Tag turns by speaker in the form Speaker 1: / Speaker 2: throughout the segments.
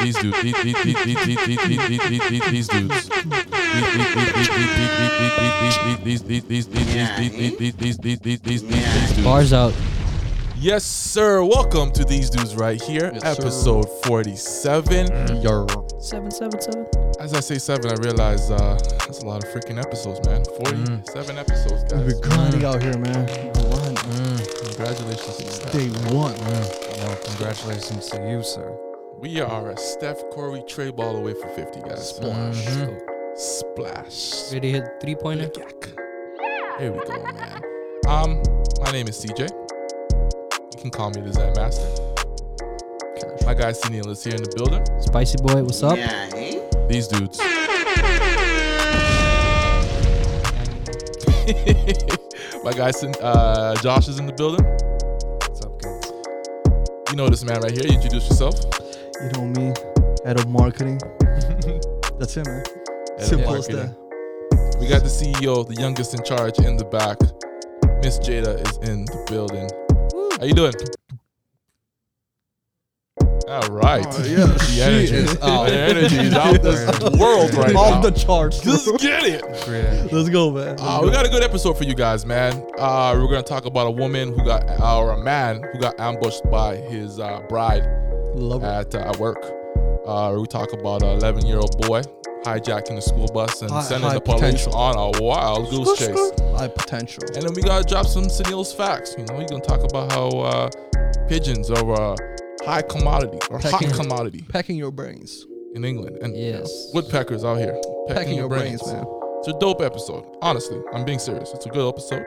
Speaker 1: These dudes. These these- these- these- these- these- these- these- these- these- these dudes. These- these- these- these- these- these- these- these- these- these- these- these- these- these- these- these- these- these dudes.
Speaker 2: Bars out.
Speaker 1: Yes, sir. Welcome to These Dudes Right Here,
Speaker 2: Yes, sir.
Speaker 1: episode 47.
Speaker 2: Yo.
Speaker 3: Seven seven seven.
Speaker 1: As I say seven, I realize uh, that's a lot of freaking episodes, man. 47
Speaker 2: Mm.
Speaker 1: episodes, guys.
Speaker 4: grinding out here, man. Grind.
Speaker 1: Congratulations. to Steph.
Speaker 4: Day one.
Speaker 5: Well, congratulations to you, sir.
Speaker 1: We are a Steph Curry trade ball away for 50, guys.
Speaker 2: Splash.
Speaker 1: Splash.
Speaker 2: Ready to hit three pointer?
Speaker 1: Here we go, man. Um, my name is CJ. You can call me the Zen Master. My guy Sunil is here in the building.
Speaker 2: Spicy boy, what's up?
Speaker 1: These dudes. my guy Sin- uh, Josh is in the building.
Speaker 5: What's up, kids?
Speaker 1: You know this man right here. Introduce yourself.
Speaker 4: You know me, head of marketing. That's it, man.
Speaker 1: Head of
Speaker 4: Simple as
Speaker 1: marketing.
Speaker 4: that.
Speaker 1: We got the CEO, the youngest in charge, in the back. Miss Jada is in the building. How you doing? All right.
Speaker 4: Oh, yeah,
Speaker 1: the
Speaker 4: she
Speaker 1: energy
Speaker 4: is out.
Speaker 1: The energy is out this world right now.
Speaker 4: Off the charts. bro.
Speaker 1: Just get it.
Speaker 5: Great.
Speaker 4: Let's go, man. Let's
Speaker 1: Uh,
Speaker 4: go.
Speaker 1: we got a good episode for you guys, man. Uh, we're gonna talk about a woman who got, or a man who got ambushed by his uh, bride
Speaker 4: Love it.
Speaker 1: at uh, at work. Uh, we talk about an 11 year old boy hijacking a school bus and
Speaker 4: High-
Speaker 1: sending
Speaker 4: high
Speaker 1: the police
Speaker 4: potential.
Speaker 1: on a wild goose chase.
Speaker 4: High potential.
Speaker 1: And then we gotta drop some Sunil's facts. You know, we're gonna talk about how uh, pigeons are a high commodity or hot
Speaker 4: Pecking.
Speaker 1: commodity
Speaker 4: Packing your brains.
Speaker 1: in England. And you know,
Speaker 2: Yes.
Speaker 1: woodpeckers out here pecking,
Speaker 4: Packing
Speaker 1: your brains.
Speaker 4: man.
Speaker 1: It's a dope episode. Honestly, I'm being serious. It's a good episode.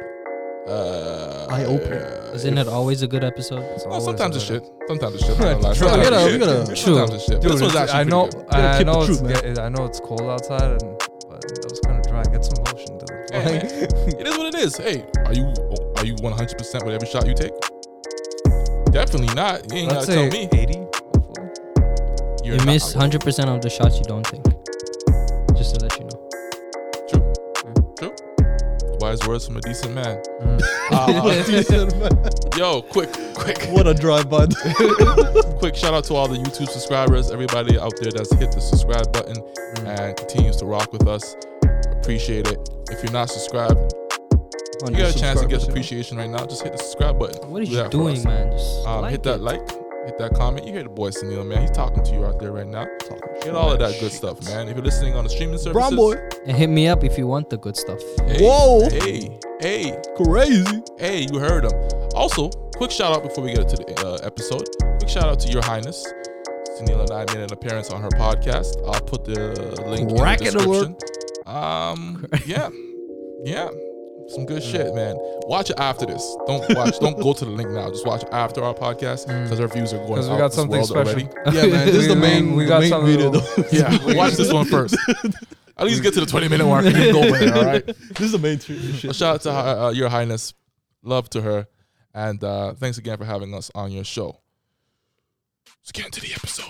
Speaker 1: Uh,
Speaker 4: Eye-opening.
Speaker 2: Isn't it always a good episode?
Speaker 5: It's
Speaker 1: Well,
Speaker 5: always
Speaker 1: sometimes
Speaker 5: a
Speaker 1: it's
Speaker 5: good-
Speaker 1: shit. Sometimes it's shit. I'm not gonna lie.
Speaker 5: True.
Speaker 1: Sometimes
Speaker 5: We gotta-
Speaker 1: it's shit.
Speaker 4: we gotta-
Speaker 1: Sometimes it's shit. But
Speaker 5: Dude,
Speaker 1: this one's
Speaker 5: it's-
Speaker 1: actually
Speaker 5: I know,
Speaker 1: pretty good.
Speaker 4: Gotta
Speaker 5: I
Speaker 4: keep the
Speaker 5: know, it's,
Speaker 4: truth,
Speaker 5: get, I know it's cold outside, and but that was kind of dry. Get some lotion, dude.
Speaker 1: Hey, man, it is what it is. Hey, are you are you 100 percent with every shot you take? Definitely not. You ain't
Speaker 5: Let's
Speaker 1: gotta tell
Speaker 5: say
Speaker 1: me.
Speaker 5: 80. Hopefully.
Speaker 1: You're
Speaker 2: You
Speaker 1: not-
Speaker 2: miss 100% of the shots you don't take. Just to let you know.
Speaker 1: True. True. Wise words from a decent man.
Speaker 2: Mm.
Speaker 1: Uh, yo, quick, quick,
Speaker 4: what a drive by.
Speaker 1: quick shout out to all the YouTube subscribers, everybody out there that's hit the subscribe button
Speaker 2: Mm.
Speaker 1: and continues to rock with us. Appreciate it. If you're not subscribed, you got a chance to get appreciation right now. Just hit the subscribe button.
Speaker 2: What are
Speaker 1: Do
Speaker 2: you
Speaker 1: that for
Speaker 2: doing,
Speaker 1: us.
Speaker 2: man? Just
Speaker 1: Um,
Speaker 2: like
Speaker 1: hit that
Speaker 2: it.
Speaker 1: like, hit that comment. You hear the boy Sunil, man. He's talking to you out there right now. Get all of that good stuff, man. If you're listening on the streaming services,
Speaker 4: Brown boy.
Speaker 2: And hit me up if you want the good stuff.
Speaker 1: Hey,
Speaker 4: Whoa.
Speaker 1: hey, hey,
Speaker 4: Crazy.
Speaker 1: hey, you heard him. Also, quick shout out before we get to the uh, episode. Quick shout out to Your Highness. Sunil and I made an appearance on her podcast. I'll put the link in the
Speaker 4: Crack it,
Speaker 1: description. Um, yeah, yeah, some good
Speaker 5: Mm.
Speaker 1: shit, man. Watch it after this. Don't watch. don't go to the link now. Just watch it after our podcast because our views are going.
Speaker 5: Mm. Because we
Speaker 1: out
Speaker 5: got
Speaker 1: this
Speaker 5: something
Speaker 1: world
Speaker 5: special.
Speaker 1: already.
Speaker 4: Yeah, man. This is the
Speaker 5: We-
Speaker 4: main,
Speaker 5: we
Speaker 4: the
Speaker 5: got
Speaker 4: main
Speaker 5: something
Speaker 4: video,
Speaker 5: to-
Speaker 4: though.
Speaker 1: Yeah, watch this one first. At least get to the 20 minute mark and then go with it, all right?
Speaker 4: This is the main tree.
Speaker 1: Well, shout out to her, uh, Your Highness. Love to her. And uh, thanks again for having us on your show. Let's get into the episode.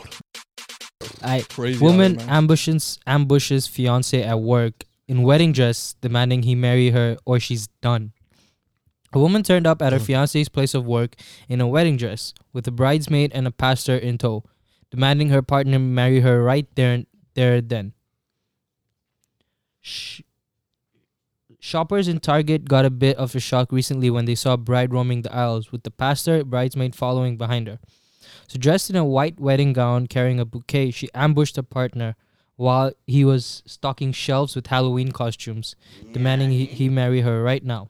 Speaker 2: I
Speaker 4: Crazy.
Speaker 2: woman
Speaker 4: man.
Speaker 2: ambushes ambushes fiance at work in wedding dress, demanding he marry her or she's done. A woman turned up at
Speaker 4: Mm.
Speaker 2: her fiance's place of work in a wedding dress with a bridesmaid and a pastor in tow, demanding her partner marry her right there and there then. Sh- Shoppers in Target got a bit of a shock recently when they saw a bride roaming the aisles with the pastor bridesmaid following behind her. So dressed in a white wedding gown carrying a bouquet, she ambushed her partner while he was stocking shelves with Halloween costumes, demanding he, he marry her right now.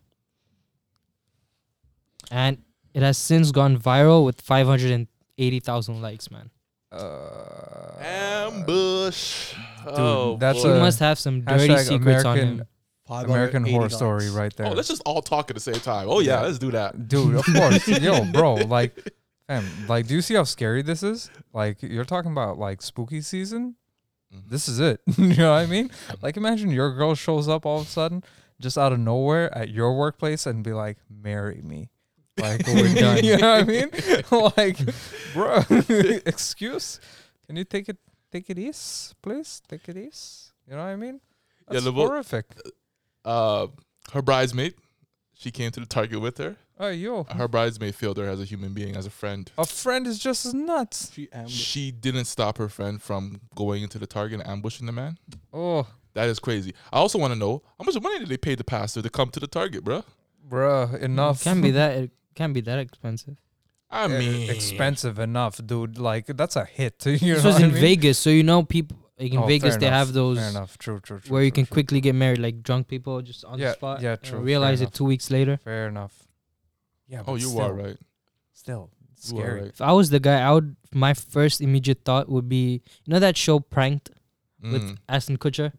Speaker 2: And it has since gone viral with 580,000 likes, man.
Speaker 5: Uh,
Speaker 1: Ambush.
Speaker 5: dude, that's
Speaker 2: He
Speaker 5: a
Speaker 2: must have some dirty
Speaker 5: uh, hashtag
Speaker 2: secrets on
Speaker 5: American-
Speaker 2: him.
Speaker 5: American
Speaker 4: 580
Speaker 5: Horror
Speaker 4: dollars.
Speaker 5: Story right there.
Speaker 1: Oh, let's just all talk at the same time. Oh, yeah,
Speaker 5: Yeah.
Speaker 1: let's do that.
Speaker 5: dude of course yo bro like fam, like do you see how scary this is like you're talking about like spooky season this is it you know what i mean like imagine your girl shows up all of a sudden just out of nowhere at your workplace and be like marry me like we're done you know what i mean like bro excuse can you take it take it easy please take it easy you know what i mean
Speaker 1: Yeah,
Speaker 5: that's
Speaker 1: the vo-
Speaker 5: horrific
Speaker 1: Uh, her bridesmaid, she came to the Target with her.
Speaker 5: Hey, yo.
Speaker 1: Her bridesmaid failed her as a human being, as a friend.
Speaker 5: A friend is just as nuts.
Speaker 4: She ambush.
Speaker 1: She didn't stop her friend from going into the target and ambushing the man.
Speaker 5: Oh,
Speaker 1: That is crazy. I also want to know how much money did they pay the pastor to come to the target, bruh?
Speaker 5: bruh, enough.
Speaker 2: It can't be that. It can't be that expensive.
Speaker 1: I
Speaker 5: Eh,
Speaker 1: mean,
Speaker 5: expensive enough, dude. Like that's a hit. You know
Speaker 2: This was
Speaker 5: what
Speaker 2: in
Speaker 5: I mean?
Speaker 2: Vegas, so you know people. Like in
Speaker 5: Oh,
Speaker 2: Vegas,
Speaker 5: fair
Speaker 2: they
Speaker 5: enough,
Speaker 2: have those
Speaker 5: Fair enough. True, true, true.
Speaker 2: where you
Speaker 5: true,
Speaker 2: can
Speaker 5: true.
Speaker 2: quickly get married, like drunk people just on
Speaker 5: Yeah,
Speaker 2: the spot.
Speaker 5: yeah,
Speaker 2: and
Speaker 5: true, fair
Speaker 2: Realize it
Speaker 5: enough.
Speaker 2: two weeks later.
Speaker 5: Fair enough. Yeah.
Speaker 1: Oh,
Speaker 5: but
Speaker 1: you
Speaker 5: still,
Speaker 1: are right.
Speaker 5: Still it's
Speaker 1: You are
Speaker 5: scary.
Speaker 1: right.
Speaker 2: If I was the guy, I would. My first immediate thought would be, you know, that show Pranked with
Speaker 1: Mm.
Speaker 2: Ashton Kutcher.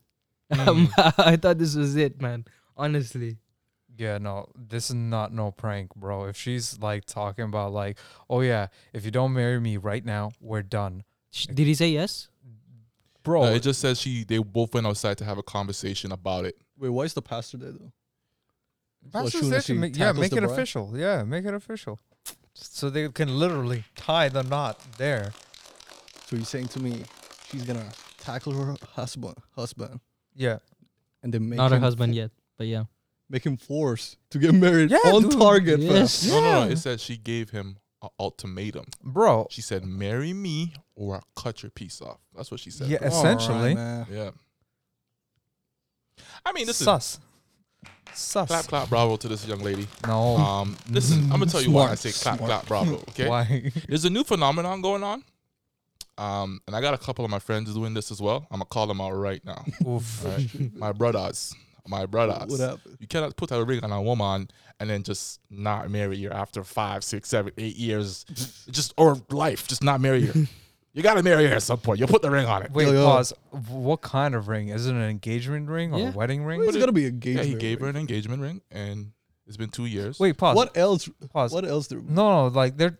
Speaker 1: Mm.
Speaker 2: I thought this was it, man. Honestly,
Speaker 5: Yeah, no, this is not no prank, bro. If she's like talking about like, oh yeah, if you don't marry me right now, we're done,
Speaker 2: Sh- did he say yes?
Speaker 5: bro.
Speaker 1: No, it just says she. They both went outside to have a conversation about it.
Speaker 4: Wait, why is the pastor there though?
Speaker 5: That's
Speaker 4: Well,
Speaker 5: just
Speaker 4: soon
Speaker 5: it.
Speaker 4: as she
Speaker 5: Make- yeah,
Speaker 4: tackles
Speaker 5: make
Speaker 4: the
Speaker 5: it
Speaker 4: bride.
Speaker 5: official. Yeah, make it official, so they can literally tie the knot there.
Speaker 4: So you're saying to me, she's gonna tackle her husband, husband,
Speaker 5: Yeah,
Speaker 4: and then make
Speaker 2: Not her
Speaker 4: him
Speaker 2: husband
Speaker 4: fo-
Speaker 2: yet, but yeah.
Speaker 4: Make him force to get married
Speaker 5: Yeah,
Speaker 4: on
Speaker 5: dude.
Speaker 4: target. fam.
Speaker 2: Yes.
Speaker 1: No, no, no.
Speaker 5: Yeah.
Speaker 1: It says she gave him an ultimatum.
Speaker 5: bro.
Speaker 1: She said, "Marry me, or I'll cut your piece off." That's what she said.
Speaker 5: Yeah,
Speaker 1: bro.
Speaker 4: All
Speaker 5: essentially.
Speaker 4: man.
Speaker 1: yeah. I mean, this
Speaker 5: Sus,
Speaker 1: is clap
Speaker 5: sus.
Speaker 1: clap bravo to this young lady.
Speaker 5: No,
Speaker 1: Um, listen, I'm gonna tell you why I
Speaker 4: Smart,
Speaker 1: say clap
Speaker 4: smart.
Speaker 1: clap bravo. Okay,
Speaker 5: Mm. why?
Speaker 1: there's a new phenomenon going on. Um, and I got a couple of my friends doing this as well. I'm gonna call them out right now.
Speaker 5: Oof.
Speaker 1: All right? my brothers, my brothers.
Speaker 4: What happened?
Speaker 1: You cannot put a ring on a woman and then just not marry her after five, six, seven, eight years, just or life, just not marry her. you gotta marry her at some point. You'll put the ring on it.
Speaker 5: Wait,
Speaker 4: Yo, yo.
Speaker 5: pause. W- What kind of ring? Is it an engagement ring or
Speaker 2: Yeah.
Speaker 5: a wedding ring?
Speaker 4: It's gonna be a
Speaker 1: yeah,
Speaker 4: engagement.
Speaker 1: he gave her
Speaker 4: ring.
Speaker 1: an engagement ring, and it's been two years.
Speaker 5: Wait, pause.
Speaker 4: What else?
Speaker 5: Pause.
Speaker 4: What else? There?
Speaker 5: No, no, like there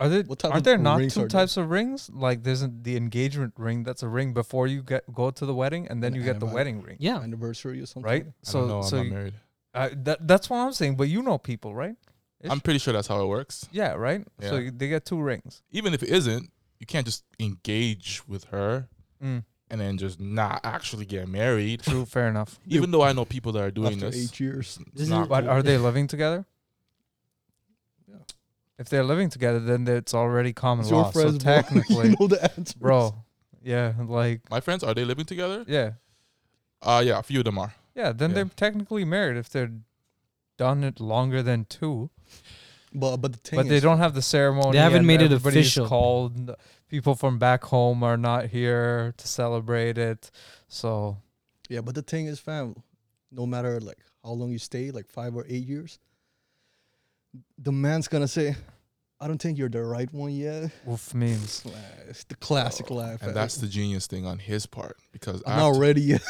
Speaker 5: are there
Speaker 4: What type
Speaker 5: aren't
Speaker 4: of
Speaker 5: there not
Speaker 4: rings
Speaker 5: two
Speaker 4: are there?
Speaker 5: types of rings? Like there's an, the engagement ring that's a ring before you get go to the wedding, and then
Speaker 4: An
Speaker 5: you get the
Speaker 4: anniversary.
Speaker 5: wedding ring,
Speaker 2: Yeah.
Speaker 4: Anniversary or something?
Speaker 5: right?
Speaker 1: I don't know,
Speaker 5: So so
Speaker 1: I'm
Speaker 5: you-
Speaker 1: not married.
Speaker 5: uh, that that's what I'm saying. But you know people, right? Ish.
Speaker 1: I'm pretty sure that's how it works.
Speaker 5: Yeah, right. So
Speaker 1: Yeah.
Speaker 5: you, they get two rings.
Speaker 1: Even if it isn't, you can't just engage with her
Speaker 5: Mm,
Speaker 1: and then just not actually get married.
Speaker 5: true, fair enough.
Speaker 1: Even though I know people that are doing
Speaker 4: After
Speaker 1: this,
Speaker 4: eight years.
Speaker 1: it's
Speaker 2: This is-
Speaker 1: not
Speaker 5: But
Speaker 1: cool.
Speaker 5: are they living together?
Speaker 4: Yeah.
Speaker 5: If they're living together, then it's already common
Speaker 4: It's
Speaker 5: law.
Speaker 4: your friends,
Speaker 5: so
Speaker 4: bro.
Speaker 5: technically,
Speaker 4: you know the answer,
Speaker 5: bro. Yeah, like
Speaker 1: my friends are they living together?
Speaker 5: yeah.
Speaker 1: Uh, yeah, a few of them are.
Speaker 5: Yeah, then
Speaker 1: Yeah.
Speaker 5: they're technically married if they're done it longer than two,
Speaker 4: But but the thing
Speaker 5: but
Speaker 4: is,
Speaker 5: they don't have the ceremony.
Speaker 2: They haven't
Speaker 5: and
Speaker 2: made it
Speaker 5: everybody's
Speaker 2: official.
Speaker 5: Called and people from back home are not here to celebrate it, so
Speaker 4: Yeah, but the thing is, fam, no matter like how long you stay, like five or eight years, the man's gonna say, "I don't think you're the right one yet."
Speaker 5: oof memes.
Speaker 4: Like, It's the classic line,
Speaker 1: Oh,
Speaker 4: fam.
Speaker 1: And that's the genius thing on his part because
Speaker 4: I'm not
Speaker 1: after,
Speaker 4: ready yet.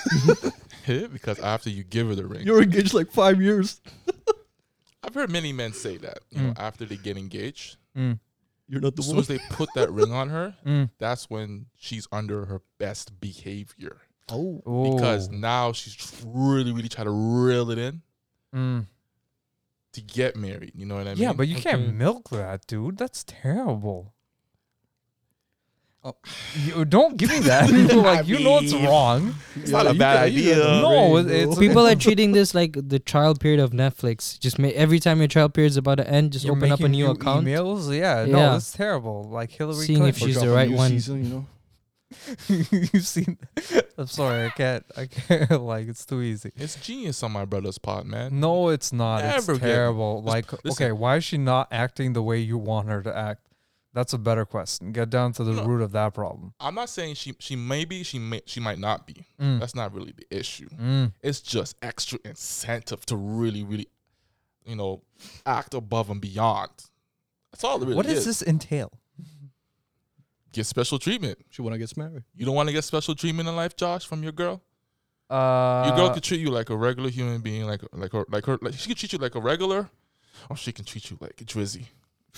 Speaker 1: because after you give her the ring,
Speaker 4: You're engaged like five years.
Speaker 1: I've heard many men say that you know
Speaker 5: Mm.
Speaker 1: after they get engaged,
Speaker 5: Mm,
Speaker 4: You're not the
Speaker 1: as soon
Speaker 4: one.
Speaker 1: as they put that ring on her,
Speaker 5: mm.
Speaker 1: that's when she's under her best behavior
Speaker 4: Oh,
Speaker 1: because
Speaker 5: Ooh,
Speaker 1: now she's tr- really really trying to reel it in
Speaker 5: mm.
Speaker 1: to get married. You know what I mean?
Speaker 5: yeah, but you
Speaker 2: Okay.
Speaker 5: can't milk that, dude. That's terrible.
Speaker 4: Oh.
Speaker 5: You don't give me that. like you know it's
Speaker 1: mean-
Speaker 5: wrong.
Speaker 1: it's not a bad idea.
Speaker 5: No, it's-
Speaker 2: People are treating this like the trial period of Netflix. Just ma- every time your trial period's about to end, just
Speaker 5: You're
Speaker 2: open up a
Speaker 5: making
Speaker 2: new account.
Speaker 5: Emails, yeah,
Speaker 2: Yeah.
Speaker 5: no, that's terrible. Like Hillary
Speaker 2: Seeing if
Speaker 5: Clinton.
Speaker 2: she's the right one.
Speaker 4: Season, you know.
Speaker 5: You've seen. I'm sorry, I can't. I can't. Like it's too easy.
Speaker 1: it's genius on my brother's part, man.
Speaker 5: No, it's not. It's
Speaker 1: Never get-
Speaker 5: terrible.
Speaker 1: Just-
Speaker 5: Like,
Speaker 1: listen.
Speaker 5: okay, why is she not acting the way you want her to act? That's a better question. Get down to the
Speaker 1: No.
Speaker 5: root of that problem.
Speaker 1: I'm not saying she she may be, she may she might not be.
Speaker 5: Mm.
Speaker 1: That's not really the issue.
Speaker 5: Mm.
Speaker 1: It's just extra incentive to really, really, you know, act above and beyond. That's all it really
Speaker 5: what does
Speaker 1: is.
Speaker 5: this entail?
Speaker 1: Get special treatment.
Speaker 4: She wanna get married.
Speaker 1: You don't want to get special treatment in life, Josh, from your girl.
Speaker 5: Uh,
Speaker 1: Your girl could treat you like a regular human being, like like her, like her, like she can treat you like a regular, or she can treat you like a drizzy.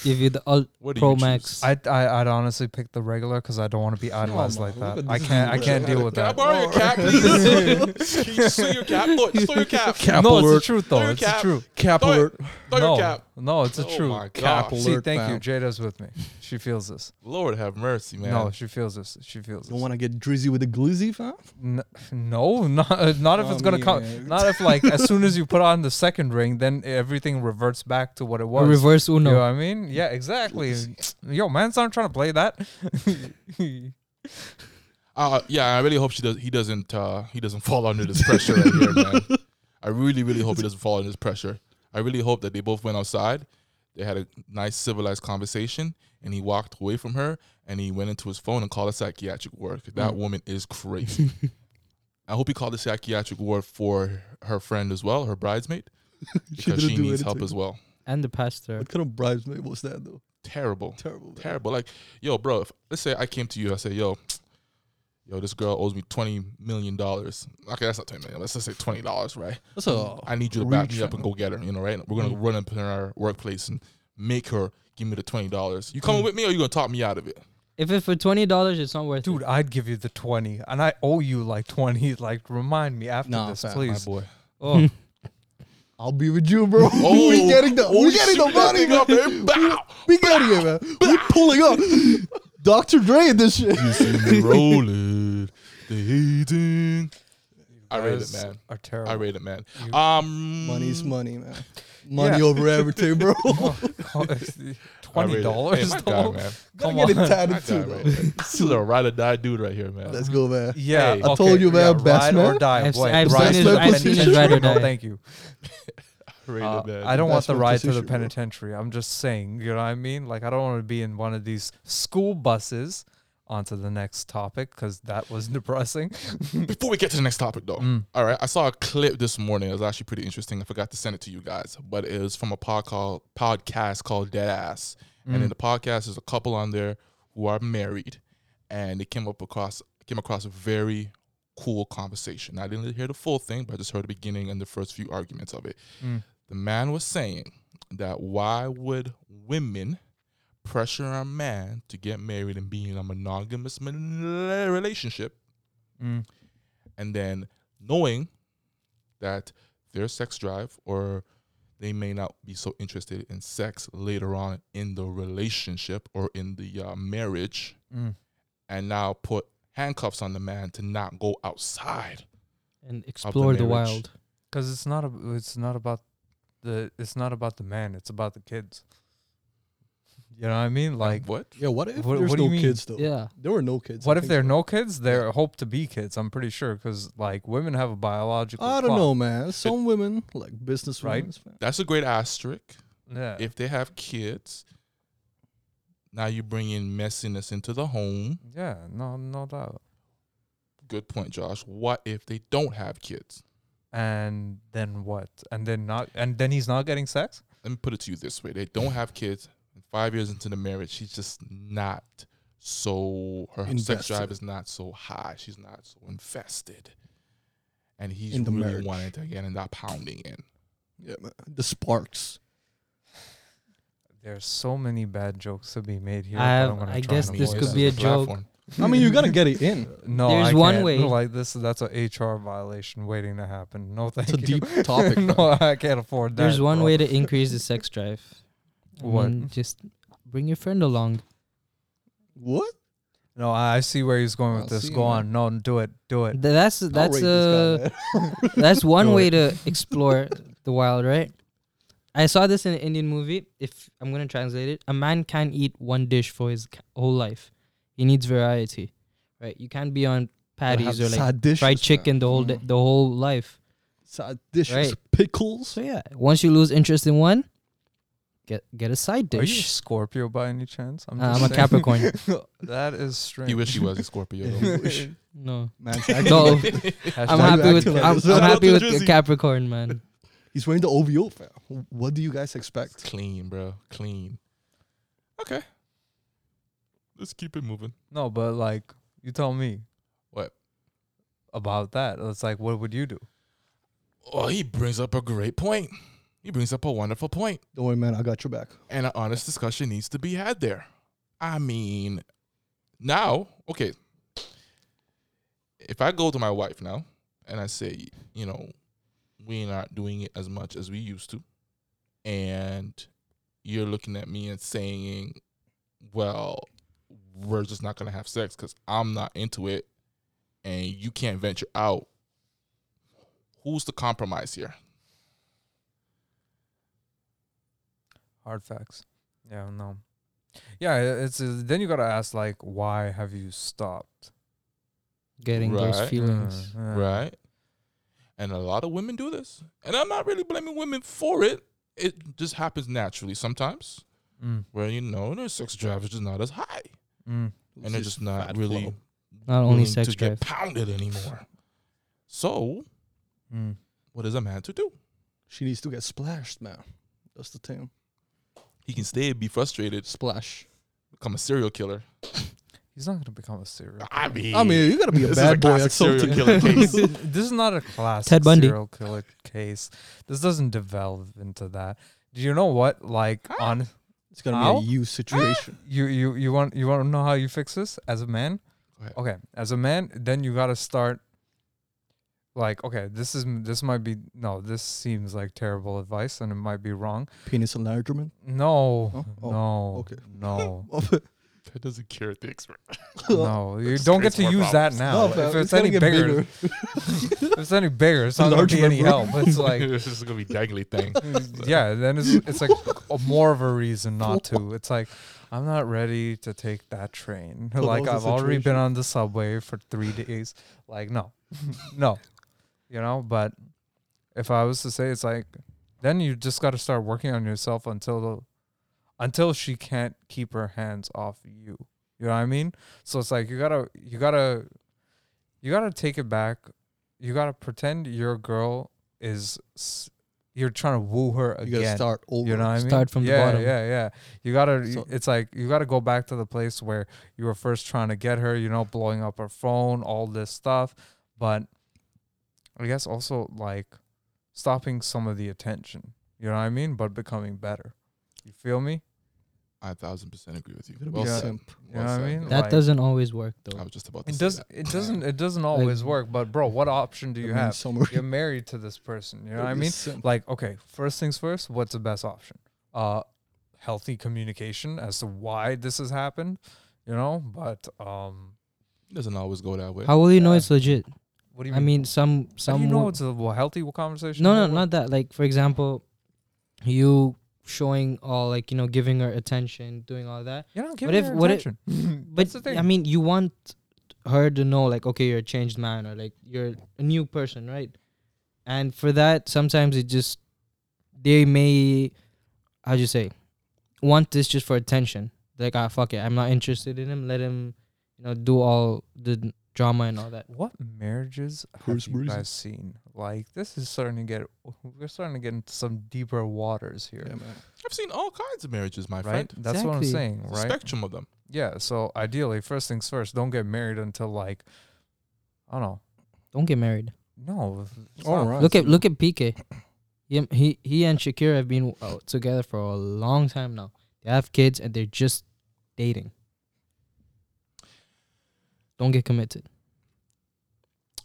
Speaker 2: Give you the ult
Speaker 1: What do
Speaker 2: Pro
Speaker 1: you
Speaker 2: Max.
Speaker 5: I I I'd honestly pick the regular because I don't want to be idolized
Speaker 4: Mama,
Speaker 5: like that.
Speaker 4: look at
Speaker 5: I
Speaker 4: this
Speaker 5: can't I
Speaker 4: dude.
Speaker 5: can't deal with
Speaker 1: Can I
Speaker 5: that.
Speaker 1: borrow your cap, please? Can you steal your cap? Throw, throw your cap.
Speaker 5: no, it's the
Speaker 4: alert.
Speaker 5: truth
Speaker 1: Throw
Speaker 5: though.
Speaker 1: your
Speaker 5: It's the
Speaker 1: cap.
Speaker 5: truth.
Speaker 1: Throw
Speaker 5: No.
Speaker 1: your cap.
Speaker 5: No, it's a
Speaker 1: Oh
Speaker 5: true.
Speaker 1: my gosh.
Speaker 5: See,
Speaker 4: Alert,
Speaker 5: thank you.
Speaker 4: fam.
Speaker 5: Jada's with me. She feels this.
Speaker 1: Lord have mercy, man.
Speaker 5: No, she feels this. She feels
Speaker 4: Don't
Speaker 5: this.
Speaker 4: want to get drizzy with the glizzy, fam.
Speaker 5: N- no, not not if
Speaker 4: Oh,
Speaker 5: it's gonna
Speaker 4: me,
Speaker 5: come.
Speaker 4: man.
Speaker 5: Not if like as soon as you put on the second ring, then everything reverts back to what it was.
Speaker 2: Reverse
Speaker 5: You
Speaker 2: Uno.
Speaker 5: know what I mean? Yeah, exactly. Yo, man's not trying to play that.
Speaker 1: Uh, yeah, I really hope she does. He doesn't. Uh, he doesn't fall under this pressure right here, man. I really, really hope he doesn't fall under this pressure. I really hope that they both went outside. They had a nice civilized conversation, and he walked away from her, and he went into his phone and called a psychiatric ward. That
Speaker 4: Mm.
Speaker 1: woman is crazy. I hope he called the psychiatric ward for her friend as well, her bridesmaid, because she,
Speaker 4: didn't do
Speaker 1: needs help
Speaker 4: anything.
Speaker 1: as well.
Speaker 2: and the pastor.
Speaker 4: What kind of bribes mate, was that though?
Speaker 1: Terrible.
Speaker 4: Terrible. man.
Speaker 1: terrible. Like, yo, bro, if, let's say I came to you, I say, yo, yo, this girl owes me twenty million dollars. Okay, that's not twenty million. Let's just say twenty dollars, right?
Speaker 4: That's a
Speaker 1: I need you to back
Speaker 4: reach,
Speaker 1: me up and
Speaker 4: fam.
Speaker 1: go get her. You know, right? We're gonna run up in our workplace and make her give me the twenty dollars. You coming with me, or you gonna talk me out of it?
Speaker 2: If it's for twenty dollars, it's not worth
Speaker 5: Dude,
Speaker 2: it.
Speaker 5: I'd give you the twenty, and I owe you like twenty. Like, remind me after
Speaker 4: Nah,
Speaker 5: this,
Speaker 4: fam, my
Speaker 5: please.
Speaker 1: boy.
Speaker 5: Oh,
Speaker 4: I'll be with you, bro.
Speaker 1: Oh,
Speaker 4: we getting the we getting the money.
Speaker 1: up, man. Bow.
Speaker 4: We getting it, man. We pulling up. Dr. Dre, in this shit.
Speaker 1: You see me rolling, the hating. I rate it,
Speaker 5: guys
Speaker 1: man.
Speaker 5: Are terrible.
Speaker 1: I rate it, man. Um,
Speaker 4: Money's money, man. Money
Speaker 5: Yeah.
Speaker 4: over everything, bro.
Speaker 1: I rate it.
Speaker 5: Oh, Twenty dollars.
Speaker 1: Hey, my guy, man.
Speaker 5: Come
Speaker 4: Gotta get it
Speaker 5: on.
Speaker 1: My
Speaker 4: tatted
Speaker 1: guy,
Speaker 4: too,
Speaker 1: right
Speaker 4: though.
Speaker 1: there. This is a ride or die dude right here, man.
Speaker 4: Let's go, man.
Speaker 5: Yeah,
Speaker 1: Hey.
Speaker 4: I told you, man,
Speaker 5: yeah,
Speaker 4: best
Speaker 5: ride or
Speaker 4: man.
Speaker 5: die.
Speaker 2: I've-
Speaker 5: boy.
Speaker 2: I've
Speaker 5: Ride
Speaker 4: seen
Speaker 5: to
Speaker 4: his-
Speaker 5: the
Speaker 4: I've seen his
Speaker 5: penitentiary.
Speaker 2: ride or
Speaker 5: No,
Speaker 2: die.
Speaker 5: thank you.
Speaker 1: Rate
Speaker 5: Uh,
Speaker 1: it, man.
Speaker 5: I don't want
Speaker 4: That's
Speaker 5: the
Speaker 4: what
Speaker 5: ride
Speaker 4: this
Speaker 5: to the
Speaker 4: issue, bro.
Speaker 5: penitentiary. I'm just saying, you know what I mean? Like, I don't want to be in one of these school buses. Onto the next topic because that was depressing. Mm,
Speaker 1: Before we get to the next topic, though, all right, I saw a clip this morning. It was actually pretty interesting. I forgot to send it to you guys, but it was from a pod called, podcast called Dead Ass. And in the podcast, there's a couple on there who are married, and they came up across came across a very cool conversation. I didn't hear the full thing, but I just heard the beginning and the first few arguments of it. The man was saying that why would women pressure a man to get married and be in a monogamous mon- relationship
Speaker 5: Mm.
Speaker 1: and then knowing that their sex drive or they may not be so interested in sex later on in the relationship or in the uh, marriage
Speaker 5: Mm.
Speaker 1: and now put handcuffs on the man to not go outside
Speaker 2: and explore the,
Speaker 1: marriage.
Speaker 2: wild.
Speaker 5: Because it's not a, it's not about the it's not about the man. It's about the kids. You know what I mean? Like,
Speaker 1: what
Speaker 4: Yeah, what if
Speaker 5: What-
Speaker 4: there's
Speaker 5: what do
Speaker 4: no
Speaker 5: you mean?
Speaker 4: kids though?
Speaker 2: Yeah.
Speaker 4: There were no kids. I
Speaker 5: what if
Speaker 4: think
Speaker 5: there are
Speaker 4: so.
Speaker 5: no kids? There hope to be kids. I'm pretty sure because like women have a biological.
Speaker 4: I don't
Speaker 5: clock.
Speaker 4: know, man. Some women, like business
Speaker 5: Right?
Speaker 4: women, fam.
Speaker 1: that's a great asterisk
Speaker 5: Yeah.
Speaker 1: if they have kids now you bring in messiness into the home
Speaker 5: yeah. No. No doubt.
Speaker 1: good point josh what if they don't have kids
Speaker 5: And then what? And then not. And then he's not getting sex.
Speaker 1: let me put it to you this way: they don't have kids. And five years into the marriage, she's just not so her sex
Speaker 4: Invested.
Speaker 1: drive is not so high. She's not so invested, and he's
Speaker 4: In the
Speaker 1: really
Speaker 4: marriage.
Speaker 1: wanting to get in that pounding in.
Speaker 4: Yeah, man. The sparks.
Speaker 5: There's so many bad jokes to be made here.
Speaker 2: I
Speaker 5: but
Speaker 2: have-
Speaker 5: I'm gonna
Speaker 2: I
Speaker 5: try
Speaker 2: guess
Speaker 5: and
Speaker 2: this
Speaker 1: Boy,
Speaker 5: avoid
Speaker 2: could
Speaker 1: this
Speaker 5: that.
Speaker 2: be a
Speaker 1: is the
Speaker 2: joke.
Speaker 1: platform.
Speaker 4: I mean, you gotta get it in.
Speaker 5: No,
Speaker 2: There's
Speaker 5: I
Speaker 2: one
Speaker 5: can't.
Speaker 2: way.
Speaker 5: Like this, that's an HR violation waiting to happen. No, thank
Speaker 4: It's a
Speaker 5: you.
Speaker 4: deep topic.
Speaker 5: no,
Speaker 4: fam.
Speaker 5: I can't afford that.
Speaker 2: There's one
Speaker 5: bro.
Speaker 2: way to increase the sex drive. I
Speaker 5: What?
Speaker 2: mean, just bring your friend along.
Speaker 4: What?
Speaker 5: No, I I see where he's going with
Speaker 4: I'll
Speaker 5: this.
Speaker 4: see,
Speaker 5: Go on. No, do it. Do
Speaker 2: Th-
Speaker 5: it.
Speaker 2: That's
Speaker 4: I'll
Speaker 2: that's
Speaker 4: rate
Speaker 2: uh,
Speaker 4: this guy,
Speaker 2: That's one
Speaker 4: No,
Speaker 2: way to explore the wild, right? I saw this in an Indian movie. If I'm gonna translate it, a man can't eat one dish for his ca- whole life. He needs variety, right? You can't be on
Speaker 4: man. Gotta have
Speaker 2: patties or like
Speaker 4: side dishes,
Speaker 2: fried
Speaker 4: man.
Speaker 2: chicken the whole
Speaker 5: Mm.
Speaker 2: day, the whole life.
Speaker 4: Side dishes,
Speaker 2: Right.
Speaker 4: pickles.
Speaker 2: So yeah, once you lose interest in one, get get a side
Speaker 5: Are you a
Speaker 2: dish.
Speaker 5: Scorpio by any chance? I'm,
Speaker 2: Uh,
Speaker 5: just
Speaker 2: I'm a
Speaker 5: saying.
Speaker 2: Capricorn.
Speaker 5: that is strange.
Speaker 1: He wish he was a Scorpio. though.
Speaker 2: No,
Speaker 4: Man,
Speaker 2: no, I'm
Speaker 5: Hashtag
Speaker 2: happy
Speaker 4: back
Speaker 2: with
Speaker 4: to like
Speaker 2: I'm,
Speaker 4: this.
Speaker 2: I'm
Speaker 4: Shout out
Speaker 2: happy
Speaker 1: to
Speaker 2: with
Speaker 1: Drizzy.
Speaker 2: Capricorn man.
Speaker 4: he's wearing the OVO. Fam. What do you guys
Speaker 1: It's
Speaker 4: expect?
Speaker 1: clean, bro. Clean. Okay. Let's keep it moving.
Speaker 5: No, but like you tell me
Speaker 1: What?
Speaker 5: about that. It's like, what would you do?
Speaker 1: Oh, he brings up a great point. He brings up a wonderful point.
Speaker 4: Don't worry, man. I got your back.
Speaker 1: and an honest discussion needs to be had there. I mean, now, okay, if I go to my wife now and I say, you know, we're not doing it as much as we used to, and you're looking at me and saying, well, we're just not going to have sex because I'm not into it and you can't venture out. Who's the compromise here?
Speaker 5: Hard facts. Yeah, no. Yeah, it's uh, then you gotta ask like, why have you stopped?
Speaker 2: Getting those
Speaker 1: Right.
Speaker 2: feelings.
Speaker 4: Mm.
Speaker 5: Uh, uh,
Speaker 1: Right? And a lot of women do this. And I'm not really blaming women for it. It just happens naturally sometimes
Speaker 5: Mm,
Speaker 1: where, you know, their sex drive is just not as high.
Speaker 5: mm.
Speaker 1: and they're just not really
Speaker 2: Not only
Speaker 4: Mm,
Speaker 1: willing
Speaker 2: sex
Speaker 1: to
Speaker 2: drive.
Speaker 1: get pounded anymore. So,
Speaker 5: Mm.
Speaker 1: what is a man to do?
Speaker 4: She needs to get splashed, man. That's the thing.
Speaker 1: He can stay, be frustrated,
Speaker 4: Splash.
Speaker 1: become a serial killer.
Speaker 5: He's not gonna become a serial.
Speaker 1: I mean,
Speaker 4: I mean, you gotta be a
Speaker 1: this is
Speaker 4: bad
Speaker 1: a
Speaker 4: boy
Speaker 1: classic
Speaker 4: at
Speaker 1: serial
Speaker 4: something.
Speaker 1: killer case.
Speaker 5: this is not a classic
Speaker 2: Ted Bundy.
Speaker 5: serial killer case. This doesn't develop into that. Do you know what? Like on
Speaker 4: It's gonna
Speaker 5: How?
Speaker 4: be a you situation.
Speaker 5: you you you want you want to know how you fix this as a man?
Speaker 1: Go ahead.
Speaker 5: Okay, as a man, then you gotta start. Like okay, this is this might be no. This seems like terrible advice, and it might be wrong.
Speaker 4: Penis enlargement.
Speaker 5: No,
Speaker 4: Oh, oh,
Speaker 5: no,
Speaker 4: okay.
Speaker 5: no.
Speaker 1: that doesn't cure things.
Speaker 5: No, you
Speaker 1: This
Speaker 5: don't get
Speaker 1: creates
Speaker 5: to
Speaker 1: more
Speaker 5: use that
Speaker 1: problems.
Speaker 5: now.
Speaker 4: fam,
Speaker 5: if it's,
Speaker 4: gonna
Speaker 5: any
Speaker 4: get
Speaker 5: bigger, if it's any bigger, it's not going to be
Speaker 4: Enlargement,
Speaker 5: any
Speaker 4: bro.
Speaker 5: help. It's like,
Speaker 1: this is gonna be dangly thing.
Speaker 5: yeah, then it's, it's like a, more of a reason not to. It's like, I'm not ready to take that train.
Speaker 4: Well,
Speaker 5: Like,
Speaker 4: that was
Speaker 5: I've
Speaker 4: the
Speaker 5: already been
Speaker 4: situation.
Speaker 5: on the subway for three days. Like, no, no, you know, but if I was to say, it's like, then you just got to start working on yourself until the, until she can't keep her hands off you. You know what I mean? So it's like you gotta you gotta you gotta take it back. You gotta pretend your girl is s- you're trying to woo her
Speaker 4: You gotta
Speaker 5: again.
Speaker 4: start over.
Speaker 5: You know what I mean?
Speaker 2: Start from the
Speaker 5: yeah,
Speaker 2: bottom.
Speaker 5: Yeah, yeah. You gotta.
Speaker 4: So-
Speaker 5: it's like you gotta go back to the place where you were first trying to get her. You know, blowing up her phone, all this stuff. But I guess also like stopping some of the attention. You know what I mean? But becoming better. You feel me?
Speaker 1: I a thousand percent agree with you.
Speaker 4: You're gonna
Speaker 1: Well
Speaker 4: be a
Speaker 5: Yeah.
Speaker 1: said.
Speaker 4: simp.
Speaker 5: You
Speaker 1: Well
Speaker 5: know what I
Speaker 1: said.
Speaker 5: mean?
Speaker 2: That
Speaker 5: Like-
Speaker 2: doesn't always work though.
Speaker 1: I was just about to
Speaker 5: It
Speaker 1: say
Speaker 5: does.
Speaker 1: that.
Speaker 5: It doesn't. It doesn't always work. But bro, what option do you
Speaker 4: I mean,
Speaker 5: have?
Speaker 4: Somewhere.
Speaker 5: You're married to this person. You know what I
Speaker 4: You're
Speaker 5: mean?
Speaker 4: simp.
Speaker 5: Like, okay, first things first. What's the best option? Uh, healthy communication as to why this has happened. You know, but um,
Speaker 1: It doesn't always go that way.
Speaker 2: How will you know
Speaker 5: Yeah.
Speaker 2: it's legit?
Speaker 5: what do you
Speaker 2: I
Speaker 5: mean?
Speaker 2: mean, some
Speaker 5: How
Speaker 2: some
Speaker 5: do you know
Speaker 2: wo-
Speaker 5: it's a well, healthy conversation?
Speaker 2: no, no,
Speaker 5: won't work?
Speaker 2: not that. Like for example, you showing all like you know giving her attention, doing all that.
Speaker 5: You're not giving
Speaker 2: if-
Speaker 5: her
Speaker 2: what if-
Speaker 5: attention.
Speaker 2: But
Speaker 5: That's the thing.
Speaker 2: I mean, you want her to know like okay, you're a changed man or like you're a new person, right? And for that, sometimes it just they may how do you say want this just for attention. Like ah, fuck it, I'm not interested in him. Let him, you know, do all the drama and all that.
Speaker 5: what marriages have
Speaker 4: Bruce
Speaker 5: you
Speaker 4: Bruce.
Speaker 5: guys seen? Like, this is starting to get. We're starting to get into some deeper waters here.
Speaker 4: Yeah, man.
Speaker 1: I've seen all kinds of marriages, my
Speaker 5: Right,
Speaker 1: friend.
Speaker 5: that's what I'm
Speaker 2: Exactly.
Speaker 5: saying,
Speaker 1: There's a
Speaker 5: right?
Speaker 1: Spectrum of them.
Speaker 5: Yeah, so ideally, first things first, don't get married until like, I don't know.
Speaker 2: Don't get married.
Speaker 5: No, it's
Speaker 4: All
Speaker 5: not-
Speaker 4: right.
Speaker 2: Look at look at PK. He he, he and Shakira have been uh, together for a long time now. They have kids and they're just dating. Don't get committed.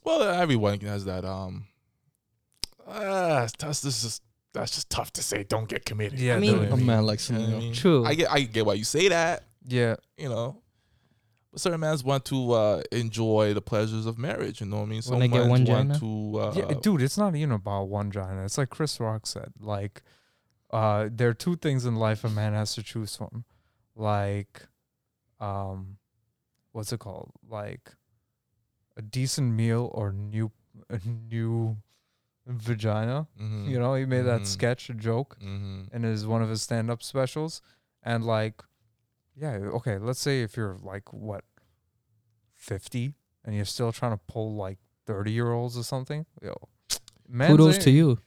Speaker 1: Well, everyone has that. Um, uh, that's this is that's just tough to say. Don't get committed.
Speaker 5: Yeah,
Speaker 2: I mean-
Speaker 1: You know
Speaker 4: A
Speaker 1: what
Speaker 4: man like
Speaker 1: You know what I
Speaker 4: Selena.
Speaker 1: mean?
Speaker 2: True.
Speaker 1: I get I get why you say that.
Speaker 5: Yeah,
Speaker 1: You know, but certain mans want to uh, enjoy the pleasures of marriage. You know what I mean? Some
Speaker 2: When I get
Speaker 1: mans
Speaker 2: one
Speaker 1: want to. Uh,
Speaker 5: yeah, dude, it's not even about one genre. It's like Chris Rock said, like, uh, there are two things in life a man has to choose from, like, um, what's it called? Like, a decent meal or new, a new vagina.
Speaker 4: Mm.
Speaker 1: mhm,
Speaker 5: You know, he made that
Speaker 1: Mhm.
Speaker 4: Mm-hmm.
Speaker 5: sketch a joke.
Speaker 1: mhm.
Speaker 5: and is one of his stand-up specials and like yeah okay let's say if you're like what 50 and you're still trying to pull like 30 year olds or something yo man's
Speaker 2: Kudos
Speaker 5: ain't-
Speaker 2: to you.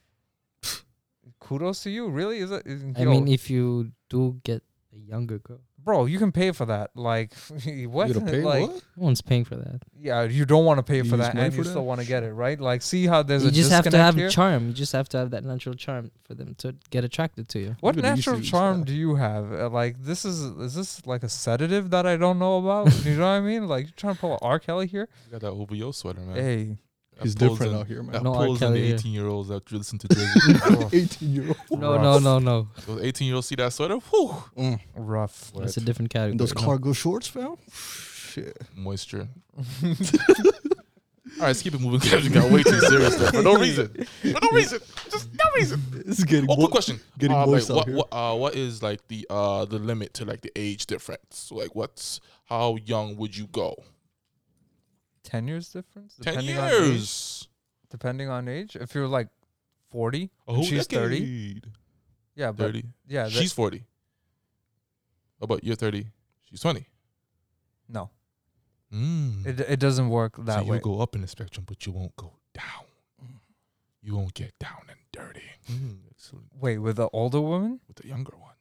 Speaker 5: kudos to you really is it is,
Speaker 2: I
Speaker 5: yo,
Speaker 2: mean, if you do get a younger girl,
Speaker 5: bro you can pay for that like what
Speaker 4: You to pay
Speaker 5: like
Speaker 4: what?
Speaker 2: no one's paying for that.
Speaker 5: yeah you don't want to pay
Speaker 4: You
Speaker 5: for
Speaker 4: use
Speaker 5: that
Speaker 4: money
Speaker 5: and
Speaker 4: for
Speaker 5: you
Speaker 4: that?
Speaker 5: still want to get it right like see how there's
Speaker 2: you
Speaker 5: a
Speaker 2: just have to have
Speaker 5: disconnect here?
Speaker 2: charm. You just have to have that natural charm for them to get attracted to you.
Speaker 5: What
Speaker 4: Look at the
Speaker 5: natural
Speaker 4: usage,
Speaker 5: charm
Speaker 4: yeah.
Speaker 5: do you have? Uh, Like this is is this like a sedative that I don't know about? you know what I mean? Like you're trying to pull an R. Kelly here?
Speaker 1: You got that OVO sweater, man.
Speaker 5: Hey,
Speaker 1: I
Speaker 4: He's
Speaker 1: pulls
Speaker 4: different
Speaker 1: in-
Speaker 4: out here, man.
Speaker 1: That
Speaker 2: No, R.
Speaker 1: pulls in
Speaker 2: Kelly,
Speaker 1: the
Speaker 2: yeah.
Speaker 1: 18 year olds that listen to Drizzy.
Speaker 5: Oh,
Speaker 4: 18 year old.
Speaker 2: No, no, no, no.
Speaker 1: Those 18 year olds see that sweater, whew,
Speaker 4: Mm.
Speaker 5: rough.
Speaker 2: That's a different category.
Speaker 4: And those
Speaker 2: no.
Speaker 4: cargo shorts, fam. Shit.
Speaker 1: moisture. All right, let's keep it moving. Kevin got way too serious there for no reason. For no reason. Just no reason.
Speaker 4: It's getting
Speaker 1: Open
Speaker 4: wo-
Speaker 1: question.
Speaker 4: getting
Speaker 1: Uh, like,
Speaker 4: moist out
Speaker 1: what,
Speaker 4: here.
Speaker 1: what, uh, what is like the uh, the limit to like the age difference? Like, what's how young would you go?
Speaker 5: Ten years difference.
Speaker 1: Ten
Speaker 5: On age,
Speaker 1: years.
Speaker 5: depending on age, if you're like forty, and she's thirty. Yeah, but
Speaker 1: Oh, Thirty.
Speaker 5: yeah, that,
Speaker 1: She's forty. How about you're thirty? She's twenty.
Speaker 5: no.
Speaker 1: Mm.
Speaker 5: It it doesn't work that
Speaker 1: so
Speaker 5: way. Mm.
Speaker 1: you go up in the spectrum, but you won't go down. You won't get down and dirty.
Speaker 5: Mm-hmm.
Speaker 1: Mm, excellent.
Speaker 5: Wait, with the older woman?
Speaker 1: With the younger one.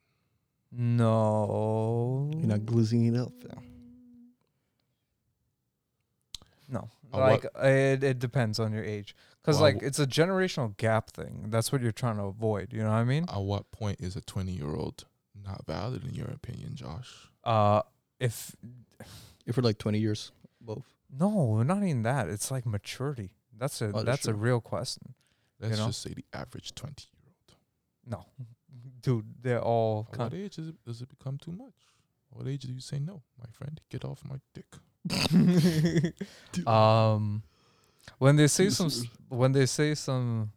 Speaker 5: No.
Speaker 4: You're not glizzing it up, fam.
Speaker 5: No,
Speaker 1: Uh,
Speaker 5: like it, it depends on your age, because
Speaker 1: Well,
Speaker 5: like
Speaker 1: w-
Speaker 5: it's a generational gap thing. That's what you're trying to avoid. You know what I mean?
Speaker 1: At what point is a 20 year old not valid in your opinion, Josh?
Speaker 5: Uh, if
Speaker 4: If we're like 20 years, both.
Speaker 5: no, not even that. It's like maturity. That's a
Speaker 4: Oh, that's
Speaker 5: that's a
Speaker 4: true.
Speaker 5: real question.
Speaker 1: Let's
Speaker 5: know?
Speaker 1: just say the average 20 year old.
Speaker 5: No, dude, they're all
Speaker 1: At Oh, what
Speaker 5: kind.
Speaker 1: age is it, does it become too much? What age do you say no, my friend? Get off my dick.
Speaker 5: um, when they say some, s- when they say some,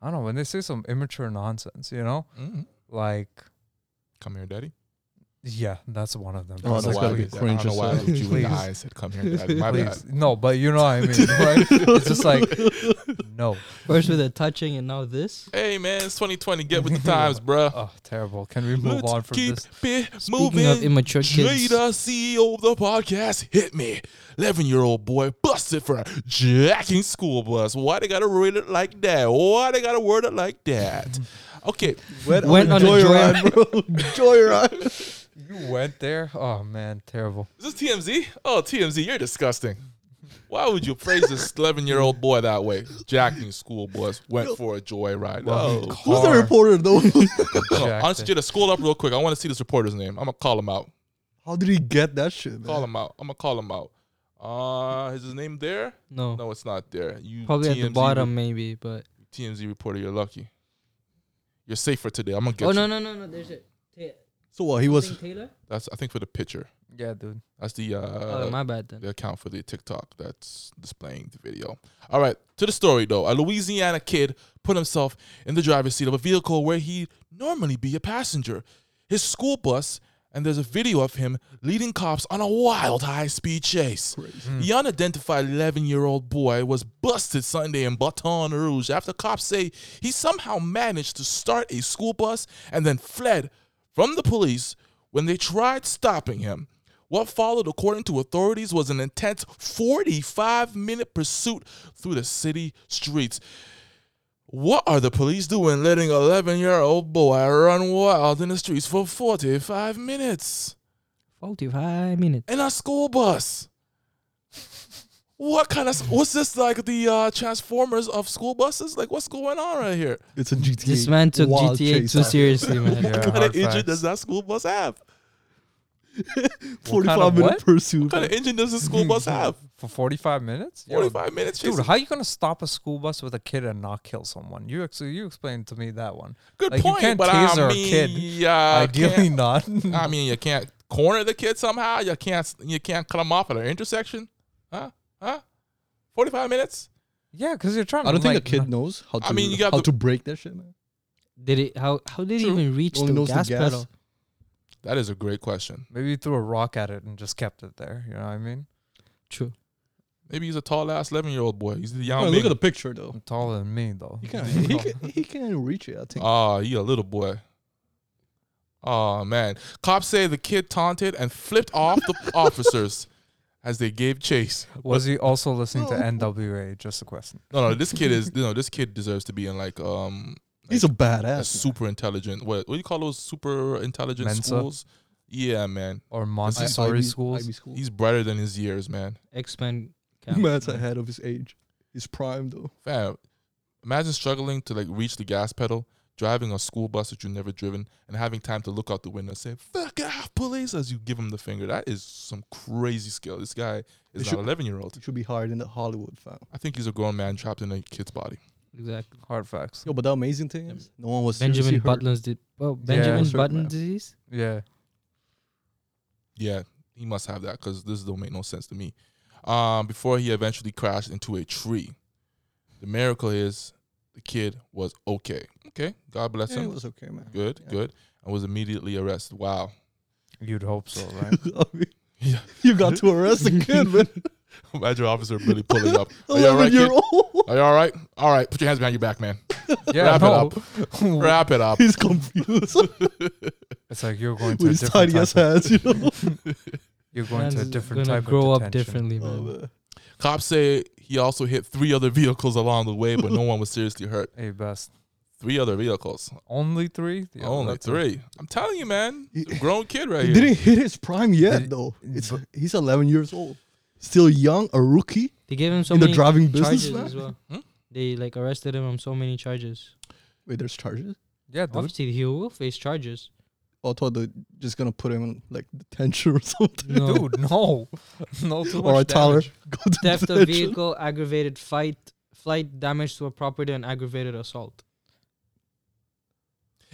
Speaker 5: I don't know. When they say some immature nonsense, you know,
Speaker 1: Mm-hmm.
Speaker 5: like
Speaker 1: Come here, daddy.
Speaker 5: yeah, that's one of them.
Speaker 4: Oh,
Speaker 1: I don't
Speaker 4: that's
Speaker 1: know why I
Speaker 4: gotta be
Speaker 1: did that. I don't
Speaker 4: cringe
Speaker 1: know why I
Speaker 4: as
Speaker 1: looked you in the
Speaker 5: Please.
Speaker 1: eye and said, "Come here, daddy." My bad.
Speaker 5: Please. No, but you know what I mean. right? It's just like no.
Speaker 2: First with the touching and now this.
Speaker 1: Hey, man, it's 2020. Get with the times, bruh.
Speaker 5: Oh, terrible. Can we move
Speaker 1: Let's
Speaker 5: on from
Speaker 1: keep
Speaker 5: this?
Speaker 1: it
Speaker 2: Speaking
Speaker 1: moving.
Speaker 2: of immature kids,
Speaker 1: Jada, CEO of the podcast, hit me. 11 year old boy busted for jacking school bus. Why they gotta word it like that? Why they gotta word it like that? Okay,
Speaker 2: went on a joyride.
Speaker 4: bro. Joyride.
Speaker 5: You went there? Oh man, terrible.
Speaker 1: is this TMZ? Oh, TMZ, you're disgusting. Why would you praise this 11 year old boy that way? Jacking school bus, went for a joyride.
Speaker 5: Well,
Speaker 1: Oh.
Speaker 4: Who's the
Speaker 5: Car.
Speaker 4: reporter though?
Speaker 1: Hold on.
Speaker 5: Jacked
Speaker 1: Honestly,
Speaker 5: it.
Speaker 1: Jada, scroll up real quick. I wanna see this reporter's name. I'm gonna call him out.
Speaker 4: How did he get that shit,
Speaker 1: Call
Speaker 4: man?
Speaker 1: him out. I'm gonna call him out. Uh, is his name there?
Speaker 2: No.
Speaker 1: No, it's not there. You
Speaker 2: Probably at the
Speaker 1: TMZ
Speaker 2: bottom, maybe, but
Speaker 1: TMZ reporter, you're lucky. You're safe for today. I'm gonna get
Speaker 2: oh
Speaker 1: you.
Speaker 2: no no no no! There's it.
Speaker 4: So what? He was.
Speaker 2: Taylor.
Speaker 1: That's I think for the picture.
Speaker 5: Yeah, dude.
Speaker 1: That's the uh,
Speaker 2: oh my bad then.
Speaker 1: the account for the TikTok that's displaying the video. All right, to the story though. A Louisiana kid put himself in the driver's seat of a vehicle where he'd normally be a passenger. His school bus, and there's a video of him leading cops on a wild high speed chase. The unidentified 11 year old boy was busted Sunday in Baton Rouge after cops say he somehow managed to start a school bus and then fled from the police when they tried stopping him. What followed, according to authorities, was an intense 45 minute pursuit through the city streets. What are the police doing letting 11 year old boy run wild in the streets for 45 minutes?
Speaker 2: Forty-five minutes.
Speaker 1: in a school bus. What kind of what's this like the uh, Transformers of school buses? Like what's going on right here?
Speaker 4: It's a GTA.
Speaker 2: This man took
Speaker 4: wild
Speaker 2: GTA
Speaker 4: chase
Speaker 2: too
Speaker 4: out.
Speaker 2: seriously, man.
Speaker 5: Yeah,
Speaker 1: What kind
Speaker 5: hard
Speaker 1: of engine
Speaker 5: facts.
Speaker 1: does that school bus have?
Speaker 5: What kind
Speaker 4: 45
Speaker 5: of
Speaker 4: minute
Speaker 5: what?
Speaker 4: pursuit.
Speaker 1: What kind of engine does the school bus have?
Speaker 5: For 45 minutes? Yo,
Speaker 1: Forty five minutes.
Speaker 5: Dude,
Speaker 1: chasing-
Speaker 5: how you gonna stop a school bus with a kid and not kill someone? You ex- you explained to me that one.
Speaker 1: Good
Speaker 5: like, you
Speaker 1: point,
Speaker 5: can't
Speaker 1: but
Speaker 5: taser
Speaker 1: I
Speaker 5: a
Speaker 1: mean,
Speaker 5: kid.
Speaker 1: yeah,
Speaker 5: Ideally not.
Speaker 1: I mean, you can't corner the kid somehow. You can't you can't cut them off at an intersection. Huh? Huh? Forty five minutes.
Speaker 5: yeah, because you're trying.
Speaker 4: I don't
Speaker 5: to,
Speaker 4: think
Speaker 5: like,
Speaker 4: a kid knows how to.
Speaker 1: I mean, you got
Speaker 4: how
Speaker 1: the-
Speaker 4: to break that shit, man.
Speaker 2: Did it? How how did
Speaker 1: True.
Speaker 2: he even reach the
Speaker 4: Only knows the
Speaker 2: gas,
Speaker 4: gas.
Speaker 2: pedal?
Speaker 1: That is a great question.
Speaker 5: Maybe you threw a rock at it and just kept it there. You know what I mean?
Speaker 2: True.
Speaker 1: Maybe he's a tall ass eleven year old boy. He's the
Speaker 4: Oh,
Speaker 1: young.
Speaker 4: look at the picture though.
Speaker 5: I'm taller than me though.
Speaker 4: He can't. He can, he can reach it. I think.
Speaker 1: Oh, you a little boy. Oh man. Cops say the kid taunted and flipped off the officers as they gave chase.
Speaker 5: Was he also listening to NWA? Just a question.
Speaker 1: No, no, this kid is no, this kid deserves to be in like um
Speaker 4: He's a
Speaker 1: a
Speaker 4: badass.
Speaker 1: super intelligent what what do you call those super intelligent
Speaker 5: Mensa?
Speaker 1: schools? Yeah, man.
Speaker 5: Or
Speaker 1: is
Speaker 5: Montessori
Speaker 4: Ivy-
Speaker 5: schools?
Speaker 4: Ivy school.
Speaker 1: He's brighter than his years, man.
Speaker 2: X Men.
Speaker 4: Man's ahead of his age. He's prime though.
Speaker 1: Fam. Imagine struggling to like reach the gas pedal driving a school bus that you've never driven, and having time to look out the window and say "fuck off, police" as you give him the finger. That is some crazy skill. This guy
Speaker 4: It
Speaker 1: is not
Speaker 4: should-
Speaker 1: an eleven-year-old.
Speaker 4: It should be hard in the Hollywood fam.
Speaker 1: I think he's a grown man trapped in a kid's body.
Speaker 2: Exactly.
Speaker 5: Hard facts.
Speaker 4: Yo, but the amazing thing is, no one was seriously
Speaker 2: Benjamin
Speaker 4: hurt.
Speaker 2: Button's di- well, Benjamin
Speaker 4: Certain
Speaker 2: Button
Speaker 4: man.
Speaker 2: disease.
Speaker 5: Yeah.
Speaker 1: Yeah, he must have that because this don't make no sense to me. Um, before he eventually crashed into a tree. The miracle is the kid was okay. Okay, God bless
Speaker 4: Yeah, it
Speaker 1: him.
Speaker 4: was okay, man.
Speaker 1: good,
Speaker 4: yeah.
Speaker 1: good, and was immediately arrested. Wow.
Speaker 5: You'd hope so, right?
Speaker 4: I mean,
Speaker 1: Yeah.
Speaker 4: you got to arrest a kid, man.
Speaker 1: Imagine Officer Billy pulling up. Are you all right,
Speaker 4: Eleven year
Speaker 1: kid?
Speaker 4: old.
Speaker 1: Are you all right? All right. Put your hands behind your back, man.
Speaker 5: yeah.
Speaker 1: Wrap
Speaker 5: no.
Speaker 1: it up. Wrap it up.
Speaker 4: He's confused with
Speaker 5: It's like you're going to a
Speaker 4: his
Speaker 5: different
Speaker 4: tiny
Speaker 5: type
Speaker 4: ass
Speaker 5: of,
Speaker 4: hands, you know.
Speaker 5: you're going to a
Speaker 2: Man's
Speaker 5: different
Speaker 2: gonna
Speaker 5: type
Speaker 2: grow
Speaker 5: of
Speaker 2: up
Speaker 5: detention.
Speaker 2: differently, man.
Speaker 4: Oh, man.
Speaker 1: Cops say he also hit three other vehicles along the way, but no one was seriously hurt.
Speaker 5: Hey, best.
Speaker 1: Three other vehicles.
Speaker 5: Only three? The other
Speaker 1: Only
Speaker 5: two.
Speaker 1: three. I'm telling you, man.
Speaker 4: He-
Speaker 1: He's a grown kid right
Speaker 4: He
Speaker 1: here.
Speaker 4: didn't hit his prime yet,
Speaker 5: Did-
Speaker 4: though. It's,
Speaker 5: but-
Speaker 4: he's 11 years old, still young, a rookie
Speaker 2: They gave him so
Speaker 4: in the
Speaker 2: many
Speaker 4: driving business.
Speaker 2: charges
Speaker 4: man.
Speaker 2: as well.
Speaker 1: Hmm?
Speaker 2: They like arrested him on so many charges.
Speaker 4: Wait, there's charges.
Speaker 5: Yeah, dude.
Speaker 2: Obviously, he will face charges.
Speaker 4: Oh, I thought they're just gonna put him in like detention or something.
Speaker 2: No.
Speaker 5: Dude, no. no, too much
Speaker 4: All right, Tyler,
Speaker 5: damage.
Speaker 4: go to
Speaker 2: Theft of
Speaker 4: detention.
Speaker 2: vehicle, aggravated fight, flight, damage to a property, and aggravated assault.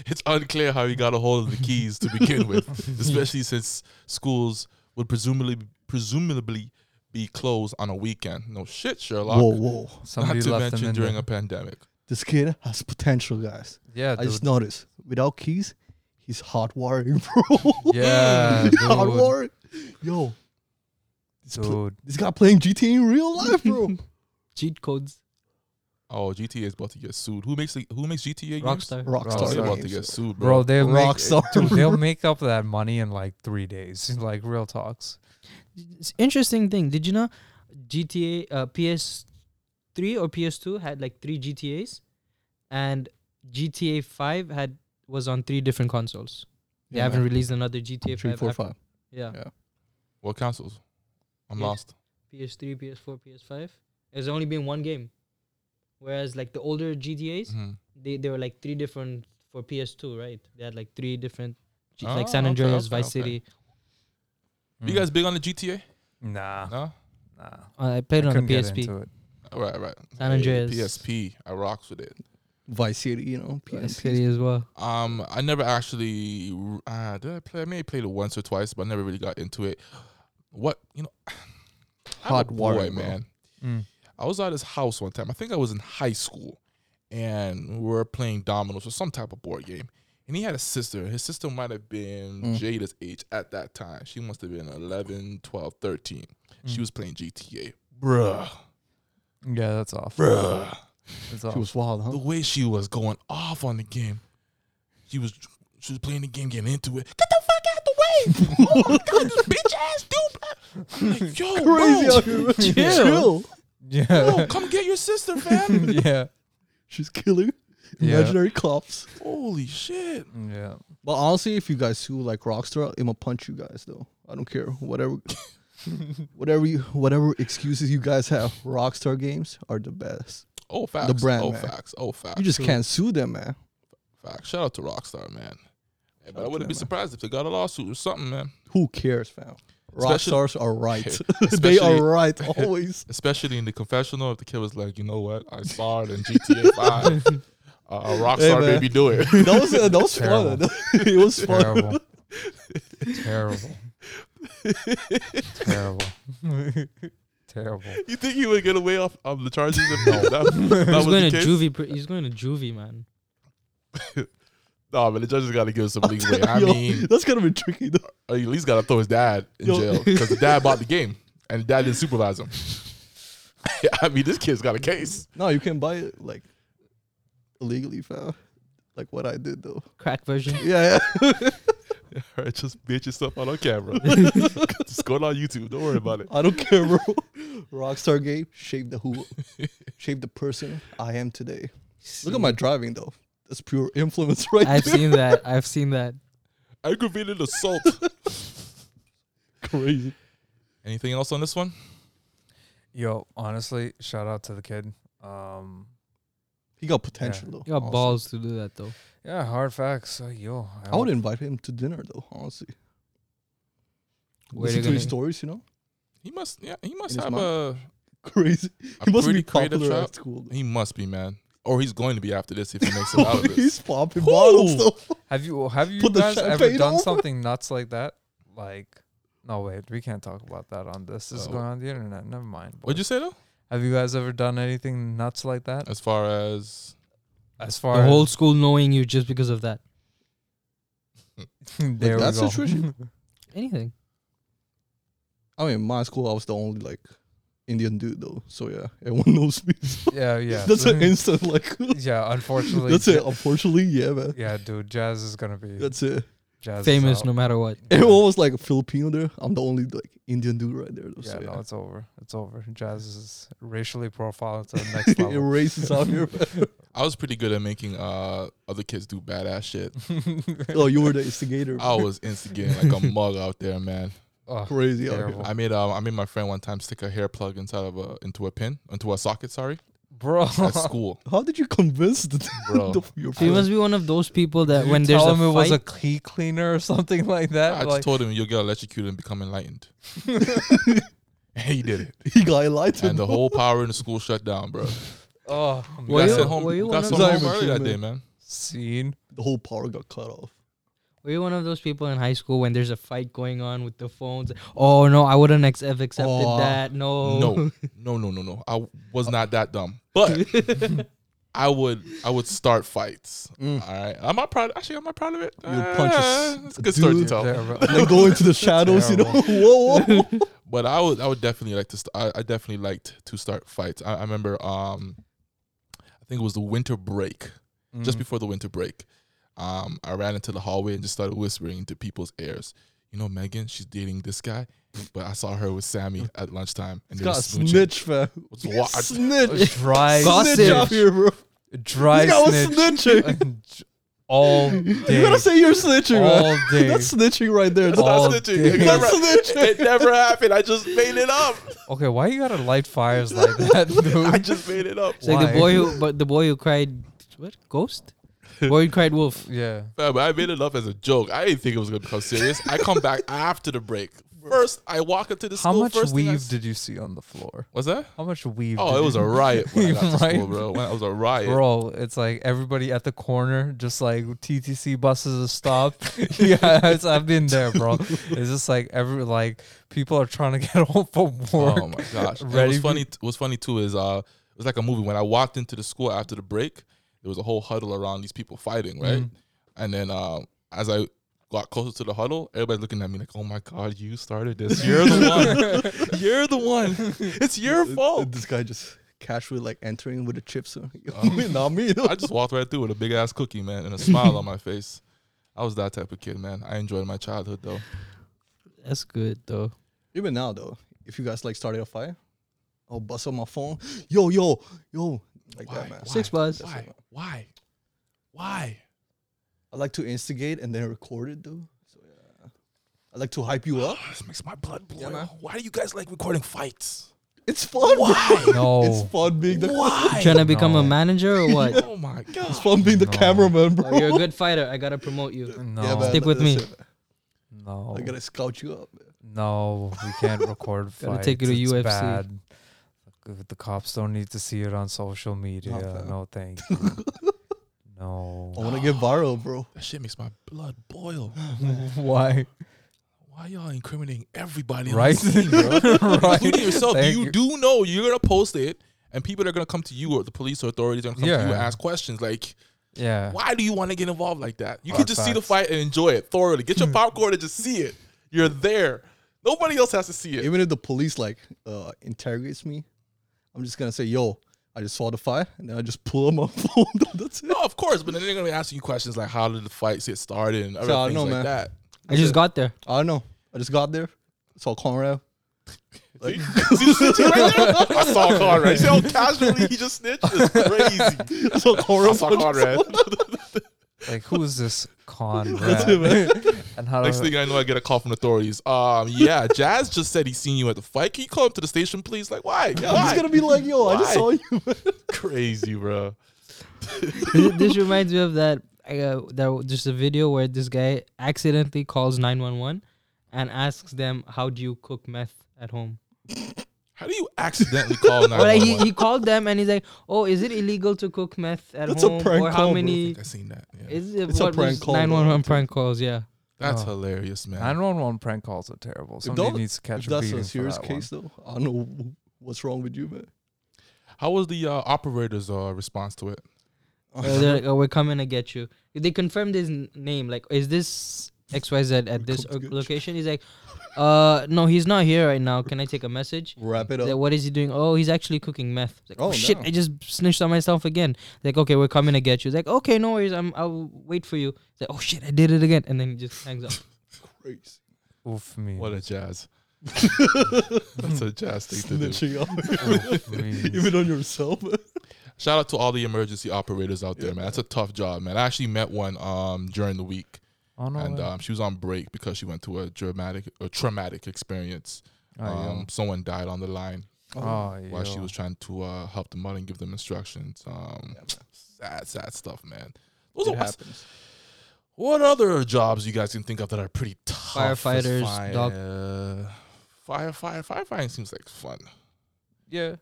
Speaker 1: It's unclear how he got a hold of the keys to begin with, especially since schools would presumably presumably be closed on a weekend. No shit, Sherlock.
Speaker 4: Whoa, whoa!
Speaker 5: Somebody
Speaker 1: Not to
Speaker 5: left him
Speaker 1: mention
Speaker 5: in
Speaker 1: during
Speaker 5: there.
Speaker 1: a pandemic.
Speaker 4: This kid has potential, guys.
Speaker 5: Yeah,
Speaker 4: I
Speaker 5: dude.
Speaker 4: just noticed without keys, he's hot wiring, bro.
Speaker 5: Yeah, dude.
Speaker 4: hot wiring. Yo, this, pl-
Speaker 5: Dude.
Speaker 4: this guy playing GTA in real life, bro.
Speaker 2: Cheat codes.
Speaker 1: Oh, GTA is about to get sued. Who makes the, who makes GTA games?
Speaker 2: Rockstar.
Speaker 1: Oh,
Speaker 4: Rockstar
Speaker 1: they're about to
Speaker 4: games.
Speaker 1: get sued,
Speaker 5: Bro,
Speaker 1: bro.
Speaker 5: they make,
Speaker 4: Rockstar.
Speaker 5: dude, they'll make up that money in like three days. Like real talks.
Speaker 2: It's interesting thing. Did you know GTA uh, PS3 or PS2 had like three GTAs, and GTA 5 had was on three different consoles. They haven't
Speaker 4: man.
Speaker 2: released another GTA
Speaker 4: Three,
Speaker 2: 5.
Speaker 4: four,
Speaker 2: after-
Speaker 4: five.
Speaker 2: Yeah.
Speaker 4: Yeah.
Speaker 1: What consoles? I'm
Speaker 2: Yeah.
Speaker 1: lost.
Speaker 2: PS3, PS4, PS5. There's only been one game. Whereas like the older GTAs,
Speaker 1: Mhm.
Speaker 2: they, they were like three different for PS2, right? They had like three different, G- like
Speaker 1: Oh,
Speaker 2: San
Speaker 1: okay,
Speaker 2: Andreas,
Speaker 1: okay,
Speaker 2: Vice
Speaker 1: okay.
Speaker 2: City.
Speaker 1: You guys big on the GTA?
Speaker 5: Mm. Nah.
Speaker 1: No.
Speaker 5: Nah.
Speaker 2: Uh, I played
Speaker 5: I
Speaker 2: it on
Speaker 5: couldn't
Speaker 2: the
Speaker 5: get
Speaker 2: PSP.
Speaker 5: into it.
Speaker 1: All right, all right.
Speaker 2: San
Speaker 1: Hey,
Speaker 2: Andreas.
Speaker 1: PSP. I rocks with it.
Speaker 4: Vice City, you know,
Speaker 2: Vice
Speaker 4: PSP.
Speaker 2: City as well.
Speaker 1: Um, I never actually r- uh, did. I play. I may have played it once or twice, but I never really got into it. What you know? I'm a
Speaker 4: Hot water, bro.
Speaker 1: man.
Speaker 5: Mm.
Speaker 1: I was at his house one time. I think I was in high school, and we were playing dominoes or some type of board game. And he had a sister. His sister might have been
Speaker 4: Mm.
Speaker 1: Jada's age at that time. She must have been 11, 12, 13.
Speaker 4: Mm.
Speaker 1: She was playing GTA. Bruh.
Speaker 5: Yeah, that's off.
Speaker 1: Bruh.
Speaker 5: That's
Speaker 4: She
Speaker 5: off.
Speaker 4: was wild,
Speaker 1: The
Speaker 4: huh?
Speaker 1: way she was going off on the game. She was she was playing the game, getting into it. Get the fuck out the way. oh my god, this bitch ass dude. I'm like, Yo,
Speaker 4: Crazy
Speaker 1: bro,
Speaker 4: out here.
Speaker 5: Chill.
Speaker 4: man. Chill.
Speaker 1: Yo,
Speaker 5: Yeah.
Speaker 1: come get your sister, fam.
Speaker 5: yeah.
Speaker 4: She's killing
Speaker 5: Yeah.
Speaker 4: imaginary cops.
Speaker 1: Holy shit.
Speaker 5: Yeah.
Speaker 4: But honestly, if you guys sue like Rockstar, I'ma punch you guys though. I don't care. Whatever whatever you whatever excuses you guys have, Rockstar games are the best.
Speaker 1: Oh facts.
Speaker 4: brand,
Speaker 1: oh
Speaker 4: man.
Speaker 1: facts. Oh facts.
Speaker 4: You just
Speaker 2: True.
Speaker 4: can't sue them, man.
Speaker 1: Fact. Shout out to Rockstar, man. Yeah,
Speaker 4: out
Speaker 1: but I
Speaker 4: to
Speaker 1: wouldn't
Speaker 4: them,
Speaker 1: be
Speaker 4: man.
Speaker 1: surprised if they got a lawsuit or something, man.
Speaker 4: Who cares, fam?
Speaker 1: Especially-
Speaker 4: Rockstars are right. they
Speaker 1: especially-
Speaker 4: are right always.
Speaker 1: Especially in the confessional, if the kid was like, you know what, I saw it in GTA Five. Uh, uh, Rockstar
Speaker 4: man.
Speaker 1: made me do it.
Speaker 4: that was that was fun.
Speaker 5: Terrible.
Speaker 4: it was fun.
Speaker 5: Terrible. Terrible. Terrible. Terrible.
Speaker 1: you think he would get away off of the charges? If no, that, that was
Speaker 2: He's
Speaker 1: the
Speaker 2: going to
Speaker 1: case.
Speaker 2: juvie. Pr- he's going to juvie, man.
Speaker 1: No, but the judge has got to give some leeway. I
Speaker 4: Yo,
Speaker 1: mean,
Speaker 4: that's gonna be tricky though.
Speaker 1: or you at least got to throw his dad in
Speaker 4: Yo.
Speaker 1: jail because the dad bought the game and the dad didn't supervise him. I mean, this kid's got a case.
Speaker 4: No, you can buy it like illegally, fam. Like what I did though.
Speaker 2: Crack version.
Speaker 4: Yeah, yeah.
Speaker 1: All right, just bitch yourself out on camera. just go on YouTube. Don't worry about it.
Speaker 4: I don't care, bro. Rockstar game shaped the who, shaped the person I am today. Look at my driving though. That's pure influence, right?
Speaker 2: I've seen that. I've seen that.
Speaker 1: Aggravated assault.
Speaker 4: Crazy.
Speaker 1: Anything else on this one?
Speaker 5: Yo, honestly, shout out to the kid. Um,
Speaker 4: He got potential though.
Speaker 2: You got
Speaker 4: honestly.
Speaker 2: balls to do that though.
Speaker 5: Yeah, hard facts. Uh, yo,
Speaker 4: I would invite him to dinner though, honestly.
Speaker 2: Where
Speaker 4: Listen
Speaker 2: they
Speaker 4: to his
Speaker 2: gonna-
Speaker 4: stories, you know?
Speaker 1: He must. Yeah, he must
Speaker 4: In his
Speaker 1: have a.
Speaker 4: mouth. Crazy.
Speaker 1: a
Speaker 4: He must
Speaker 1: pretty
Speaker 4: be popular
Speaker 1: creative
Speaker 4: at
Speaker 1: child.
Speaker 4: school.
Speaker 1: He must be man, or he's going to be after this if he makes it out of this.
Speaker 4: He's popping bottles
Speaker 1: Who?
Speaker 4: though.
Speaker 5: Have you have you
Speaker 4: Put the
Speaker 5: guys ever
Speaker 4: champagne
Speaker 5: done
Speaker 4: over?
Speaker 5: something nuts like that? Like, no wait, we can't talk about that on this. This is
Speaker 1: Oh.
Speaker 5: going on the internet. Never mind.
Speaker 1: What'd you say though?
Speaker 5: Have you guys ever done anything nuts like
Speaker 4: Uh,
Speaker 5: that?
Speaker 1: As far as
Speaker 5: As
Speaker 2: The
Speaker 5: far
Speaker 2: whole school knowing you just because of that.
Speaker 5: as there we
Speaker 4: That's
Speaker 5: go.
Speaker 4: situation.
Speaker 2: Anything.
Speaker 4: I mean, my school, I was the only like Indian dude though. So yeah, everyone knows me.
Speaker 5: yeah, yeah.
Speaker 4: That's an instant like.
Speaker 5: Mm-hmm. yeah, unfortunately.
Speaker 4: That's
Speaker 5: Ja-
Speaker 4: it. Unfortunately, yeah, man.
Speaker 5: Yeah, dude, jazz is gonna be
Speaker 4: That's it.
Speaker 5: jazz is
Speaker 2: Famous
Speaker 5: out.
Speaker 2: no matter what.
Speaker 5: Yeah.
Speaker 4: Everyone was like Filipino there. I'm the only like Indian dude right there. Though,
Speaker 5: Yeah,
Speaker 4: so, yeah.
Speaker 5: no, it's over. It's over. Jazz is racially profiled to the next
Speaker 4: it
Speaker 5: level.
Speaker 4: races out here. man.
Speaker 1: I was pretty good at making uh other kids do badass shit.
Speaker 4: oh, you were the instigator.
Speaker 5: Oh,
Speaker 1: I was instigating like a mug out there, man.
Speaker 5: Ugh.
Speaker 4: Crazy out
Speaker 5: Terrible.
Speaker 4: here.
Speaker 1: I made um I made my friend one time stick a hair plug inside of a into a pin into a socket. Sorry,
Speaker 5: bro.
Speaker 1: at school,
Speaker 4: How did you convince the,
Speaker 1: bro.
Speaker 4: the your
Speaker 2: So you
Speaker 4: friend?
Speaker 2: must be one of those people that
Speaker 5: Did you
Speaker 2: when there's
Speaker 5: tell
Speaker 2: a
Speaker 5: him it was a
Speaker 2: fight,
Speaker 5: key cleaner or something like that.
Speaker 1: I just
Speaker 5: like,
Speaker 1: told him you'll get electrocuted and become enlightened. and he did it,
Speaker 4: He got enlightened.
Speaker 1: and the whole power in the school shut down, bro.
Speaker 5: oh,
Speaker 1: We
Speaker 2: Were
Speaker 1: got
Speaker 2: you-
Speaker 1: sent home.
Speaker 2: were you
Speaker 1: we
Speaker 2: one
Speaker 1: got
Speaker 2: of
Speaker 1: sent
Speaker 4: those-
Speaker 1: home early that
Speaker 4: Sorry,
Speaker 1: day, man.
Speaker 5: scene.
Speaker 4: the whole power got cut off.
Speaker 2: were you one of those people in high school when there's a fight going on with the phones? Oh no, I wouldn't ex- have accepted
Speaker 4: Oh,
Speaker 2: that. No.
Speaker 1: No, no, no, no, no. I w- was not that dumb, but I would, I would start fights.
Speaker 5: Mm.
Speaker 1: All right, am I proud? Actually, am I proud of it? Eh,
Speaker 4: You would punch a s-
Speaker 1: it's a good story to
Speaker 4: dude
Speaker 1: tell.
Speaker 4: Like go into the shadows, you know. whoa, whoa, whoa.
Speaker 1: But I would, I would definitely like to. St- I, I definitely liked to start fights. I, I remember, um, I think it was the winter break, just before the winter break. Um, I ran into the hallway and just started whispering into people's ears. You know, Megan, she's dating this guy, but I saw her with Sammy at lunchtime, and
Speaker 4: It's
Speaker 1: they
Speaker 4: got
Speaker 1: were
Speaker 4: a
Speaker 1: smooching.
Speaker 4: snitch, fam.
Speaker 1: It's wa- I-
Speaker 4: Snitch.
Speaker 5: dry,
Speaker 2: Gossip.
Speaker 4: Snitch out
Speaker 5: snitch,
Speaker 4: here, bro.
Speaker 5: Mm. dry
Speaker 4: you got
Speaker 5: snitch
Speaker 4: snitching.
Speaker 5: all day.
Speaker 4: You gotta say you're snitching, man.
Speaker 5: all day.
Speaker 4: That's snitching right there.
Speaker 1: It's not
Speaker 5: All
Speaker 1: snitching.
Speaker 5: day.
Speaker 1: It never, it never happened. I just made it up.
Speaker 5: okay, why you gotta light fires like that,
Speaker 1: I
Speaker 5: dude?
Speaker 1: just made it up.
Speaker 2: It's like the
Speaker 5: Why?
Speaker 2: boy who but the boy who cried what? Ghost? boy who cried wolf.
Speaker 5: yeah.
Speaker 1: Fam, I made it up as a joke. I didn't think it was gonna become serious. I come back after the break. First, I walk into the
Speaker 5: How
Speaker 1: school.
Speaker 5: much
Speaker 1: first thing I
Speaker 5: weave
Speaker 1: s-
Speaker 5: did you see on the floor?
Speaker 1: was that?
Speaker 5: How much weave?
Speaker 1: Oh,
Speaker 5: did
Speaker 1: it was
Speaker 5: you-
Speaker 1: a riot when I got to
Speaker 5: Right.
Speaker 1: school, bro. When it was a riot.
Speaker 5: Bro, it's like everybody at the corner, just like TTC buses are stopped. yeah, it's, I've been there, bro. It's just like every like people are trying to get home from work.
Speaker 1: Oh my gosh! And
Speaker 5: Ready
Speaker 1: what's
Speaker 5: be-
Speaker 1: funny? What's funny too is uh, it was like a movie. When I walked into the school after the break, there was a whole huddle around these people fighting, right? And then uh, as I got closer to the huddle, everybody's looking at me like, "Oh my god, you started this! You're the one! You're the one! It's your fault!"
Speaker 4: This guy just casually like entering with the chips. on. Not me. though.
Speaker 1: I just walked right through with a big ass cookie, man, and a smile on my face. I was that type of kid, man. I enjoyed my childhood though.
Speaker 2: That's good though.
Speaker 4: Even now though, if you guys like started a fire, I'll bust up my phone. Yo, yo, yo. Like
Speaker 1: Why?
Speaker 4: that, man.
Speaker 2: Six bars.
Speaker 1: Why? Why? Why?
Speaker 4: I like to instigate and then record it though. So yeah. I like to hype you up.
Speaker 1: This makes my blood boil.
Speaker 4: man.
Speaker 1: Why do you guys like recording fights?
Speaker 4: It's fun. Why?
Speaker 5: No.
Speaker 4: It's fun being the
Speaker 1: Why?
Speaker 2: Trying to become a
Speaker 5: No.
Speaker 2: manager or what?
Speaker 1: Oh my
Speaker 4: it's
Speaker 1: god!
Speaker 4: fun being the
Speaker 5: No.
Speaker 4: cameraman, bro.
Speaker 2: oh, you're a good fighter. I gotta promote you.
Speaker 5: No,
Speaker 4: Yeah, man,
Speaker 2: Stick with
Speaker 4: that's
Speaker 2: me.
Speaker 4: it, man.
Speaker 5: no,
Speaker 4: I gotta scout you up. man.
Speaker 5: no. We can't record
Speaker 2: Gotta
Speaker 5: fights.
Speaker 2: take it to
Speaker 5: it's
Speaker 2: UFC.
Speaker 5: Bad. The- The cops don't need to see it on social media.
Speaker 4: fair.
Speaker 5: No, thank you. no.
Speaker 4: I wanna get viral, bro.
Speaker 1: That shit makes my blood boil.
Speaker 5: Why?
Speaker 1: Why y'all incriminating everybody? on
Speaker 5: Right?
Speaker 1: this thing, bro?
Speaker 5: right.
Speaker 1: Including yourself.
Speaker 5: Thank
Speaker 1: you
Speaker 5: you.
Speaker 1: do know you're gonna post it, and people are gonna come to you or the police or authorities are gonna come to you and
Speaker 5: Yeah.
Speaker 1: ask questions like.
Speaker 5: Yeah.
Speaker 1: Why do you want to get involved like that? You can
Speaker 5: Hard
Speaker 1: just see the
Speaker 5: facts.
Speaker 1: fight and enjoy it thoroughly. Get your popcorn and just see it. You're there. Nobody else has to see it.
Speaker 4: Even if the police like uh interrogates me, I'm just gonna say, yo, I just saw the fire and then I just pull up my phone. that's it.
Speaker 1: No, of course, but then they're gonna be asking you questions like how did the fights get started and other
Speaker 4: So, I
Speaker 1: things
Speaker 4: know,
Speaker 1: like
Speaker 4: man.
Speaker 1: that.
Speaker 2: I just got there.
Speaker 4: I don't know. I just got there. Saw Conrad.
Speaker 1: See, see the snitching right there? I saw Conrad. See how casually he just snitched? It's crazy.
Speaker 4: I saw Conrad.
Speaker 1: I saw Conrad.
Speaker 5: Like, who is this con?
Speaker 4: That's it, man.
Speaker 5: and how
Speaker 1: Next
Speaker 5: do
Speaker 1: thing I know, I get a call from authorities. Um, yeah, Jazz just said he's seen you at the fight. Can you call him to the station, please? Like, why?
Speaker 4: I'm just
Speaker 1: Why?
Speaker 4: gonna be like, yo, I just
Speaker 1: Why?
Speaker 4: saw you.
Speaker 1: crazy, bro.
Speaker 2: this, this reminds me of that uh, that just a video where this guy accidentally calls nine one one and asks them, "How do you cook meth at home?"
Speaker 1: How do you accidentally call
Speaker 2: Or like he,
Speaker 1: 911?
Speaker 2: he called them and he's like, "Oh, is it illegal to cook meth at
Speaker 4: That's a
Speaker 2: home?"
Speaker 4: prank
Speaker 2: or
Speaker 4: call,
Speaker 2: how
Speaker 4: bro.
Speaker 1: I
Speaker 2: many
Speaker 1: think I seen that. Yeah.
Speaker 2: is it,
Speaker 4: It's a
Speaker 2: what
Speaker 4: prank
Speaker 2: was
Speaker 4: call, bro.
Speaker 2: 911 prank calls? Yeah.
Speaker 1: That's
Speaker 2: uh,
Speaker 5: Oh.
Speaker 1: hilarious, man.
Speaker 5: 911 prank calls are terrible.
Speaker 4: that-
Speaker 5: Somebody needs to catch
Speaker 4: If
Speaker 5: a
Speaker 4: that's
Speaker 5: beating
Speaker 4: a
Speaker 5: for
Speaker 4: serious
Speaker 5: that one.
Speaker 4: case, though, I don't know w- what's wrong with you, man.
Speaker 1: How was the uh, operator's uh, response to it?
Speaker 2: Uh, they're like, oh, we're coming to get you. They confirmed his n- name. Like, is this XYZ at this
Speaker 4: Come to
Speaker 2: o-
Speaker 4: get you.
Speaker 2: location? He's like, uh, no, he's not here right now. Can I take a message?
Speaker 4: Wrap it
Speaker 2: He's like,
Speaker 4: up.
Speaker 2: what is he doing? Oh, he's actually cooking meth. Like, oh,
Speaker 4: Oh,
Speaker 2: shit,
Speaker 4: no.
Speaker 2: I just snitched on myself again. Like, okay, we're coming to get you. He's like, okay, no worries. I'm, I'll wait for you. He's like, oh shit, I did it again. And then he just hangs up.
Speaker 4: Crazy.
Speaker 5: Oof me.
Speaker 1: What a jazz. That's a jazz thing to do.
Speaker 4: Snitching out,
Speaker 5: Oof me.
Speaker 4: even on yourself.
Speaker 5: Oh,
Speaker 1: Shout out to all the emergency operators out there, man. That's a tough job, man. I actually met one um, during the week,
Speaker 5: Oh, no
Speaker 1: and
Speaker 5: way.
Speaker 1: um, she was on break because she went to a dramatic, a traumatic experience.
Speaker 5: Oh, yeah.
Speaker 1: um, someone died on the line
Speaker 5: Oh,
Speaker 1: while she
Speaker 5: yo.
Speaker 1: was trying to uh, help them out and give them instructions. Um,
Speaker 4: Yeah, man.
Speaker 1: sad, sad stuff, man. Those
Speaker 4: It
Speaker 1: are-
Speaker 4: happens.
Speaker 1: What other jobs you guys can think of that are pretty tough? as
Speaker 2: Firefighters,
Speaker 1: fire,
Speaker 2: dog-
Speaker 1: fire, fire, firefighting seems like fun.
Speaker 5: Yeah.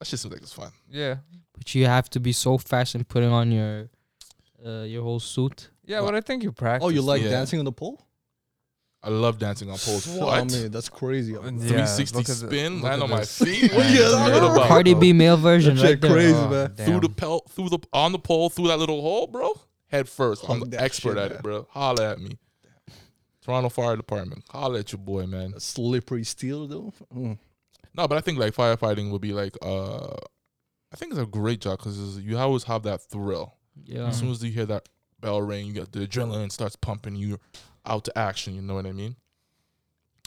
Speaker 1: That shit seems like it's fun.
Speaker 5: Yeah.
Speaker 2: But you have to be so fast in putting on your, uh, your whole suit.
Speaker 5: Yeah, but I think you practice.
Speaker 4: Oh, you like
Speaker 1: Yeah.
Speaker 4: dancing on the pole?
Speaker 1: I love dancing on poles. What?
Speaker 4: I mean, that's crazy. I mean,
Speaker 1: 360
Speaker 5: look at the-
Speaker 1: spin,
Speaker 5: look
Speaker 1: land
Speaker 5: at
Speaker 1: on my
Speaker 5: this.
Speaker 1: feet. What are
Speaker 5: Yeah,
Speaker 1: you talking
Speaker 5: yeah.
Speaker 1: about?
Speaker 2: Cardi
Speaker 5: bro.
Speaker 2: B male version
Speaker 4: Oh, That
Speaker 2: right
Speaker 4: shit
Speaker 2: there.
Speaker 4: crazy,
Speaker 5: Oh,
Speaker 4: man.
Speaker 5: damn.
Speaker 1: Through the pelt, through the on the pole, through that little hole, bro. Head first. I'm
Speaker 4: Hung
Speaker 1: the
Speaker 4: that
Speaker 1: expert
Speaker 4: shit,
Speaker 1: at
Speaker 4: man.
Speaker 1: it, bro. Holla at me. Toronto Fire Department. Holla at your boy, man.
Speaker 4: slippery steel, though. Mm.
Speaker 1: No, but I think like firefighting would be like uh I think it's a great job because you always have that thrill.
Speaker 2: Yeah.
Speaker 1: As soon as you hear that bell ring, you got the adrenaline starts pumping. You're out to action. You know what I mean?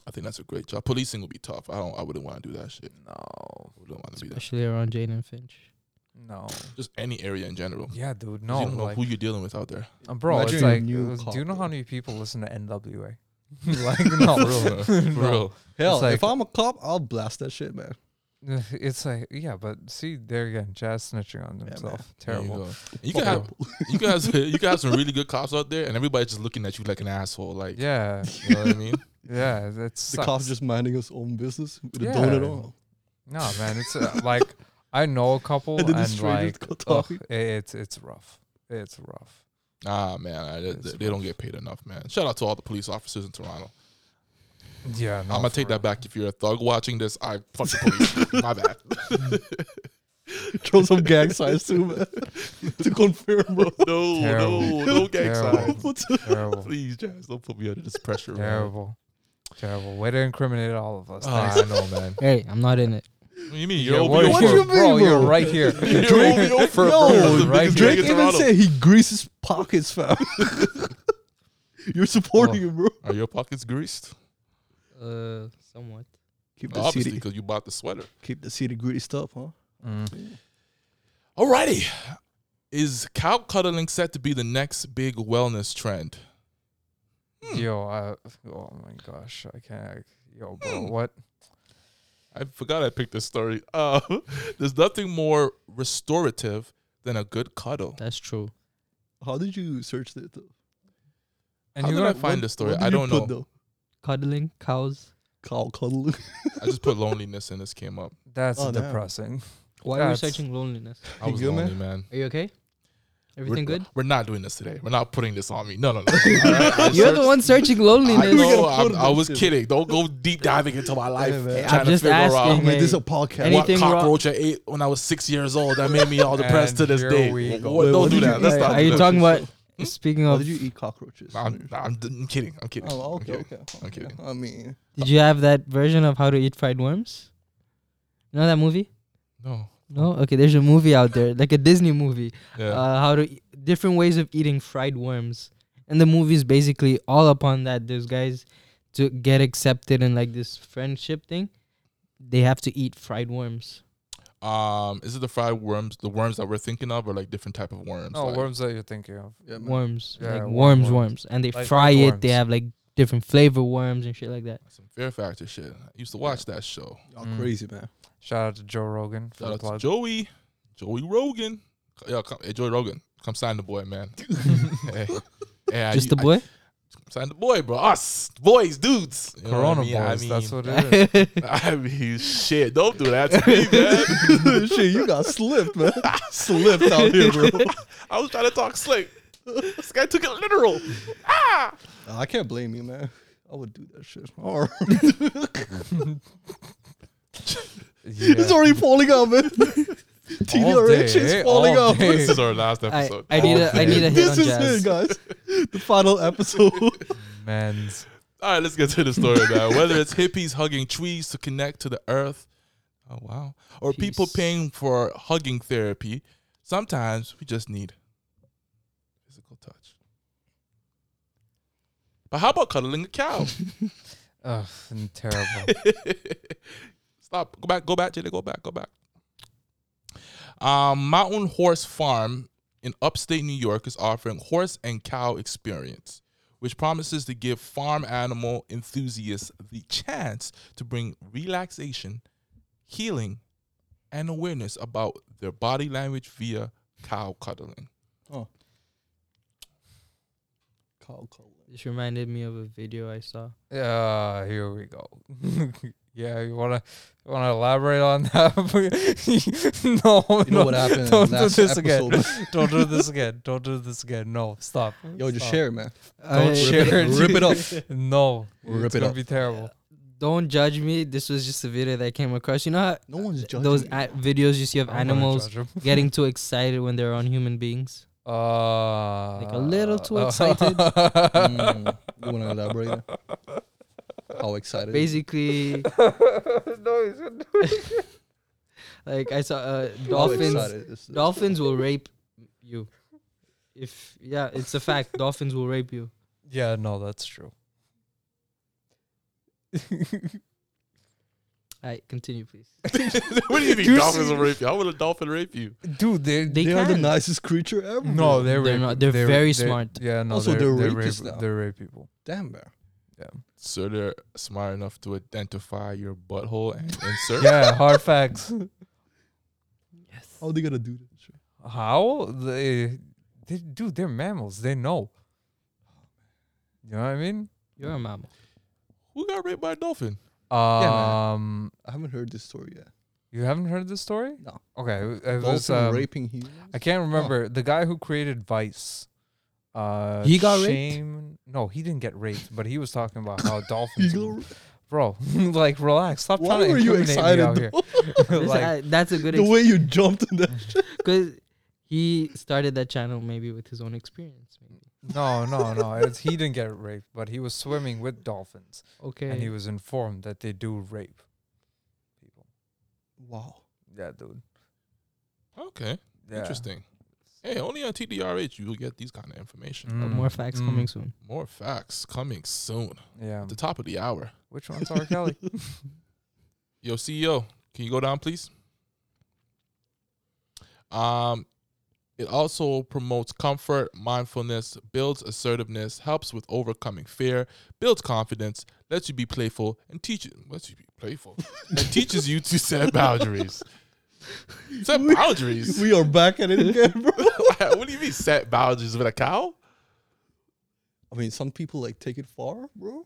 Speaker 1: I think that's a great job. Policing would be tough. I don't. I wouldn't want to do that shit.
Speaker 5: No.
Speaker 1: I wouldn't want to be that.
Speaker 2: Especially around Jaden Finch.
Speaker 5: No.
Speaker 1: Just any area in general.
Speaker 5: Yeah, dude.
Speaker 1: 'Cause
Speaker 5: No.
Speaker 1: you don't know
Speaker 5: like,
Speaker 1: who you're dealing with out there.
Speaker 5: uh, bro,
Speaker 4: Imagine
Speaker 5: it's
Speaker 4: you're a
Speaker 5: like,
Speaker 4: new
Speaker 5: uh,
Speaker 4: cop,
Speaker 5: do you know how
Speaker 4: bro.
Speaker 5: many people listen to NWA? like, no.
Speaker 1: For real, for real.
Speaker 4: Hell,
Speaker 5: like-
Speaker 4: if I'm a cop, I'll blast that shit, man.
Speaker 5: Uh, It's like, yeah, but see, there again, Jazz snitching on
Speaker 4: man.
Speaker 5: himself.
Speaker 1: There
Speaker 5: Terrible.
Speaker 1: You, go. you can have you can have you can have some really good cops out there, and everybody's just looking at you like an asshole. Like,
Speaker 5: Yeah,
Speaker 1: you know what I mean?
Speaker 5: yeah, that's
Speaker 4: The cop's just minding his own business with a
Speaker 5: Yeah.
Speaker 4: donut on.
Speaker 5: no, man. It's uh, like I know a couple,
Speaker 4: And then
Speaker 5: and,
Speaker 4: the strangers
Speaker 5: like
Speaker 4: go
Speaker 5: ugh,
Speaker 4: talking.
Speaker 5: i- it's it's rough. It's rough.
Speaker 1: Ah, man, I, they,
Speaker 5: It's
Speaker 1: they don't get paid enough, man. Shout out to all the police officers in Toronto.
Speaker 5: Yeah, no,
Speaker 1: I'm gonna
Speaker 5: for
Speaker 1: take
Speaker 5: real.
Speaker 1: that back. If you're a thug watching this, I fuck the police. My bad.
Speaker 4: Throw some gang signs too, man. to confirm, bro.
Speaker 1: No, no,
Speaker 5: Terrible.
Speaker 1: no gang
Speaker 5: Terrible.
Speaker 1: signs.
Speaker 4: What?
Speaker 5: Terrible,
Speaker 1: Please, Jazz, don't put me under this pressure. man.
Speaker 5: terrible, terrible. Way to incriminate all of us.
Speaker 1: Ah, I
Speaker 5: Thanks.
Speaker 1: know, man.
Speaker 2: Hey, I'm not in it.
Speaker 1: What do you mean? You're
Speaker 5: Yeah,
Speaker 1: over
Speaker 5: what,
Speaker 1: your
Speaker 4: What
Speaker 5: for-
Speaker 4: do you
Speaker 1: first.
Speaker 5: bro?
Speaker 4: mean,
Speaker 5: You're
Speaker 4: bro?
Speaker 5: right here.
Speaker 1: You're over your
Speaker 5: For-
Speaker 1: first.
Speaker 5: for-
Speaker 1: That's the biggest
Speaker 5: right here.
Speaker 1: drink
Speaker 4: Drake
Speaker 1: in
Speaker 4: even
Speaker 1: Toronto.
Speaker 4: said he greases pockets, fam. You're supporting
Speaker 1: Oh.
Speaker 4: him, bro.
Speaker 1: Are Uh, your pockets greased?
Speaker 2: Uh, somewhat.
Speaker 4: Keep the
Speaker 1: Obviously,
Speaker 4: city,
Speaker 1: because you bought the sweater.
Speaker 4: keep the city gritty stuff, huh?
Speaker 5: Mm.
Speaker 1: Alrighty. Is cow cuddling set to be the next big wellness trend? Hmm.
Speaker 5: Yo, I, oh my gosh, I can't. Yo, bro,
Speaker 1: Hmm.
Speaker 5: what?
Speaker 1: I forgot I picked this story. Uh, there's nothing more restorative than a good cuddle.
Speaker 2: That's true.
Speaker 4: How did you search that? Though?
Speaker 5: And
Speaker 1: How
Speaker 5: you
Speaker 1: did I
Speaker 5: got
Speaker 1: find
Speaker 4: What-
Speaker 1: this story?
Speaker 4: what did
Speaker 1: I
Speaker 4: you
Speaker 1: don't
Speaker 4: put,
Speaker 1: know.
Speaker 4: Though?
Speaker 2: Cuddling cows.
Speaker 4: Cow cuddle.
Speaker 1: I just put loneliness and this came up.
Speaker 5: that's
Speaker 4: Oh, damn.
Speaker 5: depressing.
Speaker 2: Why are we
Speaker 5: That's-
Speaker 2: searching loneliness?
Speaker 1: I
Speaker 4: You
Speaker 1: was
Speaker 4: good,
Speaker 1: lonely,
Speaker 4: man?
Speaker 1: man.
Speaker 2: Are you okay?
Speaker 1: We're-
Speaker 2: Everything good?
Speaker 1: We're not doing this today. We're not putting this on me. No, no, no. All right? I
Speaker 2: You're the
Speaker 1: searched-
Speaker 2: one searching
Speaker 1: I
Speaker 2: loneliness.
Speaker 1: know.
Speaker 4: gotta put
Speaker 1: I, I
Speaker 4: this
Speaker 1: was
Speaker 4: in.
Speaker 1: kidding. Don't go deep diving into my life.
Speaker 4: Hey, man.
Speaker 1: trying
Speaker 2: I'm
Speaker 1: to
Speaker 2: just
Speaker 1: figure
Speaker 4: I
Speaker 2: asking.
Speaker 1: out
Speaker 4: mean, this is a
Speaker 2: Hey,
Speaker 4: podcast.
Speaker 2: any-
Speaker 1: what
Speaker 2: Anything wrong-
Speaker 1: cockroach I ate when I was six years old that made me all depressed to
Speaker 5: And
Speaker 1: this
Speaker 5: here
Speaker 1: day.
Speaker 5: we go.
Speaker 1: Well, don't
Speaker 4: What
Speaker 1: do
Speaker 4: did
Speaker 1: that.
Speaker 4: you
Speaker 1: Let's
Speaker 4: eat?
Speaker 1: not.
Speaker 2: Are
Speaker 1: do
Speaker 2: you
Speaker 1: that.
Speaker 2: talking about? Speaking
Speaker 4: How
Speaker 2: of,
Speaker 4: did
Speaker 2: did
Speaker 4: you
Speaker 2: you,
Speaker 4: eat cockroaches?
Speaker 1: I'm, I'm, d- I'm kidding. I'm kidding.
Speaker 4: oh,
Speaker 1: I'm
Speaker 4: okay,
Speaker 1: kidding.
Speaker 4: okay.
Speaker 1: I'm kidding.
Speaker 4: I mean,
Speaker 2: have that version of How to Eat Fried Worms? You know that movie?
Speaker 1: No.
Speaker 2: No. Okay, there's a movie out there, like a Disney movie.
Speaker 1: Yeah.
Speaker 2: Uh, how to e- different ways of eating fried worms, and the movie is basically all upon that. Those guys to get accepted in like this friendship thing, they have to eat fried worms.
Speaker 1: um, is it the fried worms, the worms that we're thinking of, or like different type of worms?
Speaker 5: No
Speaker 1: like,
Speaker 5: worms Oh, that you're thinking of.
Speaker 4: yeah, man.
Speaker 2: worms,
Speaker 5: Mm. Yeah,
Speaker 2: like
Speaker 5: worm
Speaker 2: worms,
Speaker 5: worms.
Speaker 2: worms, and they
Speaker 5: Like
Speaker 2: fry it. They
Speaker 5: earthworms.
Speaker 2: have like different flavor worms and shit like that.
Speaker 1: Some Fear Factor shit. I used to watch that show.
Speaker 4: Y'all
Speaker 5: Mm.
Speaker 4: crazy, man.
Speaker 5: Shout out to Joe Rogan for
Speaker 1: Shout
Speaker 5: the
Speaker 1: out to
Speaker 5: plug.
Speaker 1: Joey, Joey Rogan. yo, come, hey, Joe Rogan, come sign the boy, man. hey, hey, I-
Speaker 2: Just the
Speaker 1: I-
Speaker 2: boy?
Speaker 1: sign the boy, bro. Us boys, dudes. You know what
Speaker 5: Corona
Speaker 1: I mean? I
Speaker 5: boys. that's
Speaker 1: mean-
Speaker 5: what it is.
Speaker 1: I mean, shit, don't do that to me, man.
Speaker 4: Shit, you got slipped, man. slipped out here, bro.
Speaker 1: I was trying to talk slick. This guy took it literal. Ah!
Speaker 4: Nah, I can't blame you, man. I would do that shit. All right. It's
Speaker 5: Yeah.
Speaker 4: already falling out, man. TDRH
Speaker 5: day,
Speaker 4: is falling
Speaker 5: all
Speaker 4: out.
Speaker 5: day.
Speaker 1: This is our last
Speaker 2: I,
Speaker 1: episode.
Speaker 2: I need a I need a hit
Speaker 4: This
Speaker 2: on
Speaker 4: is
Speaker 2: jazz.
Speaker 4: it, guys. The final episode.
Speaker 5: Men's.
Speaker 1: All right, let's get to the story, man. Whether it's hippies hugging trees to connect to the earth, oh wow, or people
Speaker 2: Peace.
Speaker 1: paying for hugging therapy, sometimes we just need physical touch. But how about cuddling a cow?
Speaker 5: Ugh, and terrible.
Speaker 1: Stop. Go back. Go back, Jada. Go back. Go back. Um, Mountain Horse Farm in upstate New York is offering horse and cow experience, which promises to give farm animal enthusiasts the chance to bring relaxation, healing, and awareness about their body language via cow cuddling.
Speaker 4: Kyle Cullen.
Speaker 2: This reminded me of a video I saw.
Speaker 5: Uh, here we go. yeah, you wanna you wanna elaborate on that? no,
Speaker 4: You know
Speaker 5: no,
Speaker 4: what happened
Speaker 5: Don't do
Speaker 4: last
Speaker 5: this
Speaker 4: episode.
Speaker 5: again. Don't do this again. Don't do this again. No, stop.
Speaker 4: Yo, just
Speaker 5: Stop.
Speaker 4: share, man.
Speaker 5: Don't
Speaker 2: I-
Speaker 5: share it.
Speaker 4: Rip it up.
Speaker 5: No,
Speaker 4: Rip
Speaker 5: it's
Speaker 4: it
Speaker 5: gonna
Speaker 4: up.
Speaker 5: be terrible.
Speaker 2: Don't judge me. This was just a video that I came across. You know how
Speaker 4: No one's judging.
Speaker 2: those
Speaker 4: you.
Speaker 2: a- videos you see of
Speaker 5: I don't wanna
Speaker 2: animals
Speaker 5: judge 'em.
Speaker 2: getting too excited when they're on human beings?
Speaker 5: Uh,
Speaker 2: a little too excited.
Speaker 4: Mm, you want to elaborate? How excited?
Speaker 2: Basically,
Speaker 5: no, he's gonna
Speaker 2: like I saw uh,
Speaker 4: How
Speaker 2: dolphins.
Speaker 4: excited is this?
Speaker 2: Dolphins will rape you. If yeah, it's a fact. dolphins will rape you.
Speaker 5: Yeah, no, that's true.
Speaker 2: All right, continue, please.
Speaker 1: what do you think?
Speaker 5: You
Speaker 1: dolphins
Speaker 5: see-
Speaker 1: will rape you? How will a dolphin rape you?
Speaker 5: Dude, they,
Speaker 2: They,
Speaker 4: They are
Speaker 2: can.
Speaker 4: the nicest creature ever.
Speaker 5: no,
Speaker 4: bro.
Speaker 5: they're
Speaker 2: They're
Speaker 5: rape-
Speaker 2: not- they're very smart.
Speaker 5: Yeah, no,
Speaker 4: Also,
Speaker 5: they're,
Speaker 4: they're
Speaker 5: they're,
Speaker 4: rapists
Speaker 5: rape,
Speaker 4: now.
Speaker 5: they're rape people.
Speaker 4: damn bear.
Speaker 1: So they're smart enough to identify your butthole and insert.
Speaker 5: Yeah, hard facts.
Speaker 2: Yes.
Speaker 4: How they gonna do this? shit?
Speaker 5: How they, they, dude, they're mammals. They know. You know what I mean?
Speaker 2: You're a mammal.
Speaker 1: Who got raped by a dolphin?
Speaker 4: man.
Speaker 5: Um,
Speaker 4: I haven't heard this story yet.
Speaker 5: you haven't heard this story?
Speaker 4: No.
Speaker 5: Okay, it was.
Speaker 4: Dolphin
Speaker 5: Um,
Speaker 4: raping humans.
Speaker 5: I can't remember the guy who created Vice. Uh,
Speaker 2: He got raped?
Speaker 5: Shane- No, he didn't get raped, but he was talking about how dolphins.
Speaker 4: Eagle-
Speaker 5: Bro, like relax. Stop
Speaker 4: Why
Speaker 5: trying to
Speaker 4: were you
Speaker 5: incriminate
Speaker 4: excited,
Speaker 5: me out here.
Speaker 2: This-
Speaker 5: like,
Speaker 2: I- that's a good
Speaker 4: the way you jumped in that.
Speaker 2: because he started that channel maybe with his own experience. Maybe.
Speaker 5: no, no, no. It's, he didn't get raped, but he was swimming with dolphins,
Speaker 2: Okay.
Speaker 5: and he was informed that they do rape people.
Speaker 4: Wow.
Speaker 5: Yeah, dude.
Speaker 1: Okay,
Speaker 5: Yeah.
Speaker 1: interesting. Hey, only on TDRH you will get these kind of information.
Speaker 2: But
Speaker 5: Mm,
Speaker 2: More facts
Speaker 5: mm,
Speaker 2: coming soon.
Speaker 1: More facts coming soon.
Speaker 5: Yeah.
Speaker 1: At the top of the hour.
Speaker 5: Which one's R. Kelly?
Speaker 1: Yo, CEO, can you go down, please? Um, it also promotes comfort, mindfulness, builds assertiveness, helps with overcoming fear, builds confidence, lets you be playful, and teaches lets you be playful, and teaches you to set boundaries. Set boundaries.
Speaker 4: We are back at it again, bro.
Speaker 1: what do you mean set boundaries with a cow?
Speaker 4: I mean, some people like take it far, bro.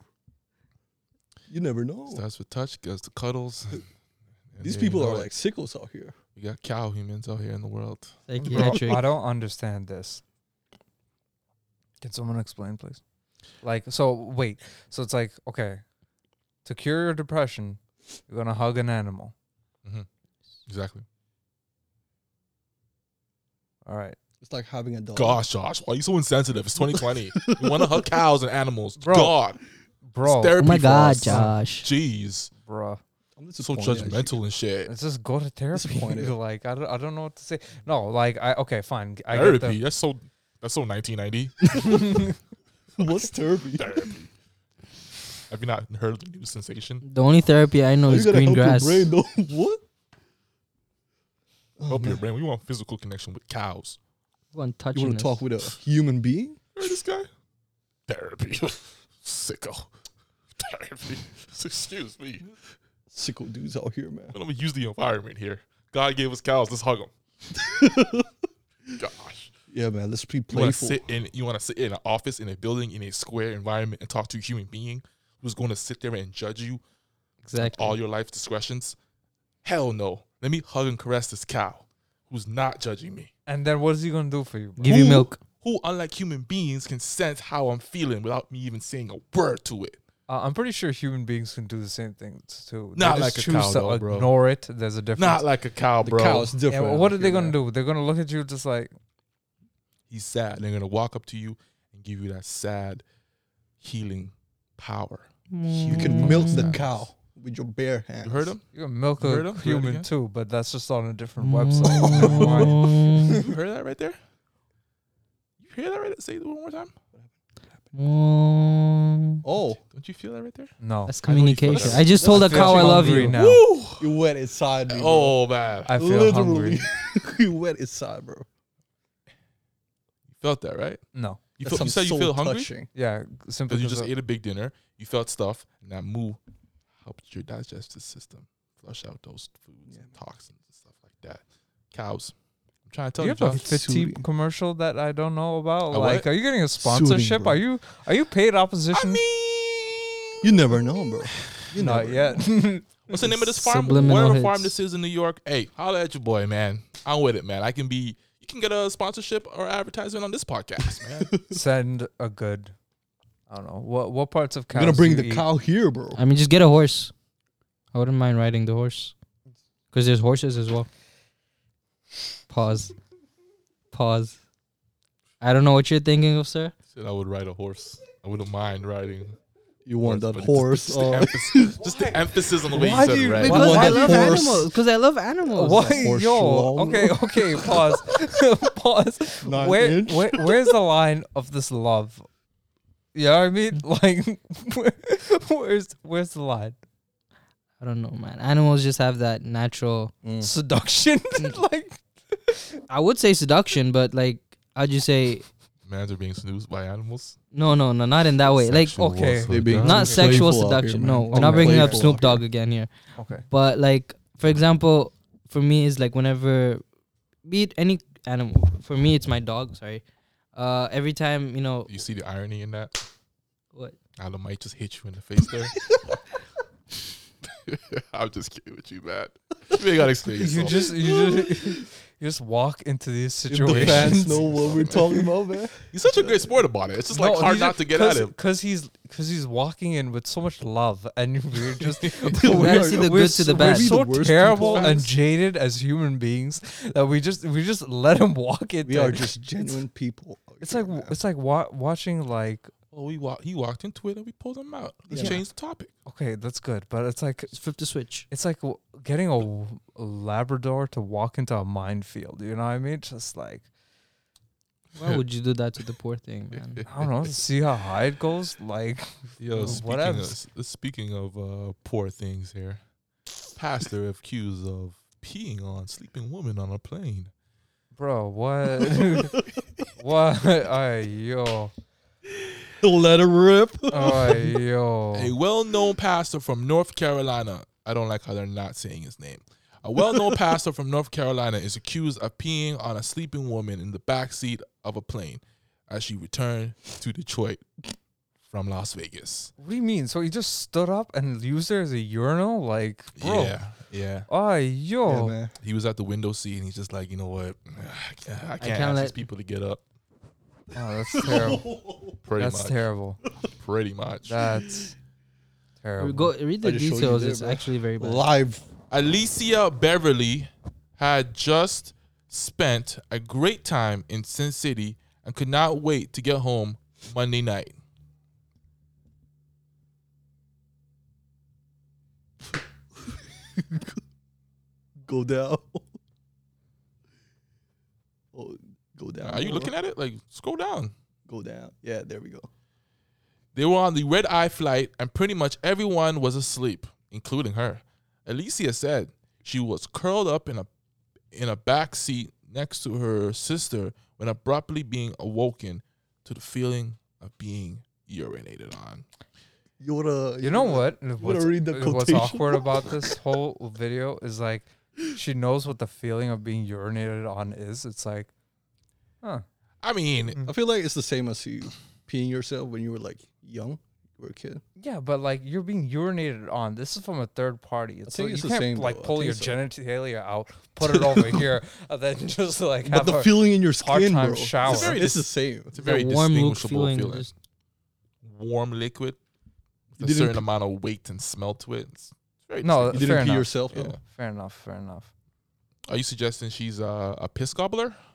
Speaker 4: You never know.
Speaker 1: Starts with touch, goes to cuddles.
Speaker 4: These
Speaker 1: And then you
Speaker 4: people
Speaker 1: know
Speaker 4: are
Speaker 1: it.
Speaker 4: like sickles out here.
Speaker 1: we got cow humans out here in the world.
Speaker 5: Bro,
Speaker 2: Psychiatric.
Speaker 4: Oh
Speaker 5: I don't understand this. Can someone explain, please? Like, so wait. So it's like, okay, to cure your depression, you're gonna hug an animal.
Speaker 1: Exactly.
Speaker 5: All right,
Speaker 4: It's like having a dog.
Speaker 1: Gosh, Josh, why are you so insensitive? It's 2020. you want to hug cows and animals.
Speaker 5: Bro.
Speaker 1: God,
Speaker 5: bro,
Speaker 1: it's therapy
Speaker 2: oh my
Speaker 1: for
Speaker 2: god,
Speaker 1: us.
Speaker 2: Josh.
Speaker 1: Jeez,
Speaker 5: bro.
Speaker 4: I'm
Speaker 1: so
Speaker 4: disappointed, actually.
Speaker 1: judgmental and shit.
Speaker 5: Let's just go to therapy.
Speaker 4: Disappointed.
Speaker 5: like, I don't, I don't know what to say. No, like, I okay, fine. I get
Speaker 1: Therapy.
Speaker 5: the,
Speaker 1: That's so. That's so 1990.
Speaker 4: What's therapy?
Speaker 1: Have you not heard of the new sensation?
Speaker 2: The only therapy I know
Speaker 4: Oh, you
Speaker 2: is
Speaker 4: gotta
Speaker 2: green
Speaker 4: help
Speaker 2: grass.
Speaker 4: your brain, though. what? Oh,
Speaker 5: Oh,
Speaker 1: Help your
Speaker 4: man.
Speaker 1: brain. We want physical connection with cows.
Speaker 2: One
Speaker 4: You
Speaker 2: touching
Speaker 4: want
Speaker 2: us.
Speaker 4: to talk with a human being?
Speaker 1: Heard this guy? Therapy. Sicko. Therapy. Excuse me.
Speaker 4: Sickle dudes out here, man.
Speaker 1: But I'm gonna use the environment here. God gave us cows. Let's hug them.
Speaker 4: Yeah, man. Let's be
Speaker 1: You want to
Speaker 4: playful.
Speaker 1: sit in you want to sit in an office in a building in a square environment and talk to a human being who's going to sit there and judge you
Speaker 2: Exactly.
Speaker 1: all your life discretions? Hell no. Let me hug and caress this cow who's not judging me.
Speaker 5: And then what is he gonna do for you? bro?
Speaker 2: Give you
Speaker 1: Who-
Speaker 2: milk.
Speaker 1: Who, unlike human beings, can sense how I'm feeling without me even saying a word to it.
Speaker 5: Uh, I'm pretty sure human beings can do the same thing too.
Speaker 1: Not
Speaker 5: just
Speaker 1: like a cow though, bro.
Speaker 5: ignore it. There's a difference.
Speaker 1: Not like a cow,
Speaker 4: the
Speaker 1: bro.
Speaker 4: cow's
Speaker 5: Yeah,
Speaker 4: different.
Speaker 5: well, what are they gonna do? They're gonna look at you just like
Speaker 1: He's sad. They're gonna walk up to you and give you that sad healing power.
Speaker 4: You
Speaker 1: Mm.
Speaker 4: can milk the
Speaker 1: Mm.
Speaker 4: cow with your bare hands.
Speaker 1: You heard him?
Speaker 5: you can milk
Speaker 1: You heard
Speaker 5: a
Speaker 1: him? You heard
Speaker 5: human
Speaker 1: again?
Speaker 5: too, but that's just on a different website. Why?
Speaker 2: Mm.
Speaker 1: You heard that right there? You hear that right? Say it one more time.
Speaker 2: Mm.
Speaker 4: Oh,
Speaker 1: Don't you feel that right there?
Speaker 5: No,
Speaker 2: That's
Speaker 1: I know you feel
Speaker 2: communication.
Speaker 1: that.
Speaker 2: I just told a
Speaker 5: I feel
Speaker 2: cow I love
Speaker 5: hungry
Speaker 2: you.
Speaker 5: now.
Speaker 1: Woo!
Speaker 4: you wet inside me. bro.
Speaker 1: Oh man,
Speaker 5: I feel
Speaker 4: literally,
Speaker 5: hungry.
Speaker 4: you wet inside, bro.
Speaker 1: you felt that right?
Speaker 5: No,
Speaker 1: You,
Speaker 4: That's
Speaker 1: felt, you
Speaker 4: some
Speaker 1: said you
Speaker 4: soul
Speaker 1: feel hungry
Speaker 4: touching.
Speaker 5: yeah, simply
Speaker 1: because you just
Speaker 5: of-
Speaker 1: ate a big dinner. You felt stuff, and that moo helped your digestive system flush out those foods
Speaker 4: Yeah,
Speaker 1: and toxins and stuff like that. Cows. I'm trying to
Speaker 5: Do
Speaker 1: tell
Speaker 5: you
Speaker 1: you,
Speaker 5: have a
Speaker 1: Josh.
Speaker 5: fifty
Speaker 4: Soothing.
Speaker 5: commercial that I don't know about.
Speaker 1: A
Speaker 5: like,
Speaker 1: what?
Speaker 5: are you getting a sponsorship?
Speaker 4: bro.
Speaker 5: are you are you paid
Speaker 1: I
Speaker 5: opposition?
Speaker 1: mean,
Speaker 4: You never know, bro. You
Speaker 5: Not
Speaker 4: never
Speaker 5: yet.
Speaker 1: What's the name of this farm?
Speaker 2: Subliminal
Speaker 1: Whatever farm
Speaker 2: hits.
Speaker 1: this is in New York. Hey, holla at your boy, man. I'm with it, man. I can be. You can get a sponsorship or advertisement on this podcast, man.
Speaker 5: Send a good. I don't know what what parts of cows.
Speaker 4: You're gonna
Speaker 5: do
Speaker 4: bring
Speaker 5: you
Speaker 4: the
Speaker 5: eat?
Speaker 4: cow here, bro.
Speaker 2: I mean, just get a horse. I wouldn't mind riding the horse because there's horses as well. Pause. Pause. I don't know what you're thinking of, sir.
Speaker 1: Said I would ride a horse. I wouldn't mind riding.
Speaker 4: You want
Speaker 1: Horse,
Speaker 4: that
Speaker 1: but
Speaker 4: horse?
Speaker 1: it's Just, the
Speaker 4: Uh,
Speaker 1: emphasis, just the emphasis on the way
Speaker 5: Why
Speaker 1: you
Speaker 5: do
Speaker 1: said
Speaker 5: you-
Speaker 1: ride.
Speaker 5: Because
Speaker 4: Why
Speaker 2: I
Speaker 4: that
Speaker 2: love
Speaker 4: horse?
Speaker 2: animals. Because I love animals.
Speaker 5: Why,
Speaker 4: Or
Speaker 5: yo?
Speaker 4: schlong.
Speaker 5: Okay, okay. Pause. pause.
Speaker 4: Nine
Speaker 5: Where,
Speaker 4: inch.
Speaker 5: where, where's the line of this love? You know what I mean? Like, where, where's where's the line?
Speaker 2: I don't know, man. Animals just have that natural.
Speaker 4: mm.
Speaker 5: Seduction? like,
Speaker 2: I would say seduction, but like, how'd you say?
Speaker 1: Mans are being snoozed by animals.
Speaker 2: No, no, no, not in that way. Like,
Speaker 1: Sexual
Speaker 5: Oh, okay.
Speaker 1: assault.
Speaker 4: They being-
Speaker 2: not
Speaker 4: Playful
Speaker 2: sexual
Speaker 4: out here,
Speaker 2: seduction.
Speaker 4: man.
Speaker 2: no, we're not
Speaker 5: Okay.
Speaker 2: bringing up
Speaker 5: Playful
Speaker 2: Snoop
Speaker 4: out here.
Speaker 2: Dogg again here.
Speaker 5: okay,
Speaker 2: But like, for example, for me is like whenever, be it any animal. For me, it's my dog. Sorry. Uh, every time you know
Speaker 1: You see the irony in that?
Speaker 2: what?
Speaker 1: Adam might just hit you in the face there. I'm just kidding with you, man. You ain't gotta explain
Speaker 5: you
Speaker 1: yourself.
Speaker 5: just you just you just walk into these
Speaker 4: If the
Speaker 5: situations.
Speaker 4: fans know what we're talking about, man.
Speaker 1: He's such a great sport about it. It's just like
Speaker 5: No,
Speaker 1: hard
Speaker 5: you
Speaker 1: not
Speaker 5: just-
Speaker 1: to get at
Speaker 5: cause,
Speaker 1: him.
Speaker 5: because he's because he's walking in with so much love, and we're just
Speaker 2: gotta see the
Speaker 5: we're
Speaker 2: good
Speaker 5: s-
Speaker 2: to the
Speaker 5: we're
Speaker 2: bad.
Speaker 5: so
Speaker 4: We're the worst
Speaker 5: terrible
Speaker 4: people.
Speaker 5: and jaded as human beings that we just we just let him walk in.
Speaker 4: We
Speaker 5: there.
Speaker 4: are just genuine people. out
Speaker 5: It's
Speaker 4: here,
Speaker 5: like
Speaker 4: man.
Speaker 5: it's like wa- watching like
Speaker 1: Oh, we walk. He walked into it and we pulled him out. Let's
Speaker 4: Yeah.
Speaker 1: change the topic.
Speaker 5: okay, that's good, but it's like
Speaker 2: Just flip the switch.
Speaker 5: it's like w- getting a, w- a Labrador to walk into a minefield. You know what I mean? Just like
Speaker 2: Why would you do that to the poor thing, man?
Speaker 5: I don't know, see how high it goes. Like
Speaker 1: Yo,
Speaker 5: Well,
Speaker 1: speaking
Speaker 5: what
Speaker 1: of,
Speaker 5: else?
Speaker 1: s- speaking of uh, poor things here, pastor accused of peeing on sleeping woman on a plane.
Speaker 5: bro, what? what? Ay, yo,
Speaker 4: let it rip.
Speaker 5: ay, yo.
Speaker 1: A well-known pastor from North Carolina. I don't like how they're not saying his name. A well-known pastor from North Carolina is accused of peeing on a sleeping woman in the backseat of a plane as she returned to Detroit from Las Vegas.
Speaker 5: What do you mean? So he just stood up and used her as a urinal? Like, bro.
Speaker 1: Yeah, yeah.
Speaker 5: Ay, yo.
Speaker 4: Yeah, man.
Speaker 1: He was at the window seat and he's just like, you know what? I can't, I can't
Speaker 2: can't
Speaker 1: ask
Speaker 2: let-
Speaker 1: these people to get up.
Speaker 5: oh, that's terrible.
Speaker 1: Pretty
Speaker 5: that's
Speaker 1: much.
Speaker 5: terrible.
Speaker 1: Pretty much.
Speaker 5: That's terrible.
Speaker 2: Go read the
Speaker 4: I just showed you
Speaker 2: details.
Speaker 4: there,
Speaker 2: It's
Speaker 4: bro.
Speaker 2: actually very bad.
Speaker 4: Live.
Speaker 1: Alicia Beverly had just spent a great time in Sin City and could not wait to get home Monday night.
Speaker 4: Go down. oh, go down.
Speaker 1: Are you looking at it? Like, scroll down.
Speaker 4: Go down. Yeah, there we go.
Speaker 1: They were on the red eye flight, and pretty much everyone was asleep, including her. Alicia said she was curled up in a in a back seat next to her sister when abruptly being awoken to the feeling of being urinated on.
Speaker 4: You wanna?
Speaker 5: You know
Speaker 4: wanna-
Speaker 5: what? What's,
Speaker 4: read the
Speaker 5: what's
Speaker 4: quotation?
Speaker 5: awkward about this whole video is like she knows what the feeling of being urinated on is. It's like, huh,
Speaker 1: I mean,
Speaker 4: I feel like it's the same as you peeing yourself when you were like young, you were a kid.
Speaker 5: Yeah, but like you're being urinated on. This is from a third party. It's
Speaker 4: think
Speaker 5: like,
Speaker 4: it's
Speaker 5: you
Speaker 4: the
Speaker 5: can't
Speaker 4: same,
Speaker 5: like
Speaker 4: though. I
Speaker 5: pull
Speaker 4: think
Speaker 5: your
Speaker 4: so.
Speaker 5: genitalia out, put it over here, and then just like have
Speaker 4: But the
Speaker 5: a
Speaker 4: feeling in your
Speaker 5: hard
Speaker 4: skin,
Speaker 5: time
Speaker 4: bro,
Speaker 5: shower.
Speaker 4: it's,
Speaker 1: It's very
Speaker 4: it's the same.
Speaker 1: it's a
Speaker 2: That
Speaker 1: very
Speaker 2: warm Luke
Speaker 1: distinguishable feeling.
Speaker 2: just-
Speaker 1: Warm liquid
Speaker 4: You
Speaker 1: with a
Speaker 4: didn't
Speaker 1: certain
Speaker 4: pee-
Speaker 1: amount of weight and smell to it. It's very
Speaker 5: No,
Speaker 4: You
Speaker 1: distinct.
Speaker 4: didn't
Speaker 5: fair
Speaker 4: pee
Speaker 5: enough.
Speaker 4: yourself, though.
Speaker 1: Yeah.
Speaker 5: Fair enough. Fair enough.
Speaker 1: Are you suggesting she's a, a piss gobbler?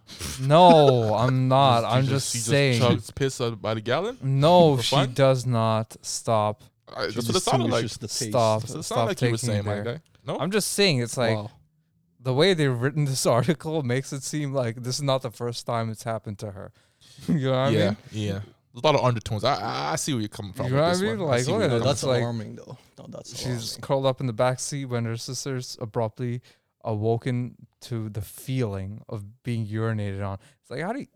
Speaker 5: No, I'm not. I'm
Speaker 1: She
Speaker 5: just,
Speaker 1: she
Speaker 5: saying.
Speaker 1: chugs piss uh, by the gallon.
Speaker 5: no,
Speaker 1: for
Speaker 5: she
Speaker 1: fun?
Speaker 5: does not. Stop.
Speaker 1: Uh,
Speaker 4: She
Speaker 1: that's what it sounded like.
Speaker 4: distinguishes the taste.
Speaker 5: Stop.
Speaker 1: That's what it
Speaker 5: Stop
Speaker 1: sounded like you were
Speaker 5: taking me
Speaker 1: saying, my
Speaker 5: there.
Speaker 1: guy. No,
Speaker 5: I'm just saying. It's like
Speaker 4: Wow.
Speaker 5: the way they've written this article makes it seem like this is not the first time it's happened to her. you know what
Speaker 1: yeah,
Speaker 5: I mean?
Speaker 1: yeah. There's a lot of undertones. I, I I see where you're coming from.
Speaker 5: You
Speaker 1: with
Speaker 5: know what I
Speaker 1: this
Speaker 5: mean?
Speaker 1: one.
Speaker 5: Like, oh,
Speaker 1: see where
Speaker 5: look
Speaker 1: you're
Speaker 5: at
Speaker 1: coming
Speaker 4: No,
Speaker 5: them.
Speaker 4: that's
Speaker 5: It's like-
Speaker 4: alarming, though. No, that's
Speaker 5: She's
Speaker 4: alarming.
Speaker 5: curled up in the back seat when her sister's abruptly awoken to the feeling of being urinated on. It's like how do you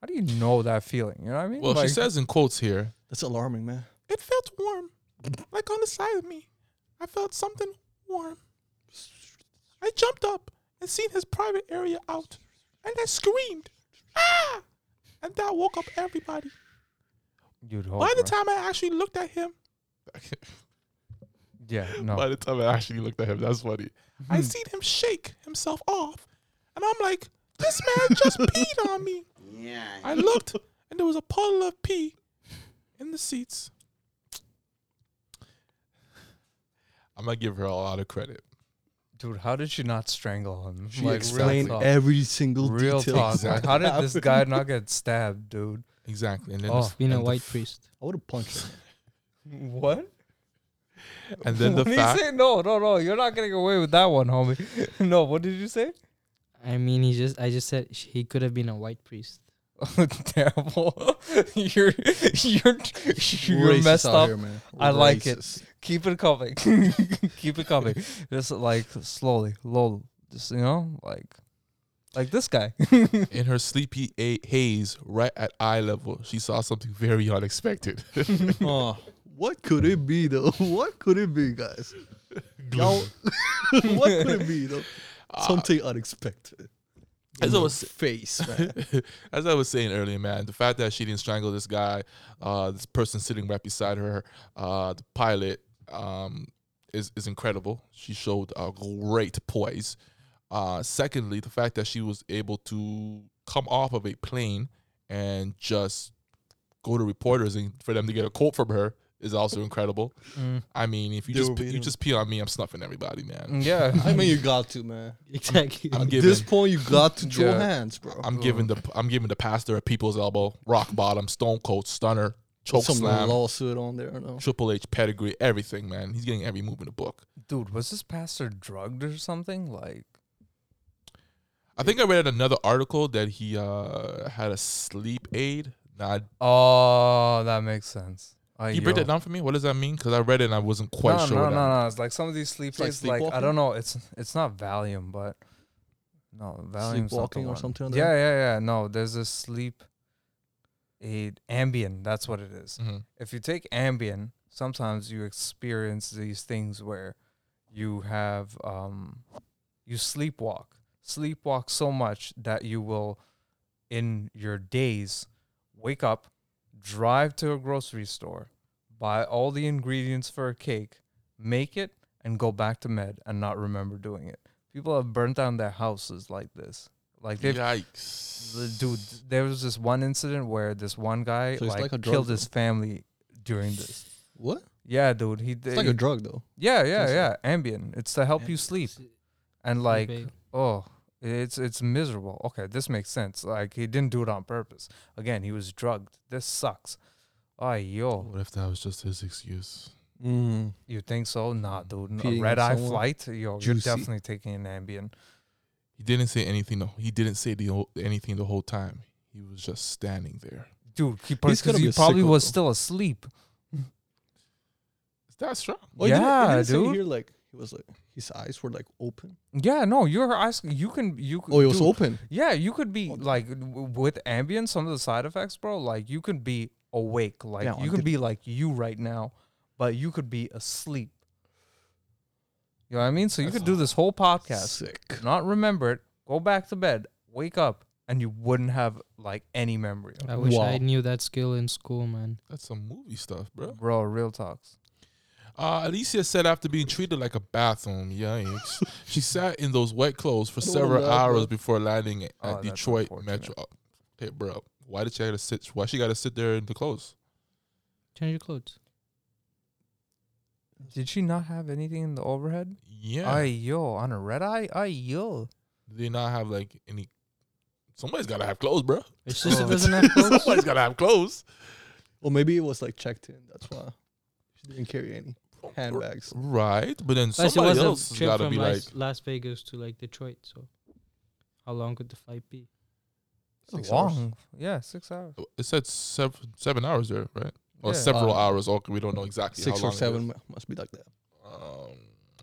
Speaker 5: how do you know that feeling? You know what I mean?
Speaker 1: Well,
Speaker 5: Like,
Speaker 1: she says in quotes here,
Speaker 4: That's alarming, man.
Speaker 1: it felt warm, like on the side of me. I felt something warm. I jumped up and seen his private area out, and I screamed, ah! And that woke up everybody.
Speaker 5: You'd hope,
Speaker 1: By the
Speaker 5: right?
Speaker 1: time I actually looked at him,
Speaker 5: Yeah, no.
Speaker 1: by the time I actually looked at him, that's funny. I
Speaker 5: Hmm.
Speaker 1: seen him shake himself off, and I'm like, this man just peed on me. I looked, and there was a puddle of pee in the seats. I'm gonna give her a lot of credit.
Speaker 5: Dude, how did she not strangle him?
Speaker 4: She
Speaker 5: like real
Speaker 4: explained
Speaker 5: talk.
Speaker 4: every single
Speaker 5: Real
Speaker 4: detail.
Speaker 5: talk. Like,
Speaker 1: Exactly.
Speaker 5: how did this guy not get stabbed, dude?
Speaker 1: Exactly, and then
Speaker 5: Oh,
Speaker 2: being a
Speaker 1: and the
Speaker 2: white
Speaker 1: f-
Speaker 2: priest.
Speaker 4: I would have punched her.
Speaker 5: What?
Speaker 1: and then the
Speaker 5: What did
Speaker 1: fact.
Speaker 5: you say? No, no, no. You're not getting away with that one, homie. no, what did you say?
Speaker 2: I mean, he just. I just said sh- he could have been a white priest.
Speaker 5: Terrible. you're you're you're
Speaker 4: Racist
Speaker 5: messed
Speaker 4: out
Speaker 5: up.
Speaker 4: here, man.
Speaker 5: I like it.
Speaker 4: Racist.
Speaker 5: Keep it coming. Keep it coming. just like slowly, lol. Just you know, like like this guy.
Speaker 1: In her sleepy a- haze, right at eye level, she saw something very unexpected.
Speaker 4: Huh. what could it be, though? What could it be, guys? Y'all, what could it be, though? Something unexpected.
Speaker 1: As I
Speaker 4: In
Speaker 1: was-
Speaker 4: your face, man.
Speaker 1: As I was saying earlier, man, the fact that she didn't strangle this guy, uh, this person sitting right beside her, uh, the pilot, um, is is incredible. She showed a great poise. Uh, secondly, the fact that she was able to come off of a plane and just go to reporters and for them to get a quote from her is also incredible.
Speaker 5: Mm.
Speaker 1: I mean, if you
Speaker 4: They
Speaker 1: just
Speaker 4: were
Speaker 1: p- you
Speaker 4: beating-
Speaker 1: just pee on me, I'm snuffing everybody, man.
Speaker 5: Yeah.
Speaker 4: I mean, you got to, man.
Speaker 2: Exactly.
Speaker 1: I'm
Speaker 4: At
Speaker 1: giving
Speaker 4: this point, you got to draw
Speaker 5: Yeah.
Speaker 4: hands, bro.
Speaker 1: I'm giving the I'm giving the pastor a people's elbow, rock bottom, stone cold stunner, choke
Speaker 4: Some
Speaker 1: slam.
Speaker 4: lawsuit on there, no?
Speaker 1: Triple H pedigree, everything, man. He's getting every move in the book.
Speaker 5: Dude, was this pastor drugged or something? Like
Speaker 1: I think I read another article that he uh, had a sleep aid. Nah,
Speaker 5: Oh, that makes sense. Uh,
Speaker 1: can you break
Speaker 5: yo.
Speaker 1: that down for me? What does that mean? Because I read it and I wasn't quite
Speaker 5: no,
Speaker 1: sure.
Speaker 5: No,
Speaker 1: what that
Speaker 5: no, no. It's like some of these sleep
Speaker 4: It's like
Speaker 5: aids, like, I
Speaker 4: sleepwalking?
Speaker 5: don't know. It's it's not Valium, but no Valium.
Speaker 4: Sleepwalking or something like
Speaker 5: Yeah, yeah, yeah. No, there's a sleep aid Ambien. That's what it is.
Speaker 1: means. Mhm.
Speaker 5: If you take Ambien, sometimes you experience these things where you have um you sleepwalk, sleepwalk so much that you will, in your days, wake up, drive to a grocery store, buy all the ingredients for a cake, make it, and go back to med and not remember doing it. People have burnt down their houses like this.
Speaker 1: Mm-hmm.
Speaker 5: Like they've the
Speaker 1: Yikes.
Speaker 5: dude there was this one incident where this one guy
Speaker 4: So it's
Speaker 5: like,
Speaker 4: like a drug
Speaker 5: killed
Speaker 4: deal.
Speaker 5: his family during this
Speaker 4: What?
Speaker 5: yeah dude he
Speaker 4: It's
Speaker 5: did
Speaker 4: like a drug, though.
Speaker 5: yeah yeah
Speaker 4: Just
Speaker 5: yeah ambien it's to help you sleep and like oh it's it's miserable okay this makes sense like he didn't do it on purpose again he was drugged this sucks oh yo
Speaker 1: What if that was just his excuse?
Speaker 4: Mm.
Speaker 5: you think so nah dude
Speaker 4: Peeing on
Speaker 5: a red eye
Speaker 4: someone?
Speaker 5: flight yo you're
Speaker 4: Juicy.
Speaker 5: definitely taking an ambien
Speaker 1: He didn't say anything. No, he didn't say the whole, anything the whole time. He was just standing there.
Speaker 5: dude he, pro-
Speaker 4: He's
Speaker 5: 'cause
Speaker 4: gotta be
Speaker 5: he
Speaker 4: a
Speaker 5: probably
Speaker 4: sicko,
Speaker 5: was
Speaker 4: though.
Speaker 5: still asleep
Speaker 1: Is that strong?
Speaker 4: Oh, yeah, didn't,
Speaker 5: Yeah,
Speaker 4: it didn't say
Speaker 5: dude.
Speaker 4: Here, like he was like his eyes were like open.
Speaker 5: yeah no you're asking you can you could
Speaker 4: Oh, it was
Speaker 5: dude,
Speaker 4: open.
Speaker 5: Yeah, you could be
Speaker 4: Hold on.
Speaker 5: like w- with Ambien, some of the side effects, bro. Like you could be awake, like
Speaker 4: Yeah, I
Speaker 5: you could
Speaker 4: did-
Speaker 5: be like you right now, but you could be asleep. You know what I mean? So you
Speaker 1: That's
Speaker 5: could do this whole podcast,
Speaker 4: Sick.
Speaker 5: not remember it, go back to bed, wake up, and you wouldn't have like any memory of
Speaker 2: I
Speaker 5: it.
Speaker 2: wish
Speaker 4: Wow.
Speaker 2: I knew that skill in school, man.
Speaker 1: That's some movie stuff, bro.
Speaker 5: Bro, real talks.
Speaker 1: Uh, Alicia said after being treated like a bathroom, yikes, she sat in those wet clothes for
Speaker 4: I don't wanna
Speaker 1: several
Speaker 4: laugh,
Speaker 1: hours
Speaker 4: bro.
Speaker 1: before landing at
Speaker 5: Oh, that's
Speaker 1: Detroit
Speaker 5: unfortunate.
Speaker 1: Metro. Oh, Hey, bro, why did she gotta sit? Why she gotta sit there in the clothes?
Speaker 2: Change your clothes.
Speaker 5: Did she not have anything in the overhead?
Speaker 1: Yeah,
Speaker 5: Ay yo, on a red eye? Ay yo.
Speaker 1: they not have like any. Somebody's gotta have clothes, bro.
Speaker 2: Her sister
Speaker 5: Oh.
Speaker 2: doesn't have clothes.
Speaker 1: Somebody's gotta have clothes.
Speaker 4: Well, maybe it was like checked in. That's why she didn't carry any handbags.
Speaker 1: Right, but then
Speaker 2: Plus, it
Speaker 1: somebody
Speaker 2: was
Speaker 1: else
Speaker 2: a
Speaker 1: has
Speaker 2: trip
Speaker 1: gotta
Speaker 2: from
Speaker 1: be like
Speaker 2: Las, Las Vegas to like Detroit. So, how long could the flight be?
Speaker 4: Six hours.
Speaker 5: Long. Yeah, six hours.
Speaker 1: it said seven seven hours there, right? Or
Speaker 5: Yeah.
Speaker 1: several
Speaker 4: Uh,
Speaker 1: hours, or we don't know exactly
Speaker 4: Six
Speaker 1: how
Speaker 4: or
Speaker 1: long it
Speaker 4: seven mu- must be like that.
Speaker 1: is. Um,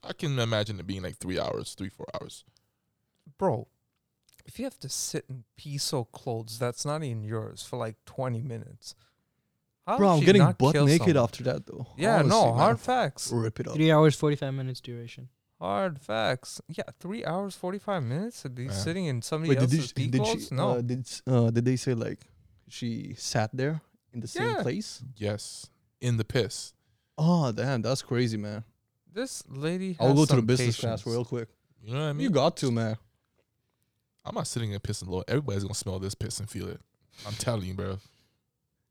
Speaker 1: I can imagine it being like three hours, three four hours.
Speaker 5: Bro, if you have to sit in piso clothes that's not even yours for like 20 minutes. How
Speaker 4: Bro,
Speaker 5: did
Speaker 4: I'm
Speaker 5: she
Speaker 4: getting
Speaker 5: not
Speaker 4: butt
Speaker 5: kill
Speaker 4: naked
Speaker 5: someone?
Speaker 4: after that though.
Speaker 5: Yeah,
Speaker 4: Honestly,
Speaker 5: no,
Speaker 4: man.
Speaker 5: hard facts.
Speaker 4: Rip it up.
Speaker 2: Three hours, forty-five minutes duration.
Speaker 5: Hard facts. Yeah, three hours, 45 minutes to be
Speaker 1: Yeah.
Speaker 5: sitting in somebody
Speaker 4: Wait, did,
Speaker 5: else's
Speaker 4: did,
Speaker 5: pee
Speaker 4: did
Speaker 5: clothes?
Speaker 4: she?
Speaker 5: no.
Speaker 4: Uh, did s- uh, did they say like she sat there in the same
Speaker 5: Yeah.
Speaker 4: place?
Speaker 1: Yes, in the piss.
Speaker 4: Oh damn, that's crazy, man.
Speaker 5: this lady has
Speaker 4: I'll go to the
Speaker 5: some
Speaker 4: business
Speaker 5: patience.
Speaker 4: class real quick.
Speaker 1: You know what I mean?
Speaker 4: You got to, man.
Speaker 1: I'm not sitting in piss and low. Everybody's gonna smell this piss and feel it. I'm telling you, bro.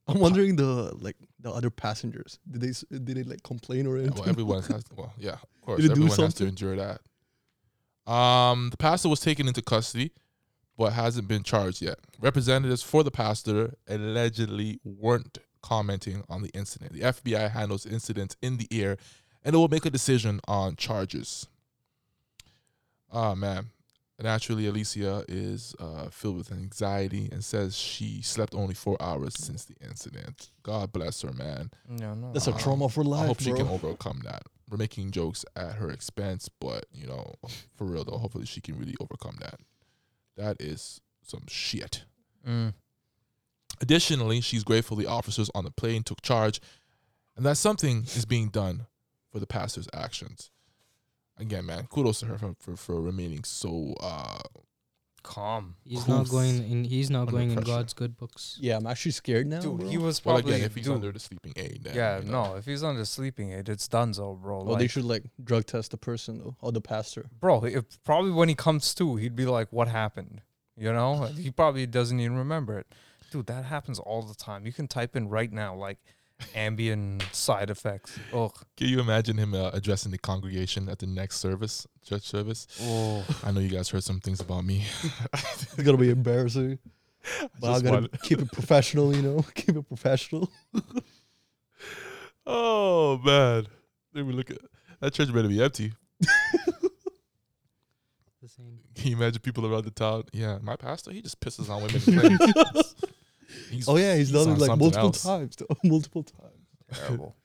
Speaker 4: I'm wondering the like the other passengers. Did they s- did they like complain or anything?
Speaker 1: Well, everyone has. To, well, yeah, of course,
Speaker 4: Did it do
Speaker 1: everyone has to
Speaker 4: something?
Speaker 1: endure that. Um, the pastor was taken into custody, but hasn't been charged yet. Representatives for the pastor allegedly weren't commenting on the incident. The FBI handles incidents in the air, and it will make a decision on charges. Ah man. Naturally, Alicia is uh, filled with anxiety and says she slept only four hours since the incident. God bless her, man.
Speaker 5: No, no.
Speaker 4: That's a
Speaker 1: Uh,
Speaker 4: trauma for life,
Speaker 1: I hope she
Speaker 4: bro.
Speaker 1: can overcome that. We're making jokes at her expense, but you know, for real though, hopefully she can really overcome that. That is some shit.
Speaker 5: Mm.
Speaker 1: Additionally, she's grateful the officers on the plane took charge and that something is being done for the pastor's actions. Again, man, kudos to her for, for, for remaining so uh
Speaker 5: Calm.
Speaker 2: He's
Speaker 1: Cool.
Speaker 2: not going in. He's not
Speaker 1: Under
Speaker 2: going in
Speaker 1: pressure.
Speaker 2: God's good books.
Speaker 4: yeah, I'm actually scared now.
Speaker 5: Dude,
Speaker 4: bro.
Speaker 5: he was
Speaker 1: well
Speaker 5: probably.
Speaker 1: again if he's
Speaker 5: dude,
Speaker 1: under the sleeping aid then
Speaker 5: yeah,
Speaker 1: you know.
Speaker 5: no. If he's under sleeping aid, it's donezo, bro.
Speaker 4: Well, Oh, they
Speaker 5: like-
Speaker 4: should like drug test the person though, or the pastor.
Speaker 5: bro, if, probably when he comes to, he'd be like, "What happened?" You know, he probably doesn't even remember it. Dude, that happens all the time. You can type in right now, like ambient side effects. Ugh.
Speaker 1: Can you imagine him uh, addressing the congregation at the next service, church service?
Speaker 5: Oh.
Speaker 1: I know you guys heard some things about me.
Speaker 4: It's gonna be embarrassing. But I
Speaker 1: just
Speaker 4: gotta
Speaker 1: want-
Speaker 4: keep it professional, you know. keep it professional.
Speaker 1: Oh man, let me look at that church. Better be empty.
Speaker 2: The same.
Speaker 1: Can you imagine people around the town? Yeah, my pastor, he just pisses on women. in planes. He's-
Speaker 4: Oh yeah, he's, done
Speaker 1: on
Speaker 4: it like
Speaker 1: something
Speaker 4: multiple
Speaker 1: else.
Speaker 4: times, though. multiple times.
Speaker 5: Terrible.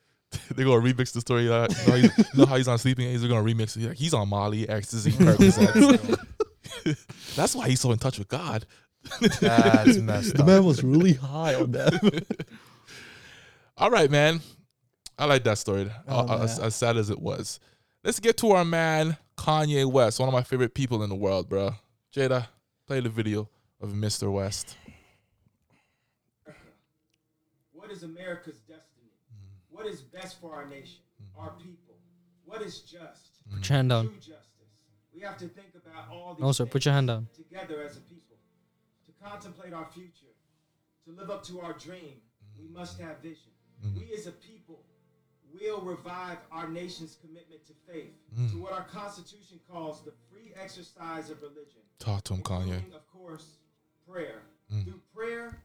Speaker 1: They're gonna remix the story. Uh, you, know, he's- you know how he's on sleeping aids? They're gonna remix it. He's, like, he's on Molly, ecstasy, Percocets. That's why he's so in touch with God.
Speaker 5: That's messed
Speaker 4: The
Speaker 5: up.
Speaker 4: man was really high on that.
Speaker 1: All right, man. I like that story.
Speaker 4: Oh,
Speaker 1: Uh, as,
Speaker 4: man.
Speaker 1: as sad as it was, let's get to our man Kanye West, one of my favorite people in the world, bro. Jada, play the video of Mr. West.
Speaker 3: What is America's destiny?
Speaker 2: Mm.
Speaker 3: What is best for our nation, our people? What is just?
Speaker 2: Put your hand Mm. down.
Speaker 3: True justice. We have to think about all these
Speaker 2: No, sir. Put your hand down.
Speaker 3: things together as a people. To contemplate our future, to live up to our dream,
Speaker 2: Mm.
Speaker 3: we must have vision. We as a people will revive our nation's commitment to faith,
Speaker 2: Mm.
Speaker 3: to what our Constitution calls the free exercise of religion.
Speaker 1: Talk to him, Kanye.
Speaker 3: including, Of course, prayer. Through prayer,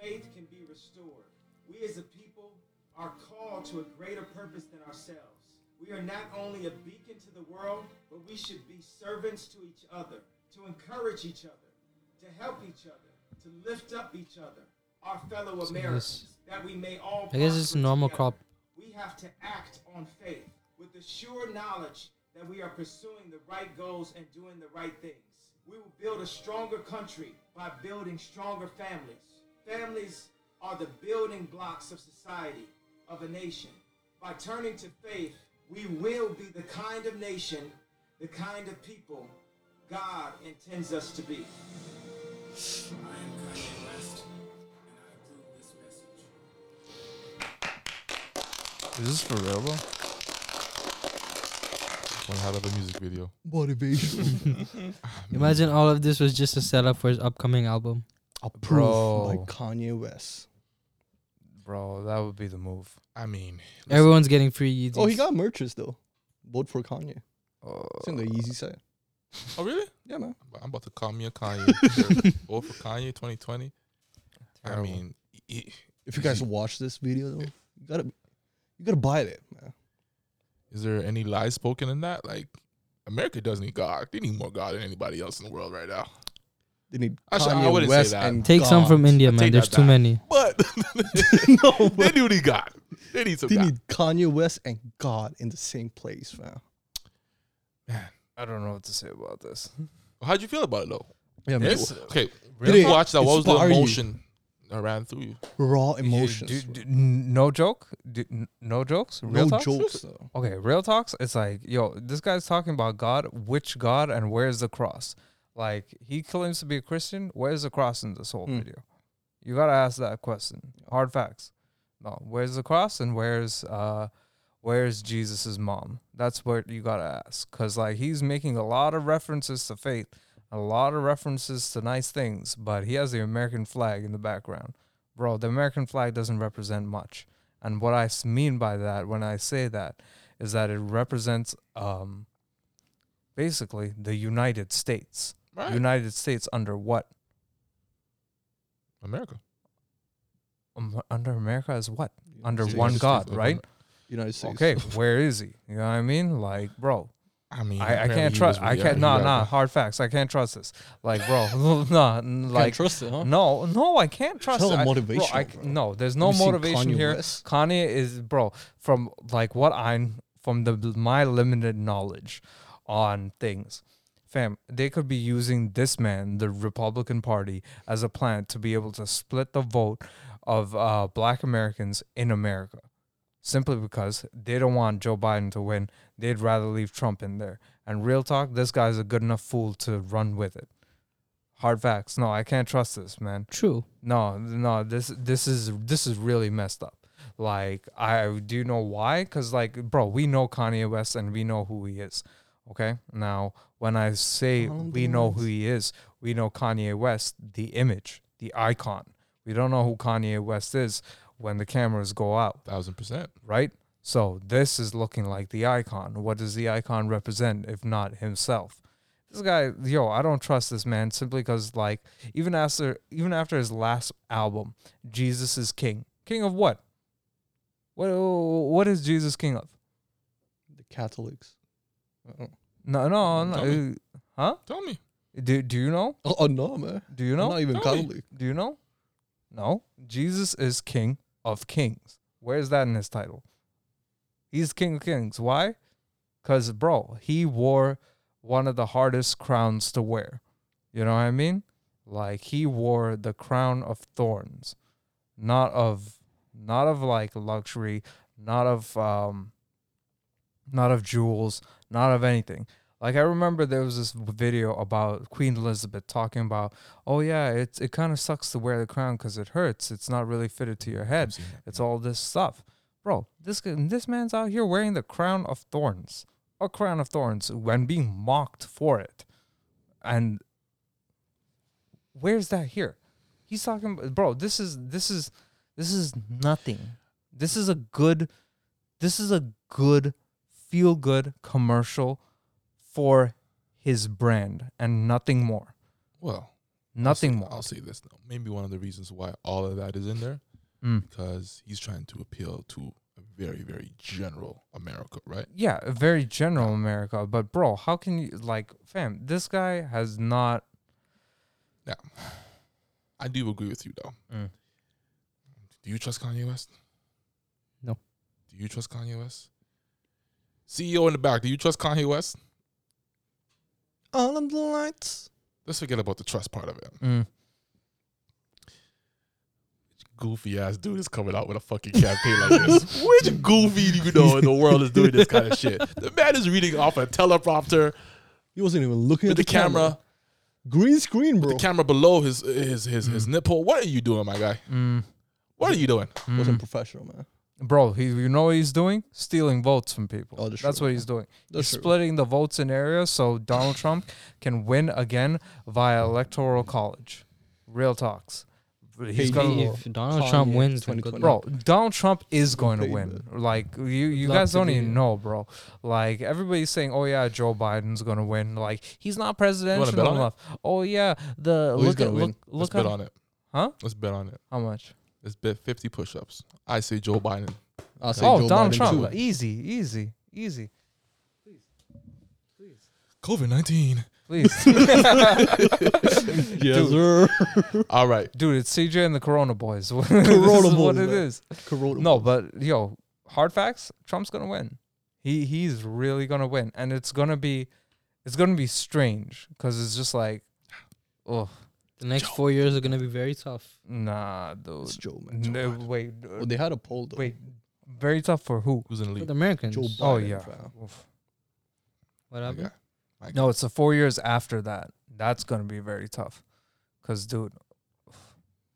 Speaker 3: faith can be restored. We as a people are called to a greater purpose than ourselves. We are not only a beacon to the world, but we should be servants to each other, to encourage each other, to help each other, to lift up each other, our fellow Americans, that we may all.
Speaker 2: I guess it's
Speaker 3: prosper
Speaker 2: a normal
Speaker 3: together.
Speaker 2: crop.
Speaker 3: We have to act on faith with the sure knowledge that we are pursuing the right goals and doing the right things. We will build a stronger country by building stronger families. Families are the building blocks of society, of a nation. By turning to faith, we will be the kind of nation, the kind of people God intends us to be.
Speaker 5: Is this for real, bro?
Speaker 1: One hell of a music video.
Speaker 4: Motivation.
Speaker 2: Imagine all of this was just a setup for his upcoming album.
Speaker 4: Approved by
Speaker 5: Bro.
Speaker 4: Kanye West.
Speaker 5: Bro, that would be the move.
Speaker 1: I mean, listen,
Speaker 2: Everyone's getting free Yeezys.
Speaker 4: Oh, he got merches though. Vote for Kanye. It's in the Yeezy side.
Speaker 1: oh really?
Speaker 4: Yeah, man.
Speaker 1: I'm about to call me a Kanye. Vote for Kanye 2020. I
Speaker 5: Terrible.
Speaker 1: mean, i-
Speaker 4: If you guys watch this video though, you gotta you gotta buy it, man.
Speaker 1: is there any lies spoken in that? Like, America does need God. They need more God than anybody else in the world right now.
Speaker 4: They need
Speaker 1: Actually, I
Speaker 4: Kanye
Speaker 1: wouldn't say
Speaker 4: West
Speaker 1: that.
Speaker 4: and
Speaker 2: Take some
Speaker 4: God.
Speaker 2: from India, man.
Speaker 1: take
Speaker 2: There's
Speaker 1: that
Speaker 2: too
Speaker 1: back.
Speaker 2: many.
Speaker 1: But they
Speaker 4: no, but
Speaker 1: do need God. They need some
Speaker 4: they
Speaker 1: God.
Speaker 4: need Kanye West and God in the same place, man.
Speaker 5: I don't know what to say about this.
Speaker 1: How'd you feel about it though?
Speaker 4: Yeah, man.
Speaker 5: This
Speaker 1: Okay,
Speaker 4: Did
Speaker 1: when you
Speaker 4: it
Speaker 1: watched that, what was the
Speaker 4: inspire you?
Speaker 1: emotion that ran through you?
Speaker 4: Raw
Speaker 5: you-
Speaker 4: emotions.
Speaker 5: do-
Speaker 4: bro.
Speaker 5: do- n- no joke. Do- n- no jokes. Real
Speaker 4: no
Speaker 5: talks?
Speaker 4: jokes though.
Speaker 5: Okay, real talks. It's like, yo, this guy's talking about God, which God, and where's the cross? Like he claims to be a Christian. Where's the cross in this whole
Speaker 4: Hmm.
Speaker 5: video? You gotta ask that question. Hard facts. No, where's the cross and where's uh, where's Jesus's mom? That's what you gotta ask. Cause like he's making a lot of references to faith, a lot of references to nice things, but he has the American flag in the background. Bro, the American flag doesn't represent much. And what I s- mean by that when I say that is that it represents um, basically the United States.
Speaker 1: Right,
Speaker 5: United States under what?
Speaker 1: America.
Speaker 5: Um, under America as what? Under
Speaker 1: Jesus
Speaker 5: one
Speaker 1: Christ,
Speaker 5: God,
Speaker 1: like,
Speaker 5: right?
Speaker 4: United States.
Speaker 5: Okay, where is he? You know what I mean? Like, bro,
Speaker 1: I mean,
Speaker 5: I, I
Speaker 1: apparently
Speaker 5: can't
Speaker 1: he
Speaker 5: trust.
Speaker 1: was-
Speaker 5: I
Speaker 1: yeah,
Speaker 5: can't.
Speaker 1: he
Speaker 5: Nah,
Speaker 1: got
Speaker 5: nah.
Speaker 1: God.
Speaker 5: Hard facts. I can't trust this. Like, bro, nah. n-
Speaker 4: Can't
Speaker 5: Like,
Speaker 4: trust it, huh?
Speaker 5: no, no. I can't trust.
Speaker 4: hella
Speaker 5: it. I- bro,
Speaker 4: motivational,
Speaker 5: I,
Speaker 4: bro.
Speaker 5: No, there's no
Speaker 4: you seen
Speaker 5: motivation
Speaker 4: Kanye
Speaker 5: here.
Speaker 4: West?
Speaker 5: Kanye is, bro. From like what I'm from the my limited knowledge on things. Fam, they could be using this man, the Republican Party, as a plan to be able to split the vote of uh, black Americans in America simply because they don't want Joe Biden to win. They'd rather leave Trump in there. And real talk, this guy's a good enough fool to run with it. Hard facts. No, I can't trust this, man.
Speaker 2: True.
Speaker 5: No, no, this this is this is really messed up. Like I do you know why? Cuz like bro, we know Kanye West and we know who he is. Okay? Now, when I say
Speaker 4: Tell 'em
Speaker 5: we
Speaker 4: the
Speaker 5: know who
Speaker 4: words.
Speaker 5: he is, we know Kanye West, the image, the icon. We don't know who Kanye West is when the cameras go out
Speaker 1: Thousand percent.
Speaker 5: right? So this is looking like the icon. What does the icon represent if not himself? This guy, yo, I don't trust this man simply because, like, even after even after his last album, Jesus is King. King of what? What what is Jesus King of?
Speaker 4: The Catholics. Uh-uh.
Speaker 5: No, no, no.
Speaker 1: Dummy.
Speaker 5: Huh?
Speaker 1: Tell me.
Speaker 5: Do do you know?
Speaker 4: Oh, oh, no, man.
Speaker 5: Do you
Speaker 4: I'm
Speaker 5: know?
Speaker 4: not even
Speaker 1: Tell me.
Speaker 4: Catholic.
Speaker 5: Do you know? No. Jesus is King of Kings. Where is that in his title? He's King of Kings. Why? Because, bro, he wore one of the hardest crowns to wear. You know what I mean? Like he wore the crown of thorns, not of not of like luxury, not of um not of jewels, not of anything. Like I remember there was this video about Queen Elizabeth talking about, "Oh yeah, it's it kind of sucks to wear the crown cuz it hurts. It's not really fitted to your head. It's all this stuff." Bro, this g- this man's out here wearing the crown of thorns. A crown of thorns when being mocked for it. And where's that here? He's talking about, bro, this is this is this is nothing. This is a good this is a good feel good commercial for his brand and nothing more.
Speaker 1: Well,
Speaker 5: Nothing
Speaker 1: I'll say,
Speaker 5: more.
Speaker 1: I'll say this though. Maybe one of the reasons why all of that is in there
Speaker 5: Mm.
Speaker 1: because he's trying to appeal to a very, very general America, right?
Speaker 5: Yeah, a very general America, but bro, how can you like fam, this guy has not
Speaker 1: I do agree with you though.
Speaker 5: Mm.
Speaker 1: Do you trust Kanye West?
Speaker 2: No.
Speaker 1: Do you trust Kanye West? CEO in the back, do you trust Kanye West?
Speaker 4: All of the lights.
Speaker 1: Let's forget about the trust part of it.
Speaker 5: mm,
Speaker 1: Goofy ass dude is coming out with a fucking campaign like this. Which goofy you know in the world is doing this kind of shit? The man is reading off a teleprompter
Speaker 4: He wasn't even looking
Speaker 1: with
Speaker 4: at
Speaker 1: the camera.
Speaker 4: Green screen,
Speaker 1: The
Speaker 4: bro.
Speaker 1: camera below his his his, his nipple. What are you doing, my guy?
Speaker 5: Mm,
Speaker 1: What are you doing?
Speaker 4: Wasn't professional, man.
Speaker 5: bro, he, you know what he's doing? Stealing votes from people.
Speaker 4: Oh, that's
Speaker 5: that's
Speaker 4: true.
Speaker 5: what he's doing.
Speaker 4: That's
Speaker 5: he's
Speaker 4: true.
Speaker 5: splitting the votes in areas so Donald Trump can win again via electoral college. Real talks. He's
Speaker 4: Hey,
Speaker 5: gonna
Speaker 4: he-
Speaker 2: If Donald
Speaker 4: Kanye
Speaker 2: Trump wins, then
Speaker 4: 2020.
Speaker 2: good
Speaker 5: bro donald trump is going to
Speaker 4: pay
Speaker 5: win like you you
Speaker 2: luck
Speaker 5: guys
Speaker 2: to
Speaker 5: don't
Speaker 2: be-
Speaker 5: even know bro like everybody's saying oh yeah joe biden's going to win like he's not presidential
Speaker 1: bet on it?
Speaker 5: enough oh yeah the
Speaker 4: he's
Speaker 5: look
Speaker 4: gonna
Speaker 5: at
Speaker 4: win.
Speaker 5: look
Speaker 1: Let's
Speaker 5: look
Speaker 1: bet
Speaker 5: how,
Speaker 1: on it.
Speaker 5: Huh?
Speaker 1: Let's bet on it.
Speaker 5: how much
Speaker 1: Let's bet 50 push-ups. I say Joe Biden.
Speaker 4: I'll say
Speaker 5: oh
Speaker 4: Joe
Speaker 5: donald
Speaker 4: Biden
Speaker 5: trump
Speaker 4: too.
Speaker 5: easy easy easy
Speaker 1: COVID 19.
Speaker 5: please
Speaker 4: Yes, sir.
Speaker 1: All right.
Speaker 5: dude it's cj and the corona boys This
Speaker 4: Corona
Speaker 5: is what
Speaker 4: boys,
Speaker 5: it
Speaker 4: man.
Speaker 5: is
Speaker 4: Corona.
Speaker 5: no but yo hard facts trump's going to win he he's really going to win and it's going to be it's going to be strange because it's just like oh
Speaker 2: The next four years are gonna be very tough.
Speaker 5: Nah, dude.
Speaker 4: It's Joe, man. Joe
Speaker 5: No,
Speaker 4: Biden.
Speaker 5: wait, uh,
Speaker 4: Well, they had a poll though.
Speaker 5: wait. Very tough for who?
Speaker 1: Who's in the
Speaker 2: For
Speaker 1: lead?
Speaker 2: the Americans.
Speaker 4: Joe
Speaker 5: Oh
Speaker 4: Biden,
Speaker 5: yeah.
Speaker 4: fam.
Speaker 5: Oof.
Speaker 2: What
Speaker 1: My
Speaker 2: happened?
Speaker 1: guy. My guy.
Speaker 5: No, it's the four years after that. That's gonna be very tough. Cause, dude, oof,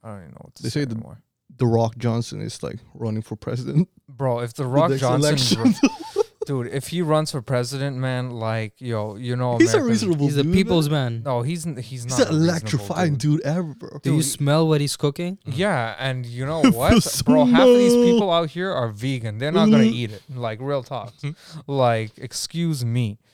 Speaker 5: I don't even know what to
Speaker 4: They
Speaker 5: say
Speaker 4: say the-
Speaker 5: anymore.
Speaker 4: The Rock Johnson is like running for president.
Speaker 5: Bro, if the Rock
Speaker 4: next
Speaker 5: Johnson,
Speaker 4: election.
Speaker 5: ru- dude, if he runs for president, man, like yo, you know,
Speaker 4: he's a
Speaker 5: America's-
Speaker 4: reasonable.
Speaker 2: He's a
Speaker 4: dude,
Speaker 2: people's man.
Speaker 5: No, he's n- he's
Speaker 4: He's
Speaker 5: not a
Speaker 4: an
Speaker 5: reasonable
Speaker 4: electrifying
Speaker 5: dude.
Speaker 4: dude. ever, bro.
Speaker 2: Do you
Speaker 5: dude.
Speaker 2: smell what he's cooking?
Speaker 5: Yeah, and you know
Speaker 4: The
Speaker 5: what, bro? Half of these
Speaker 4: smell.
Speaker 5: people out here are vegan. They're not gonna eat it. Like real talk. like, excuse me.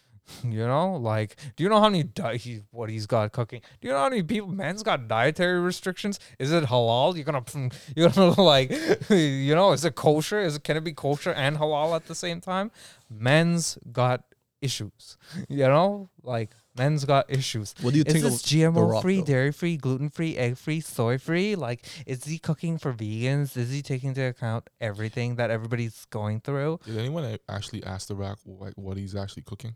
Speaker 5: You know, like, do you know how many di- he, what he's got cooking? Do you know how many people? Man's got dietary restrictions. Is it halal? You're gonna, you're gonna like, you know, is it kosher? Is it can it be kosher and halal at the same time? Men's got issues. You know, like men's got issues.
Speaker 4: What do you
Speaker 5: Is
Speaker 4: think
Speaker 5: this
Speaker 4: of The
Speaker 5: GMO
Speaker 4: Rock,
Speaker 5: free,
Speaker 4: though?
Speaker 5: dairy free, gluten free, egg free, soy free? Like, is he cooking for vegans? Is he taking into account everything that everybody's going through?
Speaker 1: Did anyone a- actually ask the rock like what he's actually cooking?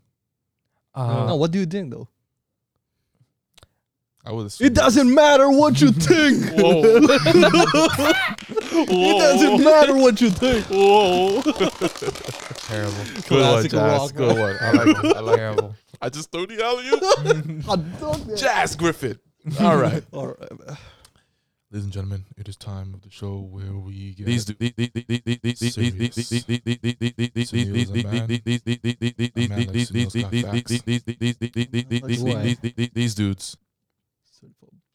Speaker 5: Uh,
Speaker 4: no, what do you think though?
Speaker 1: I would assume
Speaker 4: It doesn't matter what you think.
Speaker 1: Whoa.
Speaker 4: It doesn't matter what you think.
Speaker 1: Whoa.
Speaker 5: terrible,
Speaker 1: Good one,
Speaker 4: Classic
Speaker 1: Jazz.
Speaker 4: rock,
Speaker 1: Good one. I like it. I like it.
Speaker 5: terrible.
Speaker 1: I just threw the alley you.
Speaker 4: Hot dog, man.
Speaker 1: Jazz Griffin. All right.
Speaker 4: All right, man.
Speaker 1: Ladies and gentlemen, it is time of the show where we get these these these these these these these these these these these these these these these these these these these these these dudes.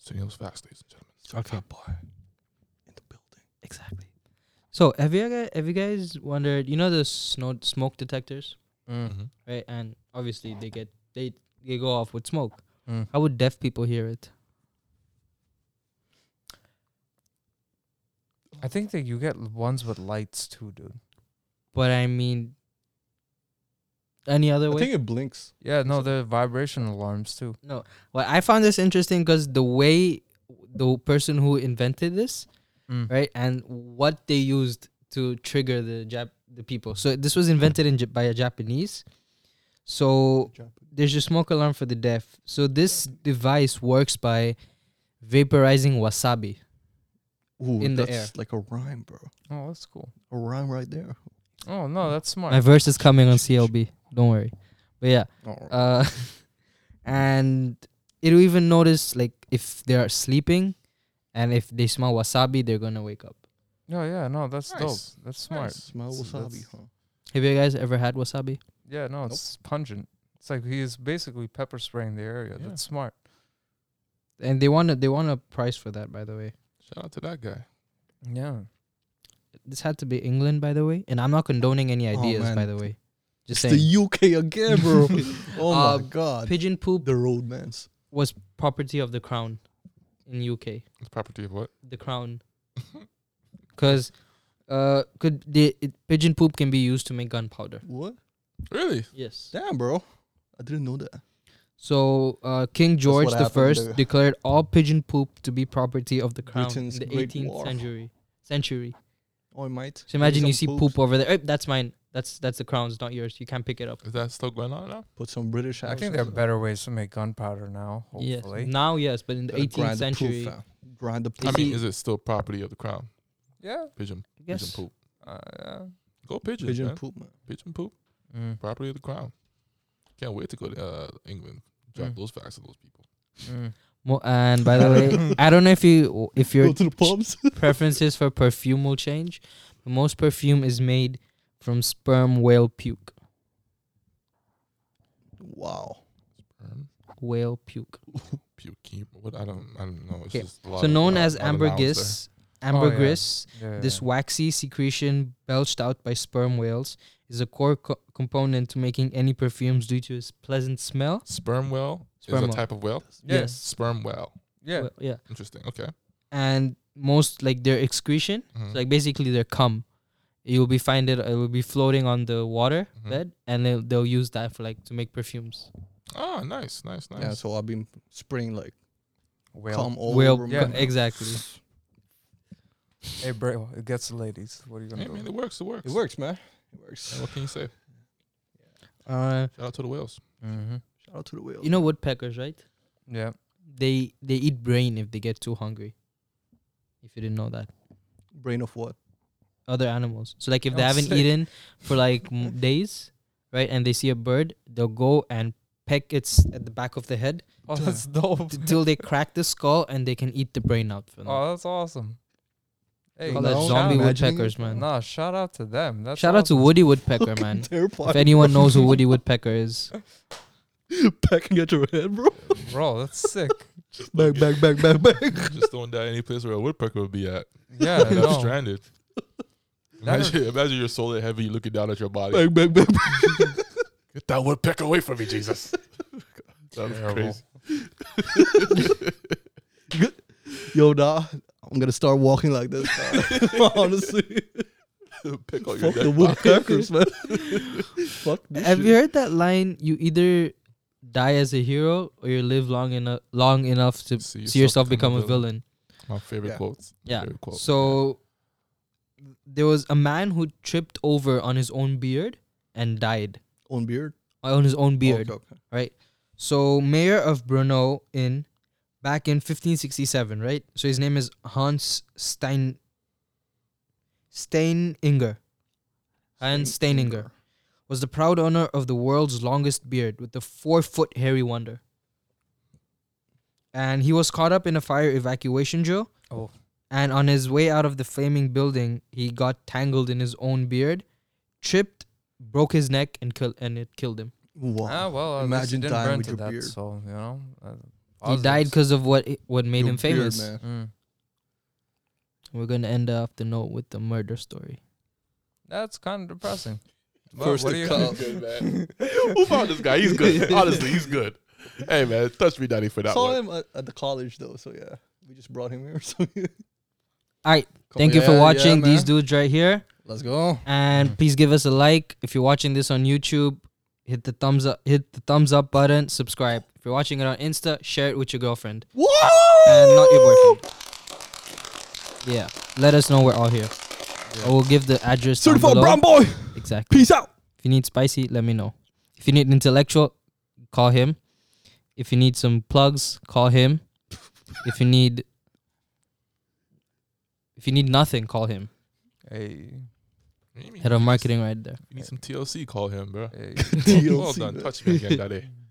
Speaker 1: Sunil's facts, ladies and gentlemen.
Speaker 4: boy. In the building.
Speaker 2: Exactly. So have you guys, have you guys wondered? You know the snow smoke detectors,
Speaker 5: Mm.
Speaker 1: Mm-hmm.
Speaker 2: right? And obviously they get they they go off with smoke.
Speaker 5: Mm.
Speaker 2: How would deaf people hear it?
Speaker 5: I think that you get ones with lights too, dude.
Speaker 2: But I mean, any other
Speaker 4: I
Speaker 2: way?
Speaker 4: think it blinks.
Speaker 5: Yeah, no, the vibration alarms too.
Speaker 2: Well, I found this interesting because the way the person who invented this,
Speaker 5: Mm.
Speaker 2: right, and what they used to trigger the Jap the people. So this was invented in Jap- by a Japanese. So there's a smoke alarm for the deaf. So this device works by vaporizing wasabi.
Speaker 4: Ooh,
Speaker 2: in the
Speaker 4: that's like a rhyme, bro.
Speaker 5: Oh, that's cool.
Speaker 4: A rhyme right there.
Speaker 5: Oh no, that's
Speaker 2: My
Speaker 5: smart.
Speaker 2: verse is coming on CLB. Don't worry. But yeah,
Speaker 4: All right.
Speaker 2: uh, and it'll even notice like if they are sleeping, and if they smell wasabi, they're gonna wake up.
Speaker 5: No, yeah, no, that's
Speaker 1: Nice.
Speaker 5: dope. That's smart.
Speaker 4: Smell
Speaker 5: So
Speaker 4: wasabi,
Speaker 5: that's-
Speaker 4: huh?
Speaker 2: Have you guys ever had wasabi?
Speaker 5: Yeah, no, it's pungent. It's like he is basically pepper spraying the area.
Speaker 1: Yeah.
Speaker 5: That's smart.
Speaker 2: And they want a, they want a price for that, by the way.
Speaker 1: Shout out to that guy.
Speaker 5: Yeah.
Speaker 2: This had to be England, by the way. And I'm not condoning any
Speaker 4: Oh,
Speaker 2: ideas, by
Speaker 4: man.
Speaker 2: the way. Just
Speaker 4: It's
Speaker 2: saying.
Speaker 4: the UK again, bro. oh my
Speaker 2: Uh,
Speaker 4: god.
Speaker 2: Pigeon poop
Speaker 4: the roadmans.
Speaker 2: was property of the crown in UK.
Speaker 1: It's property of what?
Speaker 2: The crown, because uh, could they, it, pigeon poop can be used to make gunpowder.
Speaker 4: What?
Speaker 1: Really?
Speaker 2: Yes.
Speaker 4: Damn, bro. I didn't know that.
Speaker 2: So uh, King George
Speaker 4: what
Speaker 2: the
Speaker 4: happened
Speaker 2: First
Speaker 4: there.
Speaker 2: declared all pigeon poop to be property of the crown
Speaker 4: Britain's
Speaker 2: in the
Speaker 4: Great
Speaker 2: 18th
Speaker 4: War.
Speaker 2: century. Century.
Speaker 4: Oh, I might.
Speaker 2: So imagine
Speaker 4: Put
Speaker 2: you
Speaker 4: some
Speaker 2: see
Speaker 4: poops-
Speaker 2: poop over there. Eh, that's mine. That's that's the crown's, not yours. You can't pick it up.
Speaker 1: Is that still going on now?
Speaker 4: Put some British
Speaker 5: I
Speaker 4: accent.
Speaker 5: think there are
Speaker 4: on it.
Speaker 5: better ways to make gunpowder now, hopefully.
Speaker 2: Yes. Now, yes, but in the
Speaker 4: Gotta
Speaker 2: 18th
Speaker 4: grind the poof,
Speaker 2: century,
Speaker 4: fam. grind the
Speaker 1: I
Speaker 4: poof.
Speaker 1: mean, is it still property of the crown?
Speaker 5: Yeah.
Speaker 1: Pigeon, pigeon
Speaker 2: yes.
Speaker 1: poop.
Speaker 5: Uh, yeah.
Speaker 1: Go pigeons,
Speaker 4: Pigeon
Speaker 1: man.
Speaker 4: poop, man.
Speaker 1: Pigeon poop.
Speaker 5: Mm.
Speaker 1: Property of the crown. Can't wait to go to uh, England. Drop
Speaker 5: Mm.
Speaker 1: those facts to those people.
Speaker 2: Mo- and by the way, I don't know if you if
Speaker 4: Go
Speaker 2: your
Speaker 4: to the pubs.
Speaker 2: preferences for perfume will change. But most perfume is made from sperm whale puke.
Speaker 4: wow.
Speaker 1: Sperm
Speaker 2: Whale puke.
Speaker 1: puke. What I don't, I don't know. It's
Speaker 2: Okay.
Speaker 1: just a lot
Speaker 2: so
Speaker 1: of,
Speaker 2: known
Speaker 1: uh,
Speaker 2: as
Speaker 1: lot of nouns
Speaker 2: ambergris,
Speaker 5: Oh, yeah.
Speaker 2: ambergris,
Speaker 5: Yeah,
Speaker 2: this waxy secretion belched out by sperm whales is a core co- component to making any perfumes due to its pleasant smell.
Speaker 1: there. Sperm whale
Speaker 2: Sperm
Speaker 1: is
Speaker 2: whale.
Speaker 1: a type of whale.
Speaker 5: yeah,
Speaker 2: Yes.
Speaker 1: Sperm whale.
Speaker 5: yeah.
Speaker 2: Well, yeah.
Speaker 1: Interesting. Okay.
Speaker 2: And most like their excretion
Speaker 1: Mhm.
Speaker 2: So like basically their cum. You will be find it. It will be floating on the water
Speaker 1: Mhm.
Speaker 2: bed, and they'll, they'll use that for like to make perfumes.
Speaker 1: oh, nice, nice, nice.
Speaker 4: Yeah, so I've been spraying like
Speaker 5: Whale.
Speaker 4: cum all
Speaker 2: Whale
Speaker 4: over. my-
Speaker 5: Yeah.
Speaker 2: cum, exactly.
Speaker 5: Hey, bro, it gets the ladies. What are you gonna
Speaker 1: Hey, man,
Speaker 5: do?
Speaker 1: it works. It works.
Speaker 4: It works, man. It
Speaker 1: Man,
Speaker 4: works.
Speaker 1: what can you say?
Speaker 2: Uh,
Speaker 1: Shout out to the whales.
Speaker 5: Mm-hmm.
Speaker 4: Shout out to the whale.
Speaker 2: you know woodpeckers, right?
Speaker 5: Yeah.
Speaker 2: They they eat brain if they get too hungry. If you didn't know that,
Speaker 4: Brain of what?
Speaker 2: other animals. So like if they
Speaker 5: Oh,
Speaker 2: haven't
Speaker 5: sick.
Speaker 2: eaten for like m- days, right, and they see a bird, they'll go and peck its at the back of the head
Speaker 5: Oh,
Speaker 2: Duh.
Speaker 5: that's dope.
Speaker 2: until they crack the skull and they can eat the brain out for them.
Speaker 5: Oh, that's awesome. Hey,
Speaker 2: Call
Speaker 4: no,
Speaker 2: that
Speaker 4: I'm
Speaker 2: zombie
Speaker 4: imagining
Speaker 2: woodpeckers,
Speaker 4: it.
Speaker 2: man.
Speaker 5: Nah, shout out to them. That's
Speaker 2: Shout out to
Speaker 5: awesome.
Speaker 2: Woody Woodpecker,
Speaker 4: Fucking
Speaker 2: man. If
Speaker 4: Terrifying.
Speaker 2: anyone knows who Woody Woodpecker is,
Speaker 4: Pecking at your head, bro.
Speaker 5: bro. That's sick.
Speaker 4: Back, back, back, back, back.
Speaker 1: Just throwing down any place where a woodpecker would be at.
Speaker 5: Yeah,
Speaker 1: That's
Speaker 5: no.
Speaker 1: stranded.
Speaker 5: That
Speaker 1: Imagine, imagine you're solar heavy, looking down at your body.
Speaker 4: Back, back, back.
Speaker 1: Get that woodpecker away from me, Jesus. that was
Speaker 5: Terrible.
Speaker 1: crazy.
Speaker 4: Yo, nah, I'm gonna start walking like this. nah. Honestly,
Speaker 1: Pick out your
Speaker 4: fuck the
Speaker 1: dead
Speaker 4: woodpeckers, man. fuck this
Speaker 2: Have
Speaker 4: shit.
Speaker 2: you heard that line? You either die as a hero or you live long enough long enough to
Speaker 1: See
Speaker 2: see yourself
Speaker 1: yourself
Speaker 2: become
Speaker 1: become a
Speaker 2: a villain.
Speaker 1: My favorite
Speaker 4: Yeah.
Speaker 1: quotes. My
Speaker 2: Yeah.
Speaker 1: favorite quote.
Speaker 2: So there was a man who tripped over on his own beard and died uh,
Speaker 4: on beard?
Speaker 2: on his own
Speaker 4: Okay,
Speaker 2: beard.
Speaker 4: okay.
Speaker 2: So mayor of Brno in back in 1567, right? So his name is Hans Stein Steininger. Hans Steininger. was the proud owner of the world's longest beard with the four foot hairy wonder. And he was caught up in a fire evacuation drill.
Speaker 5: Oh.
Speaker 2: And on his way out of the flaming building, he got tangled in his own beard, tripped, broke his neck, and kill- and it killed him.
Speaker 4: Wow.
Speaker 5: Ah, well, at least
Speaker 4: Imagine
Speaker 5: you didn't
Speaker 4: dying
Speaker 5: burn
Speaker 4: with
Speaker 5: to
Speaker 4: your
Speaker 5: death,
Speaker 4: beard.
Speaker 5: So you know, uh,
Speaker 2: He died
Speaker 5: positives.
Speaker 2: because of what i- what made
Speaker 4: Your
Speaker 2: him
Speaker 4: beard,
Speaker 2: famous.
Speaker 4: man.
Speaker 5: Mm.
Speaker 2: We're gonna end off the note with the murder story.
Speaker 5: That's kind of depressing. But
Speaker 4: First
Speaker 5: what
Speaker 4: the
Speaker 5: are you
Speaker 4: cop.
Speaker 1: good, man. Who found this guy? He's good. Honestly, he's good. Hey, man, touch me, daddy, for that
Speaker 4: Saw
Speaker 1: one.
Speaker 4: him at, at the college though, so yeah, we just brought him here. So yeah.
Speaker 2: Alright,
Speaker 4: Come
Speaker 2: Thank you
Speaker 4: on.
Speaker 2: for
Speaker 4: Yeah,
Speaker 2: watching
Speaker 4: yeah,
Speaker 2: these
Speaker 4: man.
Speaker 2: dudes right here.
Speaker 4: Let's go.
Speaker 2: and
Speaker 4: Mm-hmm.
Speaker 2: please give us a like if you're watching this on YouTube. Hit the thumbs up. Hit the thumbs up button. Subscribe. If you're watching it on Insta, share it with your girlfriend
Speaker 4: Woo!
Speaker 2: and not your boyfriend. Yeah, let us know we're all here. I will give the address. down
Speaker 4: Certified
Speaker 2: below.
Speaker 4: brown boy.
Speaker 2: Exactly.
Speaker 4: Peace out.
Speaker 2: If you need spicy, let me know. If you need intellectual, call him. If you need some plugs, call him. If you need, if you need nothing, call him.
Speaker 1: What
Speaker 5: Hey,
Speaker 1: do you mean?
Speaker 2: Head of marketing right there.
Speaker 1: You need some TLC. Call him, bro.
Speaker 5: hey.
Speaker 1: Well
Speaker 4: TLC,
Speaker 1: done.
Speaker 4: man.
Speaker 1: Touch me again, daddy.